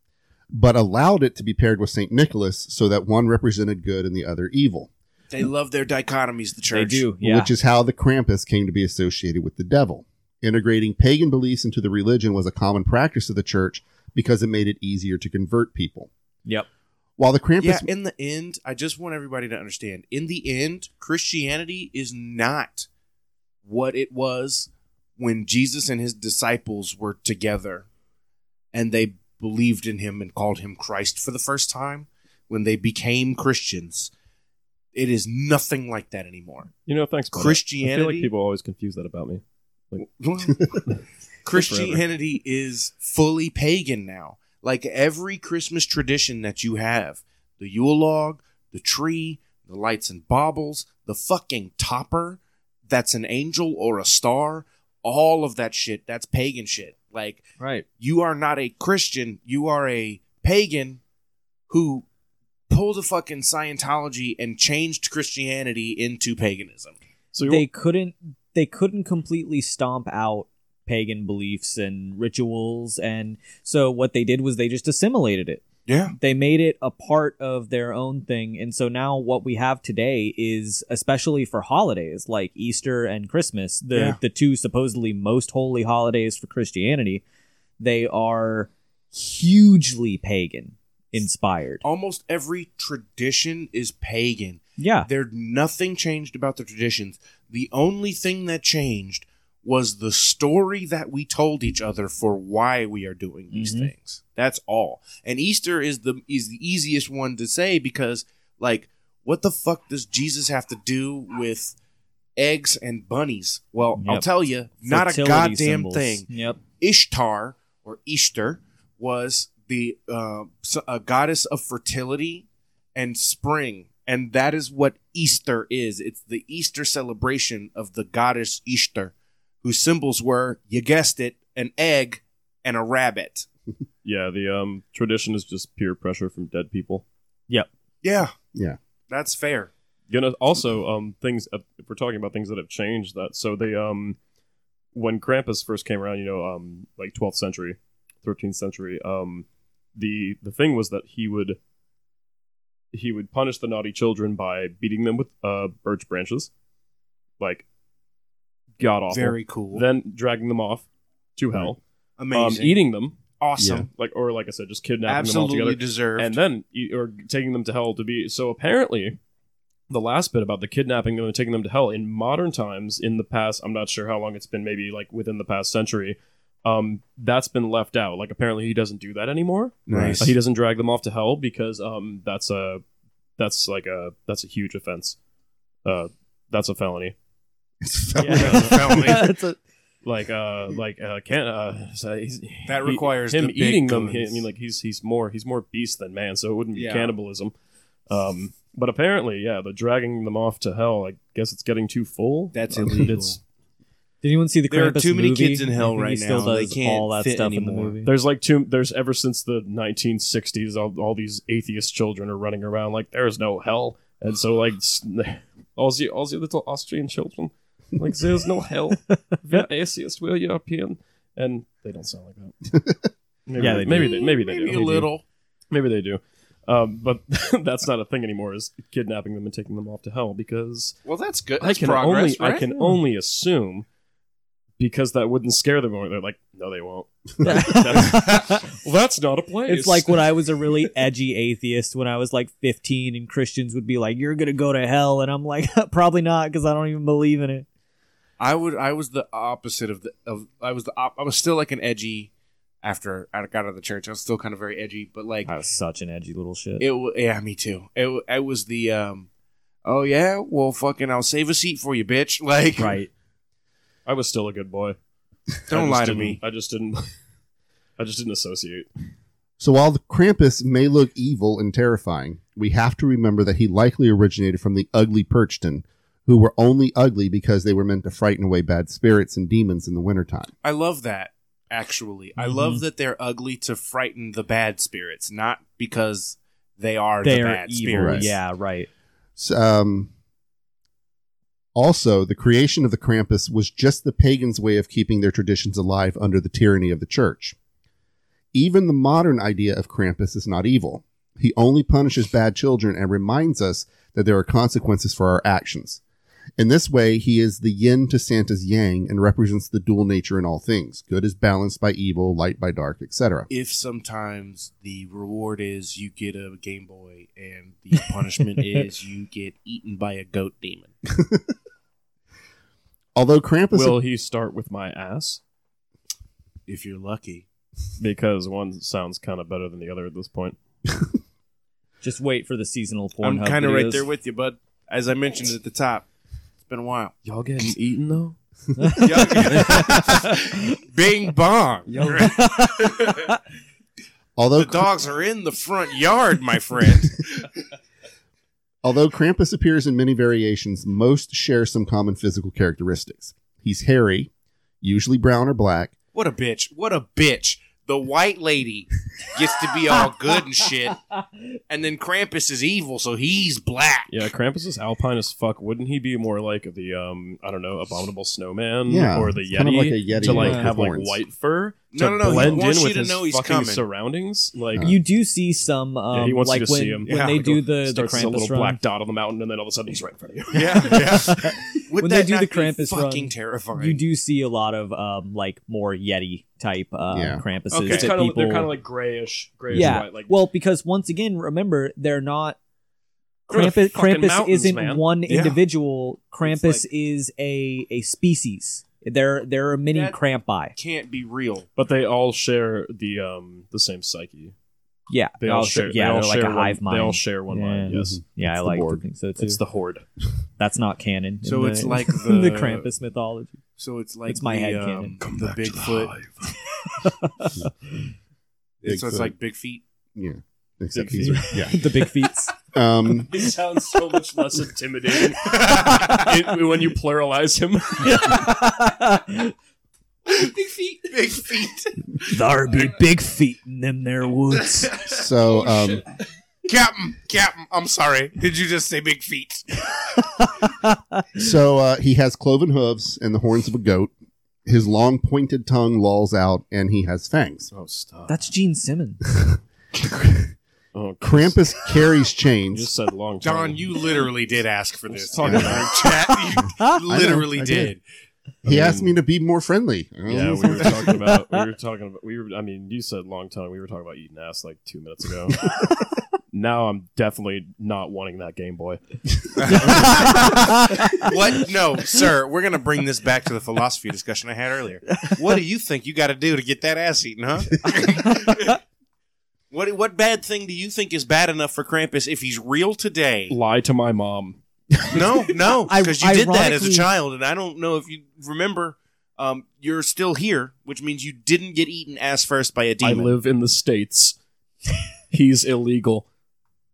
[SPEAKER 4] but allowed it to be paired with St. Nicholas so that one represented good and the other evil.
[SPEAKER 1] They love their dichotomies. The church.
[SPEAKER 3] They do, yeah.
[SPEAKER 4] which is how the Krampus came to be associated with the devil. Integrating pagan beliefs into the religion was a common practice of the church because it made it easier to convert people.
[SPEAKER 3] yep.
[SPEAKER 4] While the Krampus,
[SPEAKER 1] Yeah, in the end, I just want everybody to understand. In the end, Christianity is not what it was when Jesus and his disciples were together and they believed in him and called him Christ for the first time when they became Christians. It is nothing like that anymore.
[SPEAKER 2] You know, thanks. Bob. I feel
[SPEAKER 1] Christianity
[SPEAKER 2] like people always confuse that about me.
[SPEAKER 1] well, Christianity is fully pagan now. Like every Christmas tradition that you have, the Yule log, the tree, the lights and baubles, the fucking topper that's an angel or a star, all of that shit, that's pagan shit. Like
[SPEAKER 3] Right.
[SPEAKER 1] you are not a Christian, you are a pagan who pulled a fucking Scientology and changed Christianity into paganism.
[SPEAKER 2] So you-
[SPEAKER 3] they couldn't they couldn't completely stomp out pagan beliefs and rituals and so what they did was they just assimilated it
[SPEAKER 1] Yeah.
[SPEAKER 3] they made it a part of their own thing and so now what we have today is especially for holidays like easter and christmas the
[SPEAKER 1] Yeah.
[SPEAKER 3] the two supposedly most holy holidays for christianity they are hugely pagan inspired
[SPEAKER 1] Almost every tradition is pagan.
[SPEAKER 3] yeah
[SPEAKER 1] There nothing changed about the traditions. The only thing that changed was the story that we told each other for why we are doing these
[SPEAKER 3] Mhm.
[SPEAKER 1] things. That's all. And Easter is the is the easiest one to say because like what the fuck does Jesus have to do with eggs and bunnies? Well, I'll
[SPEAKER 3] Yep.
[SPEAKER 1] tell you, not a
[SPEAKER 3] Fertility
[SPEAKER 1] goddamn
[SPEAKER 3] symbols.
[SPEAKER 1] thing.
[SPEAKER 3] yep
[SPEAKER 1] Ishtar or Ishtar was the uh, s- a goddess of fertility and spring, and that is what Easter is. It's the Easter celebration of the goddess Ishtar, whose symbols were, you guessed it, an egg and a rabbit.
[SPEAKER 2] Yeah, the um tradition is just peer pressure from dead people.
[SPEAKER 1] Yeah,
[SPEAKER 4] Yeah.
[SPEAKER 1] that's fair.
[SPEAKER 2] You know, also um things uh, if we're talking about things that have changed that so they um when Krampus first came around, you know, um like 12th century, 13th century, um the the thing was that he would he would punish the naughty children by beating them with uh birch branches. Like god awful.
[SPEAKER 1] Very cool.
[SPEAKER 2] then dragging them off to hell. Um,
[SPEAKER 1] Amazing.
[SPEAKER 2] eating them
[SPEAKER 1] awesome.
[SPEAKER 2] like or like I said just kidnapping them all
[SPEAKER 1] Absolutely
[SPEAKER 2] together.
[SPEAKER 1] deserved.
[SPEAKER 2] and then you- or taking them to hell to be so apparently the last bit about the kidnapping them and taking them to hell in modern times in the past i'm not sure how long it's been maybe like within the past century um that's been left out like apparently he doesn't do that anymore
[SPEAKER 1] Nice.
[SPEAKER 2] Uh, he doesn't drag them off to hell because um that's a that's like a that's a huge offense uh that's a felony
[SPEAKER 1] That's a felony.
[SPEAKER 3] It's a-
[SPEAKER 2] like uh like uh can uh so he's-
[SPEAKER 1] that
[SPEAKER 2] he-
[SPEAKER 1] requires
[SPEAKER 2] him
[SPEAKER 1] the big
[SPEAKER 2] eating them. he-
[SPEAKER 1] guns.
[SPEAKER 2] I mean, like he's he's more he's more beast than man, so it wouldn't be
[SPEAKER 1] Yeah.
[SPEAKER 2] cannibalism. Um, but apparently, yeah, the dragging them off to hell. I guess it's getting too full.
[SPEAKER 1] That's
[SPEAKER 2] Uh,
[SPEAKER 1] illegal.
[SPEAKER 2] It's,
[SPEAKER 3] did anyone see the
[SPEAKER 1] There are
[SPEAKER 3] Krampus
[SPEAKER 1] too many
[SPEAKER 3] movie?
[SPEAKER 1] kids in hell
[SPEAKER 3] I think he
[SPEAKER 1] right
[SPEAKER 3] still
[SPEAKER 1] now. They
[SPEAKER 3] does
[SPEAKER 1] can't
[SPEAKER 3] all that
[SPEAKER 1] fit
[SPEAKER 3] stuff in
[SPEAKER 1] anymore.
[SPEAKER 3] the movie
[SPEAKER 2] there's like two. There's ever since the 1960s, all, all these atheist children are running around like there is no hell, and so like s- all the all the little Austrian children like there's no hell. We're atheists, we're European, and they don't sound like that. Maybe
[SPEAKER 3] Yeah,
[SPEAKER 2] they,
[SPEAKER 3] they do.
[SPEAKER 2] maybe they maybe they
[SPEAKER 1] maybe
[SPEAKER 2] do.
[SPEAKER 1] a little.
[SPEAKER 2] Maybe they do. Um, but that's not a thing anymore. Is kidnapping them and taking them off to hell because
[SPEAKER 1] Well, that's good.
[SPEAKER 2] I
[SPEAKER 1] That's
[SPEAKER 2] can
[SPEAKER 1] progress,
[SPEAKER 2] only I
[SPEAKER 1] right?
[SPEAKER 2] can only assume because that wouldn't scare them. Or they're like, no, they won't. Well, that's not a place.
[SPEAKER 3] It's like when I was a really edgy atheist when I was like 15, and Christians would be like, "You're gonna go to hell," and I'm like, "Probably not," because I don't even believe in it.
[SPEAKER 1] I would. I was the opposite of the. Of I was the. Op, I was still like an edgy. After I got out of the church, I was still kind of very edgy, but like
[SPEAKER 3] I was such an edgy little shit.
[SPEAKER 1] it. wa- Yeah, me too. It. wa- It was the. um Oh yeah, well, fucking, I'll save a seat for you, bitch. Like,
[SPEAKER 3] right?
[SPEAKER 2] I was still a good boy. I
[SPEAKER 1] Don't
[SPEAKER 2] just
[SPEAKER 1] lie to
[SPEAKER 2] didn't-
[SPEAKER 1] me.
[SPEAKER 2] I just didn't. I just didn't associate.
[SPEAKER 4] So while the Krampus may look evil and terrifying, we have to remember that he likely originated from the ugly Perchton, who were only ugly because they were meant to frighten away bad spirits and demons in the wintertime.
[SPEAKER 1] I love that. Actually, I
[SPEAKER 2] Mm-hmm.
[SPEAKER 1] love that they're ugly to frighten the bad spirits, not because they are the
[SPEAKER 3] They're
[SPEAKER 1] bad
[SPEAKER 3] evil.
[SPEAKER 1] spirits.
[SPEAKER 3] Yeah, right.
[SPEAKER 4] So, um, also, the creation of the Krampus was just the pagans' way of keeping their traditions alive under the tyranny of the church. Even the modern idea of Krampus is not evil. He only punishes bad children and reminds us that there are consequences for our actions. In this way, he is the yin to Santa's yang and represents the dual nature in all things. Good is balanced by evil, light by dark, etc.
[SPEAKER 1] If sometimes the reward is you get a Game Boy, and the punishment is you get eaten by a goat demon.
[SPEAKER 4] Although Krampus
[SPEAKER 2] Will he start with my ass?
[SPEAKER 1] if you're lucky.
[SPEAKER 2] Because one sounds kind of better than the other at this point.
[SPEAKER 3] Just wait for the seasonal porn.
[SPEAKER 1] I'm kind of right there with you, bud. As I mentioned at the top, it's been a while.
[SPEAKER 2] Y'all getting eaten though?
[SPEAKER 1] Bing bong.
[SPEAKER 4] although
[SPEAKER 1] The dogs are in the front yard, my friend.
[SPEAKER 4] Although Krampus appears in many variations, most share some common physical characteristics. He's hairy, usually brown or black.
[SPEAKER 1] What a bitch. What a bitch. the white lady gets to be all good and shit, and then Krampus is evil, so he's black.
[SPEAKER 2] Yeah, Krampus is alpine as fuck. Wouldn't he be more like the um I don't know, abominable snowman
[SPEAKER 4] Yeah,
[SPEAKER 2] or the
[SPEAKER 4] it's
[SPEAKER 2] yeti,
[SPEAKER 4] kind of like a Yeti
[SPEAKER 2] to like
[SPEAKER 3] with
[SPEAKER 2] have like
[SPEAKER 4] horns.
[SPEAKER 2] white fur
[SPEAKER 1] No,
[SPEAKER 2] to
[SPEAKER 1] no, no, he
[SPEAKER 2] blend
[SPEAKER 1] wants
[SPEAKER 2] in
[SPEAKER 1] you
[SPEAKER 2] with
[SPEAKER 1] to
[SPEAKER 2] his
[SPEAKER 1] know he's
[SPEAKER 2] fucking
[SPEAKER 1] coming.
[SPEAKER 2] surroundings? Like
[SPEAKER 3] You do see some, um,
[SPEAKER 2] Yeah, he wants you
[SPEAKER 3] like
[SPEAKER 2] to
[SPEAKER 3] when,
[SPEAKER 2] see him.
[SPEAKER 3] when
[SPEAKER 1] Yeah,
[SPEAKER 3] they
[SPEAKER 1] like
[SPEAKER 3] do the, the
[SPEAKER 2] starts as a
[SPEAKER 3] Krampus
[SPEAKER 2] little
[SPEAKER 3] run.
[SPEAKER 2] black dot on the mountain, and then all of a sudden he's right in front of you.
[SPEAKER 1] Yeah, yeah. Would
[SPEAKER 3] When
[SPEAKER 1] that
[SPEAKER 3] they do
[SPEAKER 1] not
[SPEAKER 3] the
[SPEAKER 1] be
[SPEAKER 3] Krampus run,
[SPEAKER 1] fucking terrifying.
[SPEAKER 3] You do see a lot of um, like more Yeti type um,
[SPEAKER 4] Yeah.
[SPEAKER 3] Krampuses
[SPEAKER 1] Okay.
[SPEAKER 2] It's
[SPEAKER 1] It's
[SPEAKER 3] that
[SPEAKER 2] kind of
[SPEAKER 3] people.
[SPEAKER 2] they're kind of like grayish, grayish
[SPEAKER 3] yeah.
[SPEAKER 2] white. Like
[SPEAKER 3] well, because once again, remember they're not.
[SPEAKER 2] They're in the
[SPEAKER 3] Krampus,
[SPEAKER 2] fucking
[SPEAKER 3] Krampus
[SPEAKER 2] mountains,
[SPEAKER 3] isn't
[SPEAKER 2] man.
[SPEAKER 3] one
[SPEAKER 1] Yeah.
[SPEAKER 3] individual. Krampus
[SPEAKER 2] It's like-
[SPEAKER 3] is a a species. There there are many
[SPEAKER 1] That-
[SPEAKER 3] Krampi.
[SPEAKER 1] can't be real.
[SPEAKER 2] but they all share the um the same psyche.
[SPEAKER 3] Yeah,
[SPEAKER 2] They all
[SPEAKER 3] Oh, sure.
[SPEAKER 2] share.
[SPEAKER 3] Yeah,
[SPEAKER 2] they all
[SPEAKER 3] they're like
[SPEAKER 2] share
[SPEAKER 3] a hive
[SPEAKER 2] one,
[SPEAKER 3] mind.
[SPEAKER 2] They all share one line.
[SPEAKER 3] Yeah. Mm-hmm.
[SPEAKER 2] Yes,
[SPEAKER 3] yeah, I
[SPEAKER 4] the
[SPEAKER 3] like to
[SPEAKER 4] Borg.
[SPEAKER 3] think so too.
[SPEAKER 2] it's the horde.
[SPEAKER 3] That's not canon. in
[SPEAKER 1] So
[SPEAKER 3] the-
[SPEAKER 1] it's like
[SPEAKER 3] in the
[SPEAKER 1] the-
[SPEAKER 3] Krampus mythology.
[SPEAKER 1] So it's like
[SPEAKER 3] It's my
[SPEAKER 1] the,
[SPEAKER 3] head
[SPEAKER 1] um,
[SPEAKER 3] cannon.
[SPEAKER 2] Come
[SPEAKER 1] the
[SPEAKER 2] back to the
[SPEAKER 1] Bigfoot. It's- So it's
[SPEAKER 4] Bigfoot.
[SPEAKER 1] like big feet.
[SPEAKER 4] Yeah. Except
[SPEAKER 2] Big
[SPEAKER 4] these are, yeah.
[SPEAKER 3] the big feats.
[SPEAKER 4] Um,
[SPEAKER 2] It sounds so much less intimidating it, when you pluralize him.
[SPEAKER 1] big feet. Big feet.
[SPEAKER 3] Thar be big feet in them there woods.
[SPEAKER 4] so um,
[SPEAKER 1] Captain, Captain, I'm sorry. Did you just say big feet?
[SPEAKER 4] so uh, he has cloven hooves and the horns of a goat. His long pointed tongue lolls out, and he has fangs.
[SPEAKER 2] Oh stop!
[SPEAKER 3] That's Gene Simmons.
[SPEAKER 2] oh,
[SPEAKER 4] Krampus carries
[SPEAKER 2] You
[SPEAKER 4] chains.
[SPEAKER 2] just said long.
[SPEAKER 1] Don,
[SPEAKER 2] time.
[SPEAKER 1] you literally did ask for this.
[SPEAKER 2] Talking
[SPEAKER 1] in our chat. You literally
[SPEAKER 4] I
[SPEAKER 1] did.
[SPEAKER 4] did. He asked me to be more friendly.
[SPEAKER 2] Yeah, we were talking about. We were talking about. We were. I mean, you said long tongue. We were talking about eating ass like two minutes ago. now I'm definitely not wanting that Game Boy.
[SPEAKER 1] What? No, sir. We're gonna bring this back to the philosophy discussion I had earlier. What do you think you got to do to get that ass eaten, huh? what What bad thing do you think is bad enough for Krampus if he's real today?
[SPEAKER 2] Lie to my mom.
[SPEAKER 1] No, no,
[SPEAKER 3] I-
[SPEAKER 1] because you did that as a
[SPEAKER 3] ironically-
[SPEAKER 1] child, and I don't know if you remember. Um, you're still here, which means you didn't get eaten ass first by a
[SPEAKER 2] I
[SPEAKER 1] demon.
[SPEAKER 2] live in the states. He's illegal.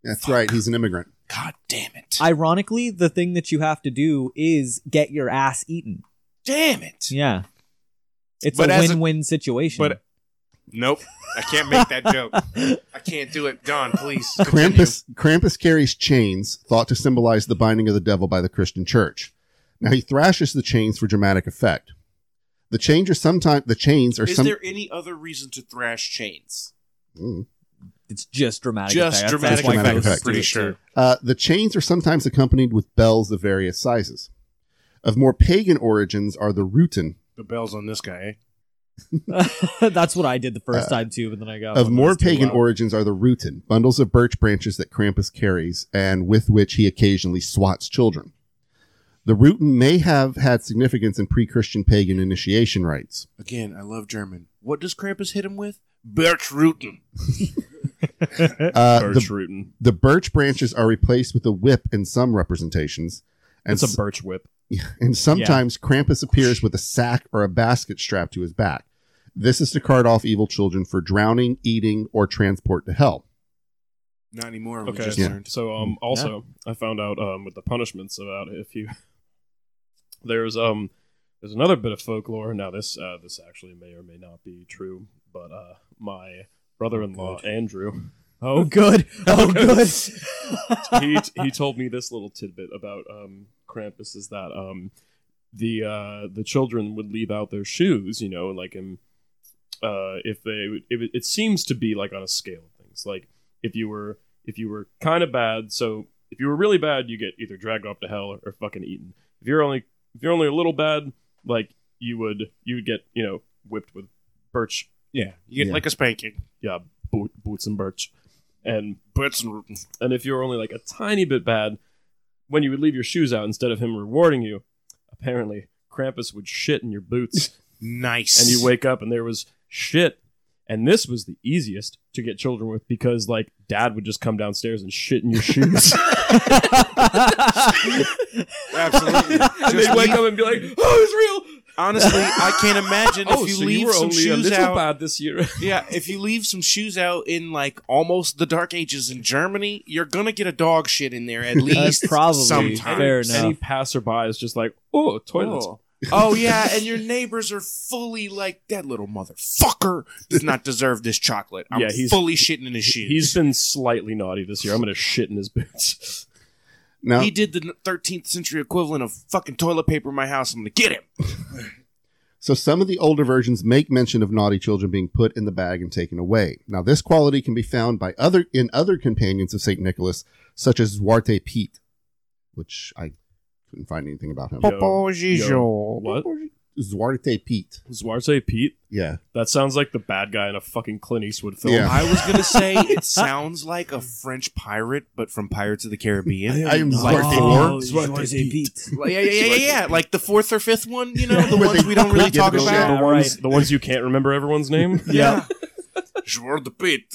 [SPEAKER 4] That's right. He's an immigrant.
[SPEAKER 1] God damn it!
[SPEAKER 3] Ironically, the thing that you have to do is get your ass eaten.
[SPEAKER 1] damn it!
[SPEAKER 3] Yeah. It's
[SPEAKER 1] But
[SPEAKER 3] a
[SPEAKER 1] as a-
[SPEAKER 3] win-win situation.
[SPEAKER 1] but- Nope, I can't make that joke. I can't do it, Don. Please. continue.
[SPEAKER 4] Krampus, Krampus carries chains thought to symbolize the binding of the devil by the Christian church. Now he thrashes the chains for dramatic effect. The chains are sometimes the chains are
[SPEAKER 1] Is
[SPEAKER 4] some.
[SPEAKER 1] there any other reason to thrash chains?
[SPEAKER 4] Mm.
[SPEAKER 3] it's just dramatic.
[SPEAKER 1] Just
[SPEAKER 3] effect. That's-
[SPEAKER 1] dramatic
[SPEAKER 3] that's why
[SPEAKER 4] effect,
[SPEAKER 3] people
[SPEAKER 4] I'm
[SPEAKER 1] pretty
[SPEAKER 3] do it,
[SPEAKER 1] sure.
[SPEAKER 3] too.
[SPEAKER 4] Uh, the chains are sometimes accompanied with bells of various sizes. Of more pagan origins are the rutin.
[SPEAKER 1] The bells on this guy. eh?
[SPEAKER 3] that's what I did the first
[SPEAKER 4] Uh,
[SPEAKER 3] time too, but then I got
[SPEAKER 4] Of
[SPEAKER 3] one
[SPEAKER 4] more
[SPEAKER 3] was Oh, too
[SPEAKER 4] pagan
[SPEAKER 3] loud.
[SPEAKER 4] origins are the rutin, bundles of birch branches that Krampus carries and with which he occasionally swats children. The rutin may have had significance in pre-Christian pagan initiation rites.
[SPEAKER 1] Again, I love German. What does Krampus hit him with? Bertruten.
[SPEAKER 4] Uh, the
[SPEAKER 2] Birch rootin.
[SPEAKER 4] The birch branches are replaced with a whip in some representations, and,
[SPEAKER 2] It's a
[SPEAKER 4] s-
[SPEAKER 2] birch whip.
[SPEAKER 4] and sometimes Krampus appears with a sack or a basket strapped to his back. This is to cart off evil children for drowning, eating, or transport to hell.
[SPEAKER 1] Not anymore. We
[SPEAKER 2] Okay.
[SPEAKER 1] just
[SPEAKER 4] Yeah.
[SPEAKER 1] learned.
[SPEAKER 2] So um also I found out um with the punishments about if you there's um there's another bit of folklore. Now this uh this actually may or may not be true, but uh my brother-in-law Andrew
[SPEAKER 3] Oh good. Oh good.
[SPEAKER 2] he he told me this little tidbit about um Krampus is that um the uh the children would leave out their shoes, you know, like in uh if they would- if it, it seems to be like on a scale of things. Like if you were if you were kind of bad, so if you were really bad, you get either dragged off to hell or, or fucking eaten. If you're only if you're only a little bad, like you would you would get, you know, whipped with birch,
[SPEAKER 1] Yeah. You get
[SPEAKER 4] Yeah.
[SPEAKER 1] like a spanking.
[SPEAKER 2] yeah, boot, boots and birch. And
[SPEAKER 1] Bertruten.
[SPEAKER 2] and if you were only like a tiny bit bad, when you would leave your shoes out instead of him rewarding you, apparently Krampus would shit in your boots,
[SPEAKER 1] Nice.
[SPEAKER 2] and you wake up and there was shit. And this was the easiest to get children with because like dad would just come downstairs and shit in your shoes.
[SPEAKER 1] Absolutely.
[SPEAKER 2] and
[SPEAKER 1] Just
[SPEAKER 2] they'd wake
[SPEAKER 1] leave-
[SPEAKER 2] up and be like, "Oh, it's real."
[SPEAKER 1] Honestly, I can't imagine
[SPEAKER 2] oh,
[SPEAKER 1] if you
[SPEAKER 2] so
[SPEAKER 1] leave
[SPEAKER 2] you were
[SPEAKER 1] some
[SPEAKER 2] only a
[SPEAKER 1] shoes
[SPEAKER 2] little
[SPEAKER 1] out.
[SPEAKER 2] bad this year.
[SPEAKER 1] Yeah, if you leave some shoes out in like almost the dark ages in Germany, you're gonna get a dog shit in there at least.
[SPEAKER 3] probably
[SPEAKER 1] sometimes.
[SPEAKER 3] fair
[SPEAKER 2] Any
[SPEAKER 3] enough.
[SPEAKER 2] passerby is just like, "Oh, toilets."
[SPEAKER 1] Oh. oh yeah, and your neighbors are fully like that little motherfucker does not deserve this chocolate. I'm
[SPEAKER 2] Yeah, he's-
[SPEAKER 1] fully shitting in his shoes.
[SPEAKER 2] He's been slightly naughty this year. I'm gonna shit in his boots.
[SPEAKER 4] Now,
[SPEAKER 1] he did the 13th century equivalent of fucking toilet paper in my house. I'm gonna get him.
[SPEAKER 4] So some of the older versions make mention of naughty children being put in the bag and taken away. Now this quality can be found by other in other companions of Saint Nicholas, such as Duarte Pete, which I couldn't find anything about him.
[SPEAKER 2] Yo, yo, what?
[SPEAKER 4] Duarte Pete.
[SPEAKER 2] Zwarte Pete?
[SPEAKER 4] Yeah.
[SPEAKER 2] That sounds like the bad guy in a fucking Clint Eastwood film.
[SPEAKER 4] Yeah.
[SPEAKER 1] I was gonna say it sounds like a French pirate, but from Pirates of the Caribbean.
[SPEAKER 4] I am
[SPEAKER 1] Like
[SPEAKER 4] Duarte
[SPEAKER 1] four?
[SPEAKER 4] Pete.
[SPEAKER 3] Oh, Duarte Pete.
[SPEAKER 1] Like, yeah, yeah, yeah, yeah, yeah. Like the fourth or fifth one, you know, the
[SPEAKER 4] Where
[SPEAKER 1] ones
[SPEAKER 4] they
[SPEAKER 1] we don't really
[SPEAKER 4] give
[SPEAKER 1] talk
[SPEAKER 4] it a
[SPEAKER 1] about.
[SPEAKER 3] shot.
[SPEAKER 2] The
[SPEAKER 3] Yeah,
[SPEAKER 2] ones,
[SPEAKER 3] right.
[SPEAKER 2] the ones you can't remember everyone's name.
[SPEAKER 1] Yeah. Jour de Pete.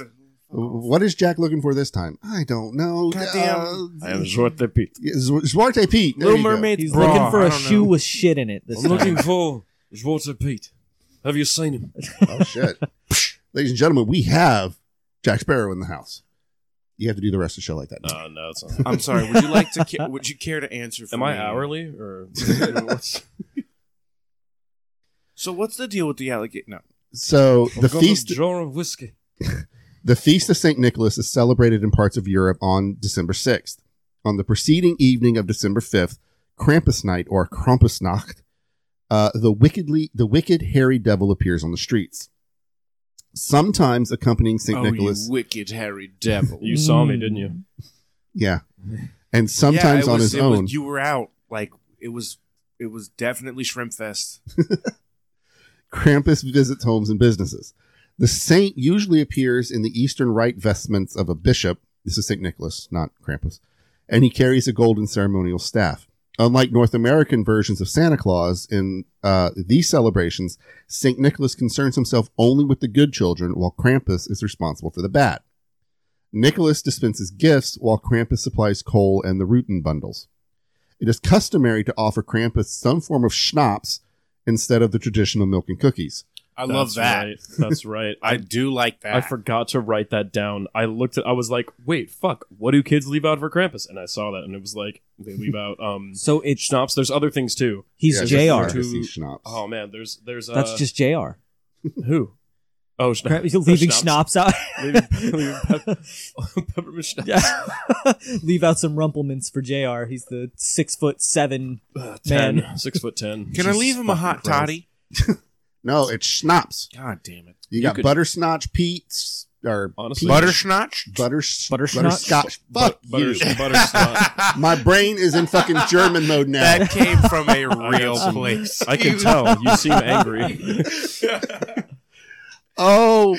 [SPEAKER 4] What is Jack looking for this time? I don't know.
[SPEAKER 1] Goddamn.
[SPEAKER 4] Uh,
[SPEAKER 2] I am Zwarte Pete.
[SPEAKER 4] yeah, Zu- Duarte Pete. There
[SPEAKER 1] Little
[SPEAKER 4] you go.
[SPEAKER 1] Mermaid.
[SPEAKER 5] He's
[SPEAKER 1] bra,
[SPEAKER 5] looking for
[SPEAKER 1] I
[SPEAKER 5] a
[SPEAKER 1] don't
[SPEAKER 5] shoe
[SPEAKER 1] know.
[SPEAKER 5] with shit in it. This time.
[SPEAKER 2] for Zwarte Pete. Have you seen him?
[SPEAKER 4] Oh shit. Ladies and gentlemen, we have Jack Sparrow in the house. You have to do the rest of the show like that.
[SPEAKER 2] Oh, no, it's not.
[SPEAKER 1] I'm sorry. Would you like to? Ca- would you care to answer? For
[SPEAKER 2] Am I
[SPEAKER 1] me?
[SPEAKER 2] hourly or what's
[SPEAKER 1] So what's the deal with the alligator? No. Uh,
[SPEAKER 4] So the feast
[SPEAKER 2] jar of whiskey?
[SPEAKER 4] The Feast of St. Nicholas is celebrated in parts of Europe on December 6th. On the preceding evening of December 5th, Krampus Night or Krampusnacht, uh, the wickedly the wicked hairy devil appears on the streets. Sometimes accompanying St.
[SPEAKER 1] oh,
[SPEAKER 4] Nicholas.
[SPEAKER 1] you wicked hairy devil.
[SPEAKER 2] You saw me, didn't you?
[SPEAKER 3] Mm.
[SPEAKER 4] yeah. And sometimes
[SPEAKER 1] Yeah, it
[SPEAKER 4] on
[SPEAKER 1] was-
[SPEAKER 4] his
[SPEAKER 1] it was-
[SPEAKER 4] own.
[SPEAKER 1] you were out. Like it was. It was definitely shrimp fest.
[SPEAKER 4] Krampus visits homes and businesses. The saint usually appears in the Eastern Rite vestments of a bishop. This is St. Nicholas, not Krampus. And he carries a golden ceremonial staff. Unlike North American versions of Santa Claus, in uh, these celebrations, St. Nicholas concerns himself only with the good children, while Krampus is responsible for the bad. Nicholas dispenses gifts, while Krampus supplies coal and the rootin bundles. It is customary to offer Krampus some form of schnapps instead of the traditional milk and cookies.
[SPEAKER 1] I love
[SPEAKER 2] That's
[SPEAKER 1] that.
[SPEAKER 2] right. That's right.
[SPEAKER 1] I do like that.
[SPEAKER 2] I forgot to write that down. I looked at I was like, wait, fuck, what do kids leave out for Krampus? And I saw that and it was like they leave out um
[SPEAKER 5] So it's
[SPEAKER 2] schnapps. There's other things too.
[SPEAKER 5] he's
[SPEAKER 4] Yeah,
[SPEAKER 5] Jr.
[SPEAKER 4] just courtesy
[SPEAKER 2] Who-
[SPEAKER 4] schnapps.
[SPEAKER 2] Oh man, there's there's uh,
[SPEAKER 5] That's just Jr.
[SPEAKER 2] who? Oh
[SPEAKER 5] Crap,
[SPEAKER 2] schnapps.
[SPEAKER 5] You're leaving
[SPEAKER 2] Schnapps.
[SPEAKER 5] schnapps out.
[SPEAKER 2] Leaving- leaving pep- peppermint schnapps.
[SPEAKER 5] Yeah. Leave out some rumplements for Jr. He's the six foot seven.
[SPEAKER 2] Uh,
[SPEAKER 5] Man.
[SPEAKER 2] ten. Six foot ten.
[SPEAKER 1] Can I
[SPEAKER 2] Jesus
[SPEAKER 1] leave him a
[SPEAKER 2] fucking
[SPEAKER 1] hot
[SPEAKER 2] Christ.
[SPEAKER 1] toddy?
[SPEAKER 4] No, it's schnapps.
[SPEAKER 1] God damn it.
[SPEAKER 4] You, got
[SPEAKER 2] could-
[SPEAKER 4] buttersnotch Pete's or
[SPEAKER 2] Honestly-
[SPEAKER 4] Pete's-
[SPEAKER 1] Buttersnotch?
[SPEAKER 4] butters
[SPEAKER 5] Buttersnotch?
[SPEAKER 4] butterscotch. Fuck
[SPEAKER 2] But- butter-
[SPEAKER 4] you.
[SPEAKER 2] butterscotch.
[SPEAKER 4] My brain is in fucking German mode now.
[SPEAKER 1] That came from a
[SPEAKER 2] got
[SPEAKER 1] real
[SPEAKER 2] some-
[SPEAKER 1] place.
[SPEAKER 2] I can tell you seem angry.
[SPEAKER 4] oh,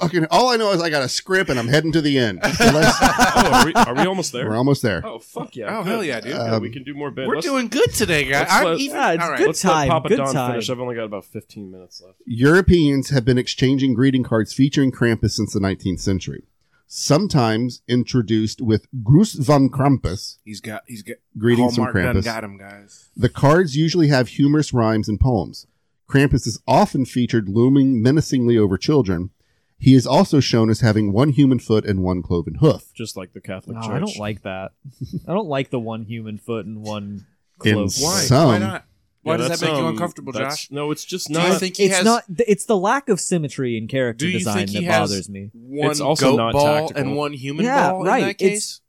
[SPEAKER 4] fucking! All I know is I got a script and I'm heading to the end. So let's-
[SPEAKER 2] Oh, are we, are we almost there?
[SPEAKER 4] we're almost there.
[SPEAKER 2] Oh fuck yeah!
[SPEAKER 1] Oh, hell yeah, dude.
[SPEAKER 2] Yeah, we
[SPEAKER 4] Um,
[SPEAKER 2] can do more bits.
[SPEAKER 1] We're
[SPEAKER 2] Let's-
[SPEAKER 1] doing good today, guys.
[SPEAKER 2] let's
[SPEAKER 1] I'm
[SPEAKER 2] let-
[SPEAKER 1] even.
[SPEAKER 5] Yeah, it's
[SPEAKER 1] all right.
[SPEAKER 5] good.
[SPEAKER 2] Let's let
[SPEAKER 5] time,
[SPEAKER 2] Papa
[SPEAKER 5] good
[SPEAKER 2] Don
[SPEAKER 5] time.
[SPEAKER 2] finish. I've only got about 15 minutes left.
[SPEAKER 4] Europeans have been exchanging greeting cards featuring Krampus since the 19th century. Sometimes introduced with Gruß vom Krampus,
[SPEAKER 1] He's got. He's got.
[SPEAKER 4] greetings
[SPEAKER 1] Hallmark
[SPEAKER 4] from
[SPEAKER 1] done
[SPEAKER 4] Krampus.
[SPEAKER 1] got him, guys.
[SPEAKER 4] The cards usually have humorous rhymes and poems. Krampus is often featured looming menacingly over children. He is also shown as having one human foot and one cloven hoof.
[SPEAKER 2] Just like the Catholic
[SPEAKER 5] No,
[SPEAKER 2] Church.
[SPEAKER 5] I don't like that. I don't like the one human foot and one
[SPEAKER 4] In
[SPEAKER 5] clove.
[SPEAKER 1] Why? Why
[SPEAKER 4] Some-
[SPEAKER 1] not? Why
[SPEAKER 2] Yeah,
[SPEAKER 1] does that
[SPEAKER 2] that's,
[SPEAKER 1] make you
[SPEAKER 2] um,
[SPEAKER 1] uncomfortable,
[SPEAKER 2] that's-
[SPEAKER 1] Josh?
[SPEAKER 2] No, it's just
[SPEAKER 1] Do you
[SPEAKER 2] not.
[SPEAKER 1] think he
[SPEAKER 5] It's
[SPEAKER 1] has
[SPEAKER 5] not. th- It's the lack of symmetry in character
[SPEAKER 1] Do you
[SPEAKER 5] design
[SPEAKER 1] think
[SPEAKER 5] that
[SPEAKER 1] he has-
[SPEAKER 5] bothers me.
[SPEAKER 1] one
[SPEAKER 2] It's also
[SPEAKER 1] goat
[SPEAKER 2] not
[SPEAKER 1] ball
[SPEAKER 2] tactical.
[SPEAKER 1] and one human
[SPEAKER 5] Yeah,
[SPEAKER 1] ball
[SPEAKER 5] right.
[SPEAKER 1] in that
[SPEAKER 5] It's-
[SPEAKER 1] case?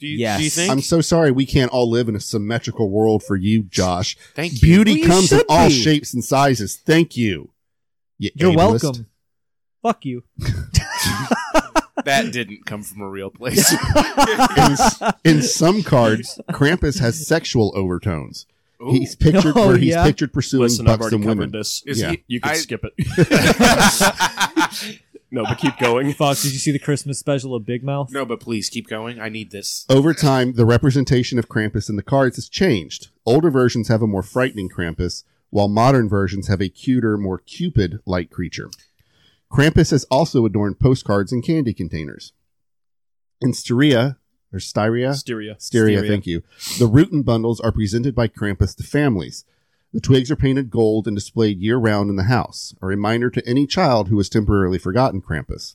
[SPEAKER 1] Do you,
[SPEAKER 5] Yes.
[SPEAKER 1] do you think?
[SPEAKER 4] I'm so sorry we can't all live in a symmetrical world for you, Josh.
[SPEAKER 1] Thank you.
[SPEAKER 4] Beauty
[SPEAKER 5] Well, you
[SPEAKER 4] comes in
[SPEAKER 5] should
[SPEAKER 4] all
[SPEAKER 5] be.
[SPEAKER 4] shapes and sizes. Thank you. you
[SPEAKER 5] You're
[SPEAKER 4] ableist.
[SPEAKER 5] welcome. Fuck you.
[SPEAKER 1] That didn't come from a real place.
[SPEAKER 4] In, in some cards, Krampus has sexual overtones.
[SPEAKER 1] Ooh.
[SPEAKER 4] He's pictured
[SPEAKER 5] Oh,
[SPEAKER 4] where he's
[SPEAKER 5] yeah?
[SPEAKER 4] pictured pursuing
[SPEAKER 2] Listen, I've already
[SPEAKER 4] buxom
[SPEAKER 2] covered
[SPEAKER 4] women.
[SPEAKER 2] this.
[SPEAKER 1] Is
[SPEAKER 4] Yeah.
[SPEAKER 1] he-
[SPEAKER 2] You can
[SPEAKER 1] I-
[SPEAKER 2] skip it. no, but keep going.
[SPEAKER 5] Fuck. Did you see the Christmas special of Big Mouth?
[SPEAKER 1] no, but please keep going. I need this.
[SPEAKER 4] Over time, the representation of Krampus in the cards has changed. Older versions have a more frightening Krampus, while modern versions have a cuter, more Cupid like creature. Krampus has also adorned postcards and candy containers. In Styria, or Styria,
[SPEAKER 2] Styria.
[SPEAKER 4] Styria, thank you, the Rutin bundles are presented by Krampus to families. The twigs are painted gold and displayed year round in the house, a reminder to any child who has temporarily forgotten Krampus.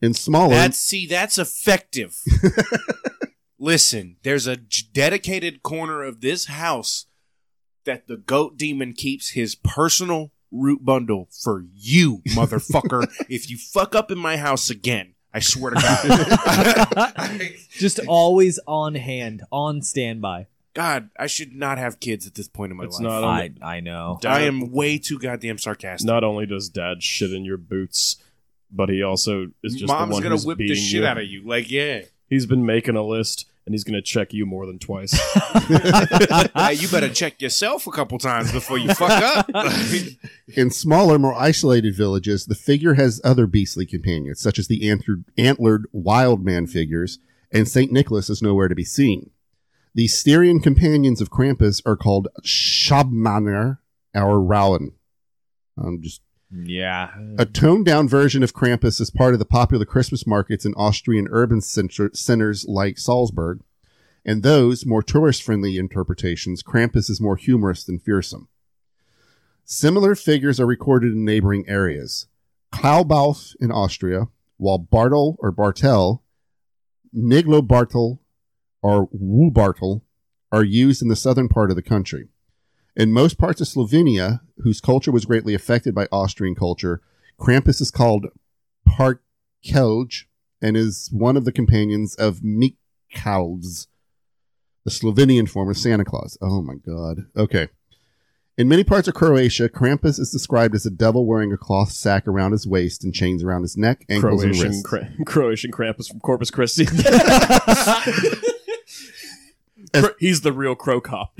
[SPEAKER 4] In smaller,
[SPEAKER 1] That's see, that's effective. listen, there's a j- dedicated corner of this house that the goat demon keeps his personal root bundle for you, motherfucker. if you fuck up in my house again, I swear to God.
[SPEAKER 3] Just always on hand, on standby.
[SPEAKER 1] God, I should not have kids at this point in my
[SPEAKER 2] It's
[SPEAKER 1] life.
[SPEAKER 2] not
[SPEAKER 6] I, I know.
[SPEAKER 1] I am way too goddamn sarcastic.
[SPEAKER 2] Not only does dad shit in your boots, but he also is just the
[SPEAKER 1] Mom's
[SPEAKER 2] one
[SPEAKER 1] gonna
[SPEAKER 2] who's
[SPEAKER 1] whip
[SPEAKER 2] beating
[SPEAKER 1] the shit
[SPEAKER 2] you.
[SPEAKER 1] out of you. Like, yeah,
[SPEAKER 2] He's been making a list and he's gonna check you more than twice.
[SPEAKER 3] Ah.
[SPEAKER 1] Hey, you better check yourself a couple times before you fuck up.
[SPEAKER 4] In smaller, more isolated villages, the figure has other beastly companions, such as the antler- antlered wild man figures, and St. Nicholas is nowhere to be seen. The Styrian companions of Krampus are called Shabmaner or Rowan. Um, just
[SPEAKER 6] Yeah.
[SPEAKER 4] a toned down version of Krampus is part of the popular Christmas markets in Austrian urban center- centers like Salzburg. And those more tourist friendly interpretations, Krampus is more humorous than fearsome. Similar figures are recorded in neighboring areas. Klaubauf in Austria, while Bartel or Bartel, Niglo Bartel, or Wu Bartel are used in the southern part of the country. In most parts of Slovenia, whose culture was greatly affected by Austrian culture, Krampus is called Parkelj and is one of the companions of Mikals, the Slovenian form of Santa Claus. Oh my God. Okay. In many parts of Croatia, Krampus is described as a devil wearing a cloth sack around his waist and chains around his neck, ankles, and
[SPEAKER 2] Croatian,
[SPEAKER 4] wrists.
[SPEAKER 2] Cra- Croatian Krampus from Corpus Christi. Cro- He's the real crow cop.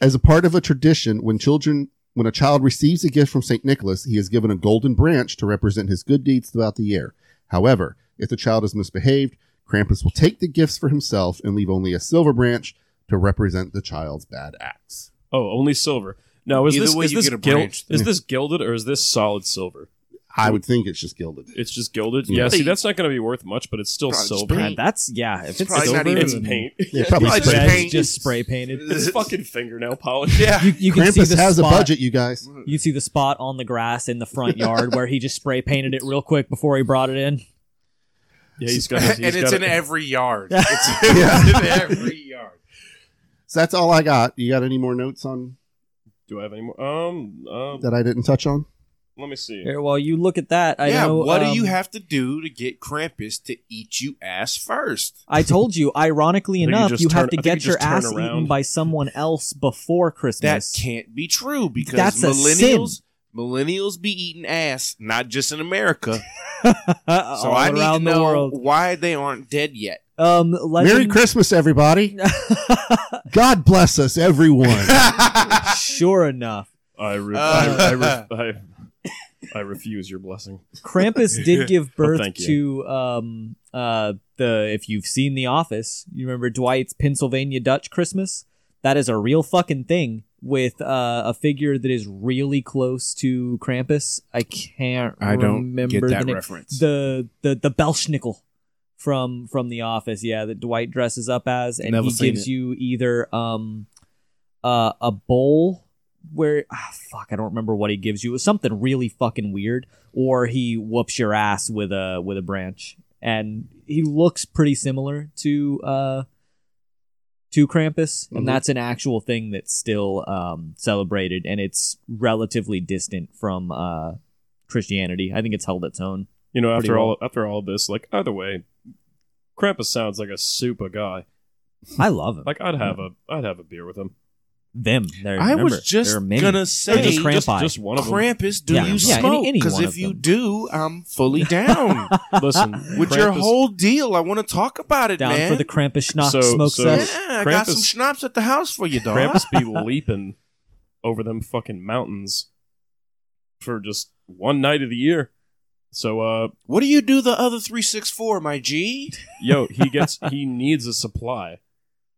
[SPEAKER 4] As a part of a tradition, when children when a child receives a gift from St. Nicholas, he is given a golden branch to represent his good deeds throughout the year. However, if the child is misbehaved, Krampus will take the gifts for himself and leave only a silver branch to represent the child's bad acts.
[SPEAKER 2] Oh, only silver. Now is
[SPEAKER 1] Either
[SPEAKER 2] this
[SPEAKER 1] way,
[SPEAKER 2] is
[SPEAKER 1] you
[SPEAKER 2] this
[SPEAKER 1] get a
[SPEAKER 2] gil-
[SPEAKER 1] branch.
[SPEAKER 2] is this gilded or is this solid silver?
[SPEAKER 4] I would think it's just gilded.
[SPEAKER 2] It's just gilded.
[SPEAKER 4] Yeah.
[SPEAKER 2] Yeah. See, that's not going to be worth much, but it's still
[SPEAKER 1] Probably just
[SPEAKER 2] silver.
[SPEAKER 1] paint.
[SPEAKER 6] That's yeah. If it's,
[SPEAKER 1] probably not
[SPEAKER 6] silver,
[SPEAKER 1] even-
[SPEAKER 2] It's
[SPEAKER 1] Mm.
[SPEAKER 2] paint.
[SPEAKER 4] Yeah, probably
[SPEAKER 1] Probably
[SPEAKER 4] spray.
[SPEAKER 1] just
[SPEAKER 3] It's
[SPEAKER 1] paint.
[SPEAKER 3] just spray painted.
[SPEAKER 2] It's fucking fingernail polish. Yeah.
[SPEAKER 3] You, you can see
[SPEAKER 4] Krampus
[SPEAKER 3] the
[SPEAKER 4] has
[SPEAKER 3] spot.
[SPEAKER 4] a budget, you guys.
[SPEAKER 3] You see the spot on the grass in the front yard where he just spray painted it real quick before he brought it in.
[SPEAKER 2] Yeah. He's got.
[SPEAKER 1] and
[SPEAKER 2] he's
[SPEAKER 1] it's
[SPEAKER 2] got
[SPEAKER 1] in
[SPEAKER 2] a-
[SPEAKER 1] every yard. It's, it's in every yard.
[SPEAKER 4] So that's all I got. You got any more notes on
[SPEAKER 2] Do I have any more? Um. um
[SPEAKER 4] that I didn't touch on?
[SPEAKER 2] let me see.
[SPEAKER 3] Here, while you look at that, I
[SPEAKER 1] yeah,
[SPEAKER 3] know.
[SPEAKER 1] what
[SPEAKER 3] um,
[SPEAKER 1] do you have to do to get Krampus to eat you ass first?
[SPEAKER 3] I told you. Ironically
[SPEAKER 2] I think you
[SPEAKER 3] enough,
[SPEAKER 2] just
[SPEAKER 3] you have
[SPEAKER 2] turn-
[SPEAKER 3] to
[SPEAKER 2] I think
[SPEAKER 3] get
[SPEAKER 2] you
[SPEAKER 3] your
[SPEAKER 2] just turn
[SPEAKER 3] ass eaten
[SPEAKER 2] around.
[SPEAKER 3] by someone else before
[SPEAKER 1] That
[SPEAKER 3] Christmas.
[SPEAKER 1] can't be true because
[SPEAKER 3] That's a
[SPEAKER 1] millennials millennials be eating ass, not just in America. So
[SPEAKER 3] Uh, All
[SPEAKER 1] I need to
[SPEAKER 3] around the
[SPEAKER 1] know
[SPEAKER 3] world.
[SPEAKER 1] why they aren't dead yet.
[SPEAKER 3] Um, legend-
[SPEAKER 4] Merry Christmas, everybody. God bless us, everyone.
[SPEAKER 3] sure enough,
[SPEAKER 2] I, re-
[SPEAKER 1] Uh.
[SPEAKER 2] I, I, re- I, I refuse your blessing.
[SPEAKER 3] Krampus did give birth
[SPEAKER 2] thank you.
[SPEAKER 3] to um uh the if you've seen The Office, you remember Dwight's Pennsylvania Dutch Christmas. That is a real fucking thing with uh, a figure that is really close to Krampus. I can't. remember the name.
[SPEAKER 1] reference.
[SPEAKER 3] the the the Belschnickel from from The Office. Yeah, that Dwight dresses up as, and
[SPEAKER 1] Never
[SPEAKER 3] he
[SPEAKER 1] seen
[SPEAKER 3] gives
[SPEAKER 1] it.
[SPEAKER 3] you either um uh, a bowl where ah, fuck I don't remember what he gives you. It was something really fucking weird, or he whoops your ass with a with a branch, and he looks pretty similar to uh to Krampus,
[SPEAKER 4] Mhm.
[SPEAKER 1] Mm-hmm.
[SPEAKER 3] and that's an actual thing that's still um celebrated, and it's relatively distant from uh Christianity. I think it's held its own.
[SPEAKER 2] You know,
[SPEAKER 3] Pretty
[SPEAKER 2] after all, after all this, like either way, Krampus sounds like a super guy.
[SPEAKER 3] I love him.
[SPEAKER 2] Like I'd have a, I'd have a beer with him.
[SPEAKER 3] them. There,
[SPEAKER 1] I was
[SPEAKER 3] remember,
[SPEAKER 1] just
[SPEAKER 3] there are many.
[SPEAKER 1] gonna
[SPEAKER 3] They're
[SPEAKER 1] say
[SPEAKER 3] just
[SPEAKER 2] just,
[SPEAKER 3] Krampus.
[SPEAKER 2] just one of them.
[SPEAKER 1] Krampus, do
[SPEAKER 3] Yeah,
[SPEAKER 1] you
[SPEAKER 3] yeah, any-
[SPEAKER 1] smoke?
[SPEAKER 3] any
[SPEAKER 1] Because
[SPEAKER 3] one
[SPEAKER 1] if
[SPEAKER 3] of
[SPEAKER 1] you
[SPEAKER 3] them.
[SPEAKER 1] do, I'm fully down.
[SPEAKER 2] Listen,
[SPEAKER 1] With your
[SPEAKER 2] Krampus-
[SPEAKER 1] whole deal, I want to talk about it,
[SPEAKER 3] down
[SPEAKER 1] man.
[SPEAKER 3] for the Krampus schnock
[SPEAKER 2] So-
[SPEAKER 3] smoke
[SPEAKER 2] so-
[SPEAKER 3] fest.
[SPEAKER 1] yeah, I got some
[SPEAKER 2] Krampus-
[SPEAKER 1] schnapps at the house for you, dog.
[SPEAKER 2] Krampus be leaping over them fucking mountains for just one night of the year. So, uh,
[SPEAKER 1] What do you do the other three six four, my G?
[SPEAKER 2] yo, he gets he needs a supply.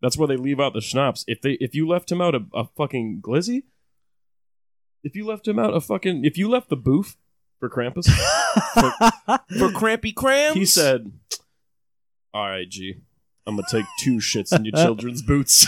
[SPEAKER 2] That's why they leave out the schnapps. If they if you left him out a, a fucking glizzy, if you left him out a fucking if you left the booth for Krampus,
[SPEAKER 1] For Crampy Crams?
[SPEAKER 2] he said, "All right, G, I'm gonna take two shits in your children's boots."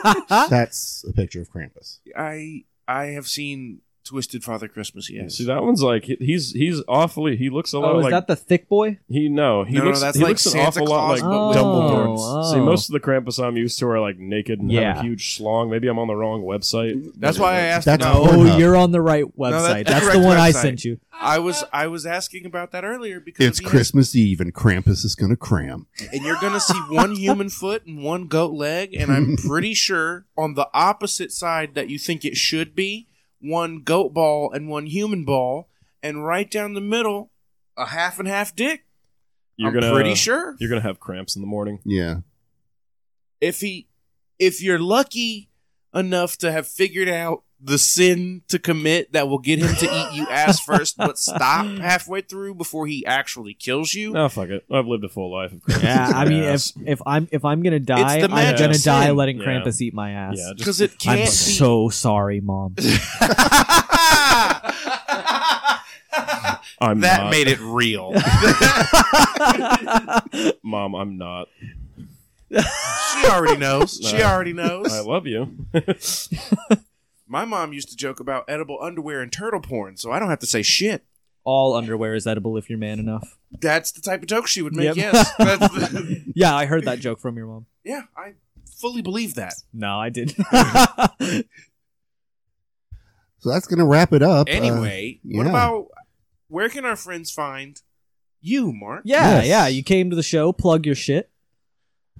[SPEAKER 5] Oh,
[SPEAKER 4] That's a picture of Krampus.
[SPEAKER 1] I I have seen Twisted Father Christmas, yes.
[SPEAKER 2] See, that one's like he- he's he's awfully. He looks a lot
[SPEAKER 5] Oh, is
[SPEAKER 2] like
[SPEAKER 5] that the thick boy?
[SPEAKER 2] he no he
[SPEAKER 1] No, no,
[SPEAKER 2] looks
[SPEAKER 1] that's
[SPEAKER 2] he
[SPEAKER 1] like
[SPEAKER 2] looks an
[SPEAKER 1] Santa
[SPEAKER 2] awful lot
[SPEAKER 1] Claus,
[SPEAKER 2] like
[SPEAKER 1] but with
[SPEAKER 2] Dumbledore.
[SPEAKER 5] Oh,
[SPEAKER 2] See,
[SPEAKER 5] oh.
[SPEAKER 2] most of the Krampus I'm used to are like naked and have
[SPEAKER 5] Yeah.
[SPEAKER 2] a huge schlong. Maybe I'm on the wrong website.
[SPEAKER 1] That's why I asked.
[SPEAKER 4] That's
[SPEAKER 1] no,
[SPEAKER 4] Pornhub.
[SPEAKER 5] Oh, you're on the right website.
[SPEAKER 1] that's the
[SPEAKER 5] that's the
[SPEAKER 1] correct
[SPEAKER 5] one I
[SPEAKER 1] website.
[SPEAKER 5] sent you.
[SPEAKER 1] I was I was asking about that earlier because
[SPEAKER 4] It's
[SPEAKER 1] you know,
[SPEAKER 4] Christmas Eve and Krampus is going to cram.
[SPEAKER 1] and you're gonna see one human foot and one goat leg, and I'm pretty sure on the opposite side that you think it should be, one goat ball and one human ball, and right down the middle, a half and half dick.
[SPEAKER 2] You're
[SPEAKER 1] I'm
[SPEAKER 2] gonna
[SPEAKER 1] pretty sure
[SPEAKER 2] you're gonna have cramps in the morning.
[SPEAKER 4] Yeah.
[SPEAKER 1] if he if you're lucky enough to have figured out the sin to commit that will get him to eat you ass first, but stop halfway through before he actually kills you.
[SPEAKER 2] Oh fuck it, I've lived a full life. Of Krampus.
[SPEAKER 5] Yeah, I mean, if
[SPEAKER 2] Yes.
[SPEAKER 5] if I'm if I'm gonna die,
[SPEAKER 1] the
[SPEAKER 5] I'm
[SPEAKER 1] magic
[SPEAKER 5] gonna die
[SPEAKER 1] sin.
[SPEAKER 5] letting
[SPEAKER 2] Yeah.
[SPEAKER 5] Krampus eat my ass.
[SPEAKER 2] yeah, just
[SPEAKER 1] Because it
[SPEAKER 5] I'm
[SPEAKER 1] can't be.
[SPEAKER 5] so sorry, mom.
[SPEAKER 1] that
[SPEAKER 2] I'm not,
[SPEAKER 1] made it real.
[SPEAKER 2] mom. I'm not.
[SPEAKER 1] she already knows. She
[SPEAKER 2] No.
[SPEAKER 1] already
[SPEAKER 2] I
[SPEAKER 1] knows.
[SPEAKER 2] love you.
[SPEAKER 1] My mom used to joke about edible underwear and turtle porn, so I don't have to say shit.
[SPEAKER 5] All underwear is edible if you're man enough.
[SPEAKER 1] That's the type of joke she would
[SPEAKER 5] Yep.
[SPEAKER 1] make. Yes, That's the-
[SPEAKER 5] Yeah, I heard that joke from your mom.
[SPEAKER 1] yeah, I fully believe that.
[SPEAKER 5] No, I didn't.
[SPEAKER 4] So that's going to wrap it up. Uh,
[SPEAKER 1] Anyway, what
[SPEAKER 4] yeah.
[SPEAKER 1] about where can our friends find you, Mark?
[SPEAKER 5] yeah,
[SPEAKER 4] Yes.
[SPEAKER 5] yeah. You came to the show. Plug your shit.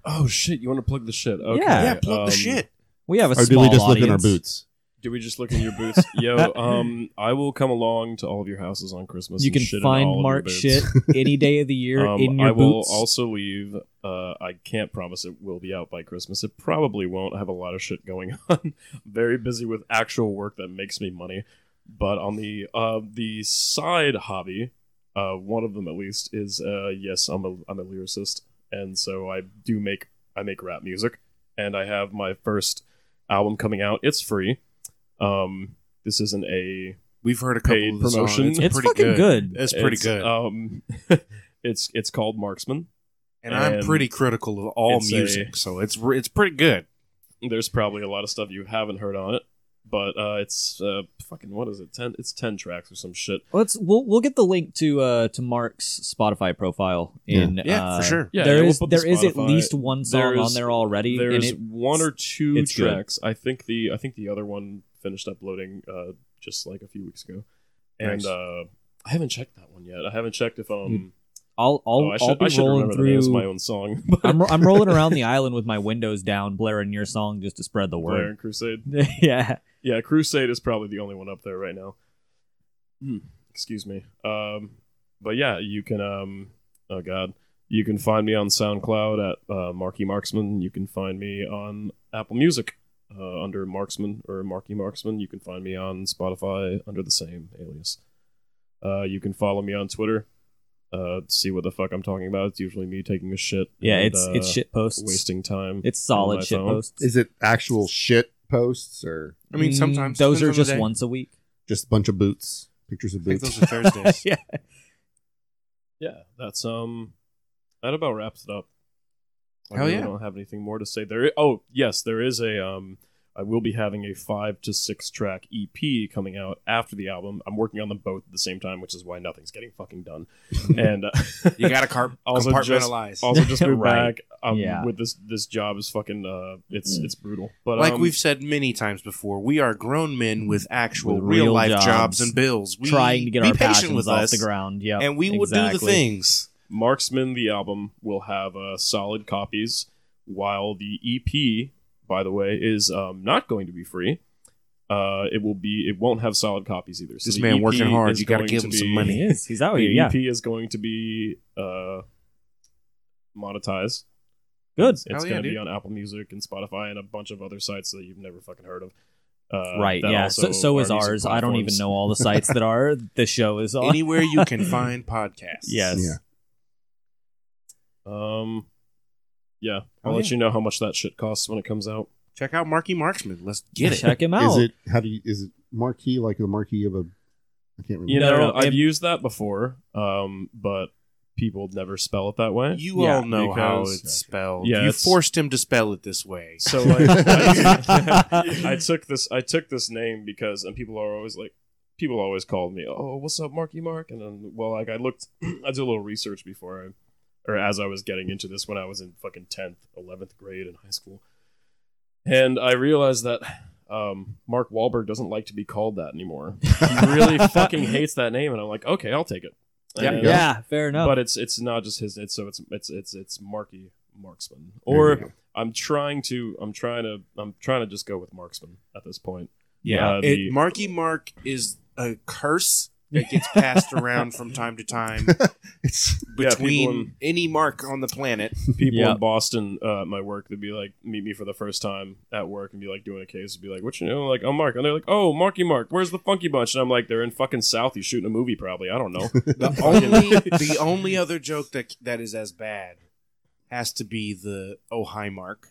[SPEAKER 2] oh shit, you want to plug the shit? Okay.
[SPEAKER 5] Yeah.
[SPEAKER 1] Yeah, plug
[SPEAKER 2] um,
[SPEAKER 1] the shit.
[SPEAKER 5] We have a
[SPEAKER 4] or do
[SPEAKER 5] small
[SPEAKER 4] we just look in our
[SPEAKER 5] audience.
[SPEAKER 4] boots?
[SPEAKER 2] Do we just look in your boots? Yo, um, I will come along to all of your houses on Christmas.
[SPEAKER 5] You
[SPEAKER 2] and
[SPEAKER 5] can
[SPEAKER 2] shit in all of
[SPEAKER 5] find
[SPEAKER 2] your
[SPEAKER 5] Mark
[SPEAKER 2] boots.
[SPEAKER 5] shit any day of the year
[SPEAKER 2] Um,
[SPEAKER 5] in your
[SPEAKER 2] I will
[SPEAKER 5] boots.
[SPEAKER 2] also leave. Uh, I can't promise it will be out by Christmas. It probably won't. I have a lot of shit going on. Very busy with actual work that makes me money. But on the uh, the side hobby, uh, one of them at least is uh, yes, I'm a I'm a lyricist, and so I do make I make rap music, and I have my first album coming out. It's free. Um, this isn't a
[SPEAKER 1] We've heard a
[SPEAKER 2] couple
[SPEAKER 1] couple
[SPEAKER 2] Paid of
[SPEAKER 1] of
[SPEAKER 2] the songs. promotion. It's
[SPEAKER 5] it's fucking good.
[SPEAKER 1] It's pretty
[SPEAKER 2] it's,
[SPEAKER 1] good,
[SPEAKER 2] Um, it's it's called Marksman.
[SPEAKER 1] and, I'm
[SPEAKER 2] and
[SPEAKER 1] pretty critical of all
[SPEAKER 2] it's a-
[SPEAKER 1] music, so it's re- it's pretty good.
[SPEAKER 2] there's probably a lot of stuff you haven't heard on it, but uh, it's uh, fucking what is it? Ten? It's ten tracks or some shit.
[SPEAKER 5] Let's we'll we'll get the link to uh to Mark's Spotify profile
[SPEAKER 4] Yeah.
[SPEAKER 5] in
[SPEAKER 1] Yeah,
[SPEAKER 5] uh,
[SPEAKER 1] for sure.
[SPEAKER 2] Yeah,
[SPEAKER 5] there
[SPEAKER 2] yeah, we'll
[SPEAKER 5] is
[SPEAKER 2] put the
[SPEAKER 5] there is at
[SPEAKER 2] Spotify.
[SPEAKER 5] least one song
[SPEAKER 2] There's-
[SPEAKER 5] on there already. and
[SPEAKER 2] There's
[SPEAKER 5] it,
[SPEAKER 2] one or two
[SPEAKER 5] it's good.
[SPEAKER 2] tracks. I think the I think the other one finished uploading uh, just like a few weeks ago, and
[SPEAKER 1] Nice.
[SPEAKER 2] uh, I haven't checked that one yet. I haven't checked if um
[SPEAKER 5] I'll I'll,
[SPEAKER 2] oh, I should,
[SPEAKER 5] I'll be
[SPEAKER 2] I should
[SPEAKER 5] rolling
[SPEAKER 2] remember that it's my
[SPEAKER 5] through.
[SPEAKER 2] own song.
[SPEAKER 5] I'm, ro- I'm rolling around the island with my windows down, blaring your song just to spread the
[SPEAKER 2] Blair
[SPEAKER 5] word.
[SPEAKER 2] and Crusade.
[SPEAKER 5] yeah,
[SPEAKER 2] Yeah, Crusade is probably the only one up there right now.
[SPEAKER 5] Hmm.
[SPEAKER 2] Excuse me. Um, but yeah, you can. Um, oh God, you can find me on SoundCloud at uh, Marky Marksman. You can find me on Apple Music uh, under Marksman or Marky Marksman. You can find me on Spotify under the same alias. Uh, you can follow me on Twitter. Uh, see what the fuck I'm talking about. It's usually me taking a shit.
[SPEAKER 5] yeah.
[SPEAKER 2] and,
[SPEAKER 5] it's
[SPEAKER 2] uh,
[SPEAKER 5] it's shit posts.
[SPEAKER 2] wasting time.
[SPEAKER 5] It's
[SPEAKER 2] my
[SPEAKER 5] solid shit
[SPEAKER 2] phone.
[SPEAKER 5] posts.
[SPEAKER 4] Is it actual shit posts or
[SPEAKER 1] I mean,
[SPEAKER 5] Mm,
[SPEAKER 1] sometimes
[SPEAKER 5] those
[SPEAKER 1] depends
[SPEAKER 5] are
[SPEAKER 1] on the
[SPEAKER 5] just
[SPEAKER 1] day.
[SPEAKER 5] once a week.
[SPEAKER 4] just a bunch of boots? Pictures of
[SPEAKER 1] I think
[SPEAKER 4] boots.
[SPEAKER 1] those are Thursdays.
[SPEAKER 5] yeah,
[SPEAKER 2] yeah, that's um, that about wraps it up. I
[SPEAKER 1] Hell
[SPEAKER 2] really
[SPEAKER 1] yeah.
[SPEAKER 2] don't have anything more to say. There, i- oh yes, there is a um, I will be having a five to six track EP coming out after the album. I'm working on them both at the same time, which is why nothing's getting fucking done. and uh,
[SPEAKER 1] You got to car-
[SPEAKER 2] Also just-
[SPEAKER 1] compartmentalize.
[SPEAKER 2] also just moved
[SPEAKER 5] Right.
[SPEAKER 2] back. Um,
[SPEAKER 5] Yeah.
[SPEAKER 2] with this this job is fucking uh, it's it's brutal. But
[SPEAKER 1] Mm. like
[SPEAKER 2] um,
[SPEAKER 1] we've said many times before, we are grown men with actual
[SPEAKER 5] With
[SPEAKER 1] real
[SPEAKER 5] real
[SPEAKER 1] life jobs.
[SPEAKER 5] jobs.
[SPEAKER 1] and bills. We,
[SPEAKER 5] trying to get
[SPEAKER 1] be
[SPEAKER 5] our
[SPEAKER 1] patient
[SPEAKER 5] passions
[SPEAKER 1] with
[SPEAKER 5] off
[SPEAKER 1] us,
[SPEAKER 5] the ground. Yeah,
[SPEAKER 1] and we will do the things.
[SPEAKER 2] Marksman, the album, will have uh, solid copies, while the EP, by the way, is um, not going to be free. Uh, it will be. It won't have solid copies either. So
[SPEAKER 1] This
[SPEAKER 2] the
[SPEAKER 1] man
[SPEAKER 2] EP
[SPEAKER 1] working hard.
[SPEAKER 2] is
[SPEAKER 1] You gotta
[SPEAKER 2] going
[SPEAKER 1] give
[SPEAKER 2] to
[SPEAKER 1] him some
[SPEAKER 2] be-
[SPEAKER 1] money.
[SPEAKER 5] He is. He's out
[SPEAKER 2] The
[SPEAKER 5] here. Yeah,
[SPEAKER 2] EP is going to be uh, monetized.
[SPEAKER 5] good.
[SPEAKER 2] It's,
[SPEAKER 1] Hell yeah,
[SPEAKER 2] going to be
[SPEAKER 1] dude.
[SPEAKER 2] on Apple Music and Spotify and a bunch of other sites that you've never fucking heard of. Uh,
[SPEAKER 5] right.
[SPEAKER 2] that
[SPEAKER 5] Yeah.
[SPEAKER 2] also
[SPEAKER 5] So so is
[SPEAKER 2] are music
[SPEAKER 5] ours. I don't even
[SPEAKER 2] platforms.
[SPEAKER 5] know all the sites that are. The show is on.
[SPEAKER 1] Anywhere you can find podcasts.
[SPEAKER 5] Yes.
[SPEAKER 4] Yeah.
[SPEAKER 2] Um, yeah, I'll
[SPEAKER 1] Oh,
[SPEAKER 2] let
[SPEAKER 1] yeah.
[SPEAKER 2] you know how much that shit costs when it comes out.
[SPEAKER 1] Check out Marky Marksman. Let's get it.
[SPEAKER 5] Check him out.
[SPEAKER 4] Is it how do you is it marquee like the marquee of a I can't remember.
[SPEAKER 2] You
[SPEAKER 5] No,
[SPEAKER 2] know,
[SPEAKER 5] no, no,
[SPEAKER 2] I've
[SPEAKER 5] it-
[SPEAKER 2] used that before, um, but people never spell it that way.
[SPEAKER 1] You
[SPEAKER 5] Yeah,
[SPEAKER 1] all know how
[SPEAKER 2] because-
[SPEAKER 1] it's spelled.
[SPEAKER 2] Yeah,
[SPEAKER 1] you
[SPEAKER 2] it's-
[SPEAKER 1] forced him to spell it this way.
[SPEAKER 2] so like, I, I took this. I took this name because, and people are always like, people always called me, "Oh, what's up, Marky Mark?" And then, well, like I looked, I did a little research before I, or as I was getting into this when I was in fucking tenth, eleventh grade in high school, and I realized that um, Mark Wahlberg doesn't like to be called that anymore. He really fucking hates that name, and I'm like, okay, I'll take it.
[SPEAKER 4] Yeah,
[SPEAKER 2] And-
[SPEAKER 4] yeah.
[SPEAKER 3] fair enough.
[SPEAKER 2] but it's it's not just his. It's so it's it's it's it's Marky Marksman.
[SPEAKER 4] There you
[SPEAKER 2] Or
[SPEAKER 4] go.
[SPEAKER 2] I'm trying to I'm trying to I'm trying to just go with Marksman at this point.
[SPEAKER 1] Yeah,
[SPEAKER 2] Uh,
[SPEAKER 1] it,
[SPEAKER 2] the-
[SPEAKER 1] Marky Mark is a curse that gets passed around from time to time
[SPEAKER 4] it's
[SPEAKER 2] Yeah, people
[SPEAKER 1] between
[SPEAKER 2] in-
[SPEAKER 1] any Mark on the planet.
[SPEAKER 2] People
[SPEAKER 3] Yeah.
[SPEAKER 2] in Boston, uh, at my work, they'd be like meet me for the first time at work and be like doing a case. Be like, what you know? Like, I'm Mark, and they're like, oh, Marky Mark, where's the Funky Bunch? And I'm like, they're in fucking South. He's shooting a movie, probably. I don't know.
[SPEAKER 1] The only the only other joke that that is as bad has to be the oh hi Mark.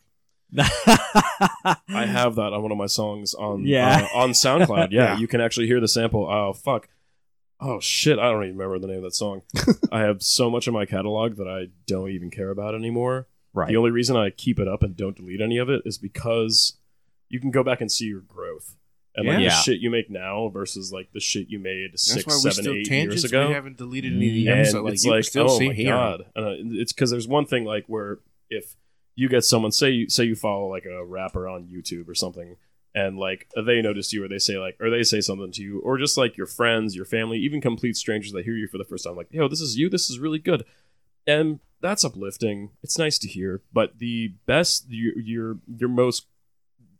[SPEAKER 2] uh, I have that on one of my songs on
[SPEAKER 3] Yeah.
[SPEAKER 2] uh, on SoundCloud. Yeah,
[SPEAKER 1] Yeah.
[SPEAKER 2] you can actually hear the sample. Oh fuck. Oh shit, I don't even remember the name of that song. I have so much in my catalog that I don't even care about anymore.
[SPEAKER 3] right.
[SPEAKER 2] The only reason I keep it up and don't delete any of it is because you can go back and see your growth. And like
[SPEAKER 3] Yeah.
[SPEAKER 2] the shit you make now versus like the shit you made
[SPEAKER 1] That's why
[SPEAKER 2] six,
[SPEAKER 1] we
[SPEAKER 2] seven,
[SPEAKER 1] still
[SPEAKER 2] eight
[SPEAKER 1] tangents.
[SPEAKER 2] years ago
[SPEAKER 1] We haven't deleted any of the
[SPEAKER 3] And
[SPEAKER 1] episodes. Like,
[SPEAKER 2] it's
[SPEAKER 1] you can
[SPEAKER 2] like,
[SPEAKER 1] still
[SPEAKER 2] oh
[SPEAKER 1] see
[SPEAKER 2] my
[SPEAKER 1] here.
[SPEAKER 2] god! And, uh, it's because there's one thing like where if you get someone say you say you follow like a rapper on YouTube or something, and like they notice you or they say like or they say something to you or just like your friends, your family, even complete strangers that hear you for the first time, like yo, this is you, this is really good, and that's uplifting. It's nice to hear, but the best your your your most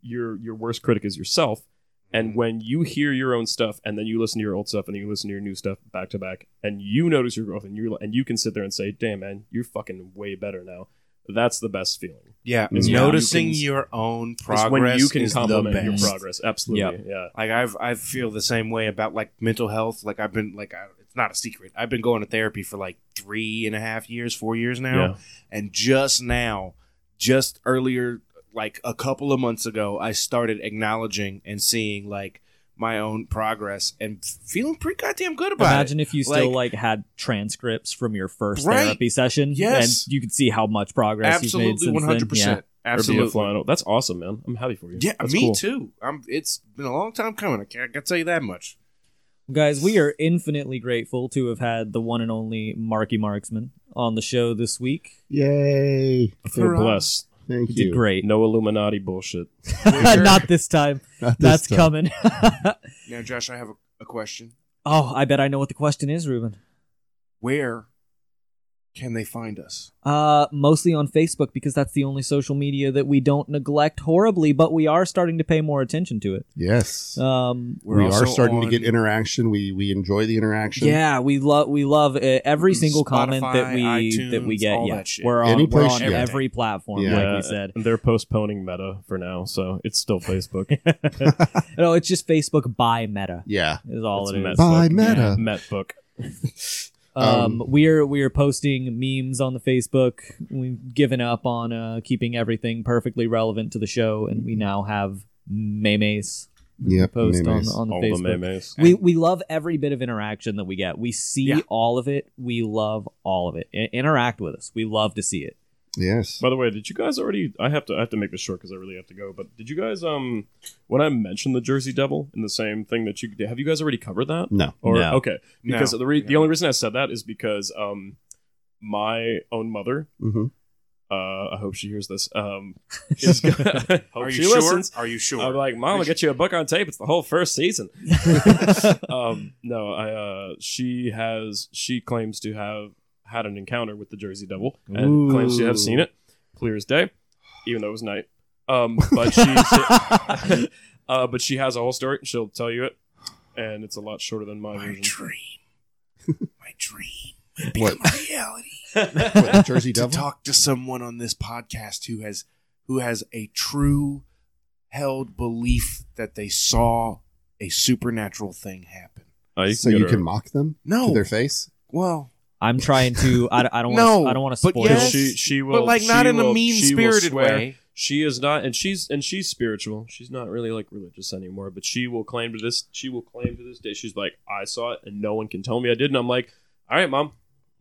[SPEAKER 2] your your worst critic is yourself. And
[SPEAKER 1] Mm-hmm.
[SPEAKER 2] when you hear your own stuff, and then you listen to your old stuff, and you listen to your new stuff back to back, and you notice your growth, and you and you can sit there and say, "Damn, man, you're fucking way better now." That's the best feeling.
[SPEAKER 1] Yeah,
[SPEAKER 4] It's
[SPEAKER 2] when
[SPEAKER 1] noticing
[SPEAKER 2] you can-
[SPEAKER 1] your own
[SPEAKER 2] It's
[SPEAKER 1] progress
[SPEAKER 2] when you can
[SPEAKER 1] is the
[SPEAKER 2] compliment
[SPEAKER 1] best.
[SPEAKER 2] your progress. Absolutely, yeah.
[SPEAKER 1] Like I've I feel the same way about like mental health. Like I've been like I, it's not a secret. I've been going to therapy for like three and a half years, four years now,
[SPEAKER 2] Yeah.
[SPEAKER 1] and just now, just earlier, like a couple of months ago, I started acknowledging and seeing like my own progress and feeling pretty goddamn good about it.
[SPEAKER 3] Imagine if you still like, had transcripts from your first
[SPEAKER 1] Right.
[SPEAKER 3] therapy session,
[SPEAKER 1] Yes.
[SPEAKER 3] and you could see how much progress you've made
[SPEAKER 1] Absolutely,
[SPEAKER 3] since
[SPEAKER 1] one hundred
[SPEAKER 3] then.
[SPEAKER 1] percent.
[SPEAKER 2] Or be a
[SPEAKER 1] Absolutely.
[SPEAKER 2] fly on- That's awesome, man. I'm happy for you.
[SPEAKER 1] Yeah,
[SPEAKER 2] That's
[SPEAKER 1] me
[SPEAKER 2] cool.
[SPEAKER 1] too. I'm. It's been a long time coming. I can, I can tell you that much.
[SPEAKER 3] Yeah. Guys, we are infinitely grateful to have had the one and only Marky Marksman on the show this week.
[SPEAKER 4] yay!
[SPEAKER 2] I feel
[SPEAKER 1] Hurrah.
[SPEAKER 2] blessed.
[SPEAKER 4] Thank
[SPEAKER 3] You
[SPEAKER 4] you.
[SPEAKER 3] did great.
[SPEAKER 2] No Illuminati bullshit.
[SPEAKER 3] Not this time.
[SPEAKER 4] Not this
[SPEAKER 3] That's
[SPEAKER 4] time.
[SPEAKER 3] coming.
[SPEAKER 1] Now, Josh, I have a, a question.
[SPEAKER 3] oh, I bet I know what the question is, Ruben.
[SPEAKER 1] Where can they find us?
[SPEAKER 3] Uh, mostly on Facebook because that's the only social media that we don't neglect horribly, but we are starting to pay more attention to it.
[SPEAKER 4] Yes.
[SPEAKER 3] Um,
[SPEAKER 1] We're
[SPEAKER 4] we
[SPEAKER 1] also
[SPEAKER 4] are starting
[SPEAKER 1] on
[SPEAKER 4] to get interaction. We we enjoy the interaction.
[SPEAKER 3] yeah, we love we love uh, every single comment
[SPEAKER 1] Mm, Spotify,
[SPEAKER 3] that we that we
[SPEAKER 1] iTunes,
[SPEAKER 3] get.
[SPEAKER 1] all
[SPEAKER 3] Yeah,
[SPEAKER 1] that shit.
[SPEAKER 3] we're on,
[SPEAKER 4] Any
[SPEAKER 3] we're
[SPEAKER 4] place
[SPEAKER 3] on
[SPEAKER 4] you go.
[SPEAKER 3] every platform,
[SPEAKER 4] Yeah.
[SPEAKER 3] like we said.
[SPEAKER 2] and they're postponing Meta for now, so it's still Facebook.
[SPEAKER 3] no, it's just Facebook by Meta
[SPEAKER 4] Yeah.
[SPEAKER 3] is all
[SPEAKER 2] It's
[SPEAKER 3] it is.
[SPEAKER 2] Meta.
[SPEAKER 4] By
[SPEAKER 2] Facebook.
[SPEAKER 4] Meta.
[SPEAKER 2] Metbook.
[SPEAKER 3] Um,
[SPEAKER 4] Um,
[SPEAKER 3] we're we're posting memes on the Facebook. We've given up on uh, keeping everything perfectly relevant to the show, and we now have memes
[SPEAKER 4] Yep.
[SPEAKER 3] post on,
[SPEAKER 4] memes.
[SPEAKER 3] on the
[SPEAKER 2] All
[SPEAKER 3] Facebook.
[SPEAKER 2] the memes.
[SPEAKER 3] we we love every bit of interaction that we get. We see
[SPEAKER 1] Yeah.
[SPEAKER 3] all of it. We love all of it. I- interact with us. We love to see it.
[SPEAKER 4] yes.
[SPEAKER 2] By the way, did you guys already? I have to. I have to make this short because I really have to go. But did you guys? Um, when I mentioned the Jersey Devil in the same thing that you have, you guys already covered that?
[SPEAKER 4] No.
[SPEAKER 2] Or
[SPEAKER 3] No.
[SPEAKER 2] okay, because
[SPEAKER 1] No.
[SPEAKER 2] the re-
[SPEAKER 1] Yeah.
[SPEAKER 2] the only reason I said that is because um, my own mother.
[SPEAKER 4] Mm-hmm.
[SPEAKER 2] Uh, I hope she hears this. Um, is, hope
[SPEAKER 1] Are
[SPEAKER 2] she
[SPEAKER 1] you sure?
[SPEAKER 2] listens.
[SPEAKER 1] Are you sure?
[SPEAKER 2] I'm like, Mom, I'll get you a book on tape. It's the whole first season. um, no, I uh, she has she claims to have had an encounter with the Jersey Devil and
[SPEAKER 4] Ooh.
[SPEAKER 2] claims to have seen it clear as day, even though it was night. Um, but she uh, but she has a whole story. She'll tell you it, and it's a lot shorter than my
[SPEAKER 1] my
[SPEAKER 2] version.
[SPEAKER 1] dream. My dream.
[SPEAKER 4] What?
[SPEAKER 1] Become a reality.
[SPEAKER 2] Uh,
[SPEAKER 4] What, the Jersey
[SPEAKER 1] to
[SPEAKER 4] Devil.
[SPEAKER 1] talk to someone on this podcast who has who has a true held belief that they saw a supernatural thing happen.
[SPEAKER 2] Uh, you
[SPEAKER 4] so
[SPEAKER 2] go
[SPEAKER 4] you
[SPEAKER 2] to
[SPEAKER 4] can
[SPEAKER 2] her.
[SPEAKER 4] mock them to
[SPEAKER 1] No.
[SPEAKER 4] their face.
[SPEAKER 1] Well,
[SPEAKER 3] I'm trying to. I, I don't. Wanna,
[SPEAKER 1] No,
[SPEAKER 3] I don't want to
[SPEAKER 1] but
[SPEAKER 3] spoil.
[SPEAKER 1] yes.
[SPEAKER 2] She she will,
[SPEAKER 1] but like not
[SPEAKER 2] she
[SPEAKER 1] in a
[SPEAKER 2] will-
[SPEAKER 1] mean
[SPEAKER 2] she will
[SPEAKER 1] spirited
[SPEAKER 2] swear
[SPEAKER 1] way.
[SPEAKER 2] she is not and she's and she's spiritual she's not really like religious anymore but she will claim to this she will claim to this day she's like i saw it and no one can tell me i didn't i'm like all right mom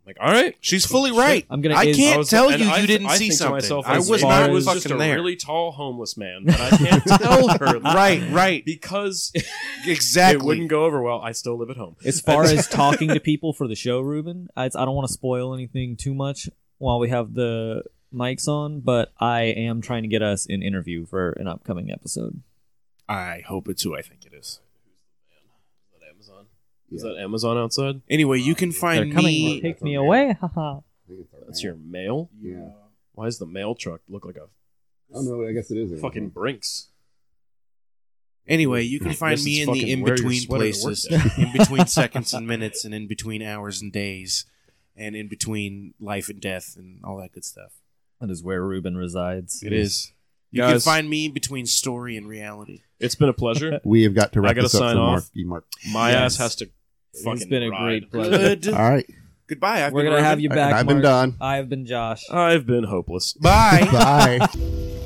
[SPEAKER 2] Like, all right.
[SPEAKER 1] She's fully right.
[SPEAKER 2] Uh,
[SPEAKER 3] I'm gonna.
[SPEAKER 1] I
[SPEAKER 3] is-
[SPEAKER 1] can't
[SPEAKER 2] was-
[SPEAKER 1] tell
[SPEAKER 2] and
[SPEAKER 1] you you
[SPEAKER 2] I-
[SPEAKER 1] didn't
[SPEAKER 2] I
[SPEAKER 1] see
[SPEAKER 2] think to
[SPEAKER 1] something.
[SPEAKER 2] myself,
[SPEAKER 1] I
[SPEAKER 2] as
[SPEAKER 1] was
[SPEAKER 2] far
[SPEAKER 1] not
[SPEAKER 2] as
[SPEAKER 1] fucking
[SPEAKER 2] just a
[SPEAKER 1] there.
[SPEAKER 2] really tall homeless man, but I can't tell her that
[SPEAKER 1] right, right,
[SPEAKER 2] because uh, it
[SPEAKER 1] exactly.
[SPEAKER 2] wouldn't go over well. I still live at home.
[SPEAKER 3] As far as talking to people for the show, Ruben, I, I don't want to spoil anything too much while we have the mics on, but I am trying to get us an interview for an upcoming episode.
[SPEAKER 1] I hope it's who I think it is.
[SPEAKER 2] Is that Amazon? Is that Amazon outside?
[SPEAKER 1] Anyway, you can
[SPEAKER 3] They're
[SPEAKER 1] find
[SPEAKER 3] coming
[SPEAKER 1] me.
[SPEAKER 3] to take me
[SPEAKER 4] Okay.
[SPEAKER 3] away. Haha.
[SPEAKER 2] That's your mail.
[SPEAKER 4] Yeah.
[SPEAKER 2] Why does the mail truck look like a
[SPEAKER 4] Oh no, I guess it is.
[SPEAKER 2] fucking Brinks?
[SPEAKER 1] Anyway, you can find
[SPEAKER 2] This
[SPEAKER 1] me
[SPEAKER 2] is
[SPEAKER 1] in the
[SPEAKER 2] fucking
[SPEAKER 1] in
[SPEAKER 2] wear your
[SPEAKER 1] between
[SPEAKER 2] sweater to work
[SPEAKER 1] places,
[SPEAKER 2] day.
[SPEAKER 1] in between seconds and minutes, and in between hours and days, and in between life and death, and all that good stuff.
[SPEAKER 3] That is where Ruben resides.
[SPEAKER 1] It is. You can
[SPEAKER 2] Guys.
[SPEAKER 1] find me in between story and reality.
[SPEAKER 2] It's been a pleasure.
[SPEAKER 4] We have got to wrap
[SPEAKER 2] I gotta
[SPEAKER 4] this up
[SPEAKER 2] sign
[SPEAKER 4] for
[SPEAKER 2] off.
[SPEAKER 4] Mark. E. Mark.
[SPEAKER 2] My
[SPEAKER 3] Yes.
[SPEAKER 2] ass has to fucking.
[SPEAKER 3] It's been a
[SPEAKER 2] ride.
[SPEAKER 3] great pleasure.
[SPEAKER 1] Good.
[SPEAKER 4] All right.
[SPEAKER 1] Goodbye. I've
[SPEAKER 3] We're
[SPEAKER 1] been
[SPEAKER 3] gonna have
[SPEAKER 1] Ruben.
[SPEAKER 3] you back.
[SPEAKER 4] I've been
[SPEAKER 3] Mark.
[SPEAKER 4] done.
[SPEAKER 3] I have been Josh.
[SPEAKER 2] I've been hopeless.
[SPEAKER 1] Bye.
[SPEAKER 4] Bye.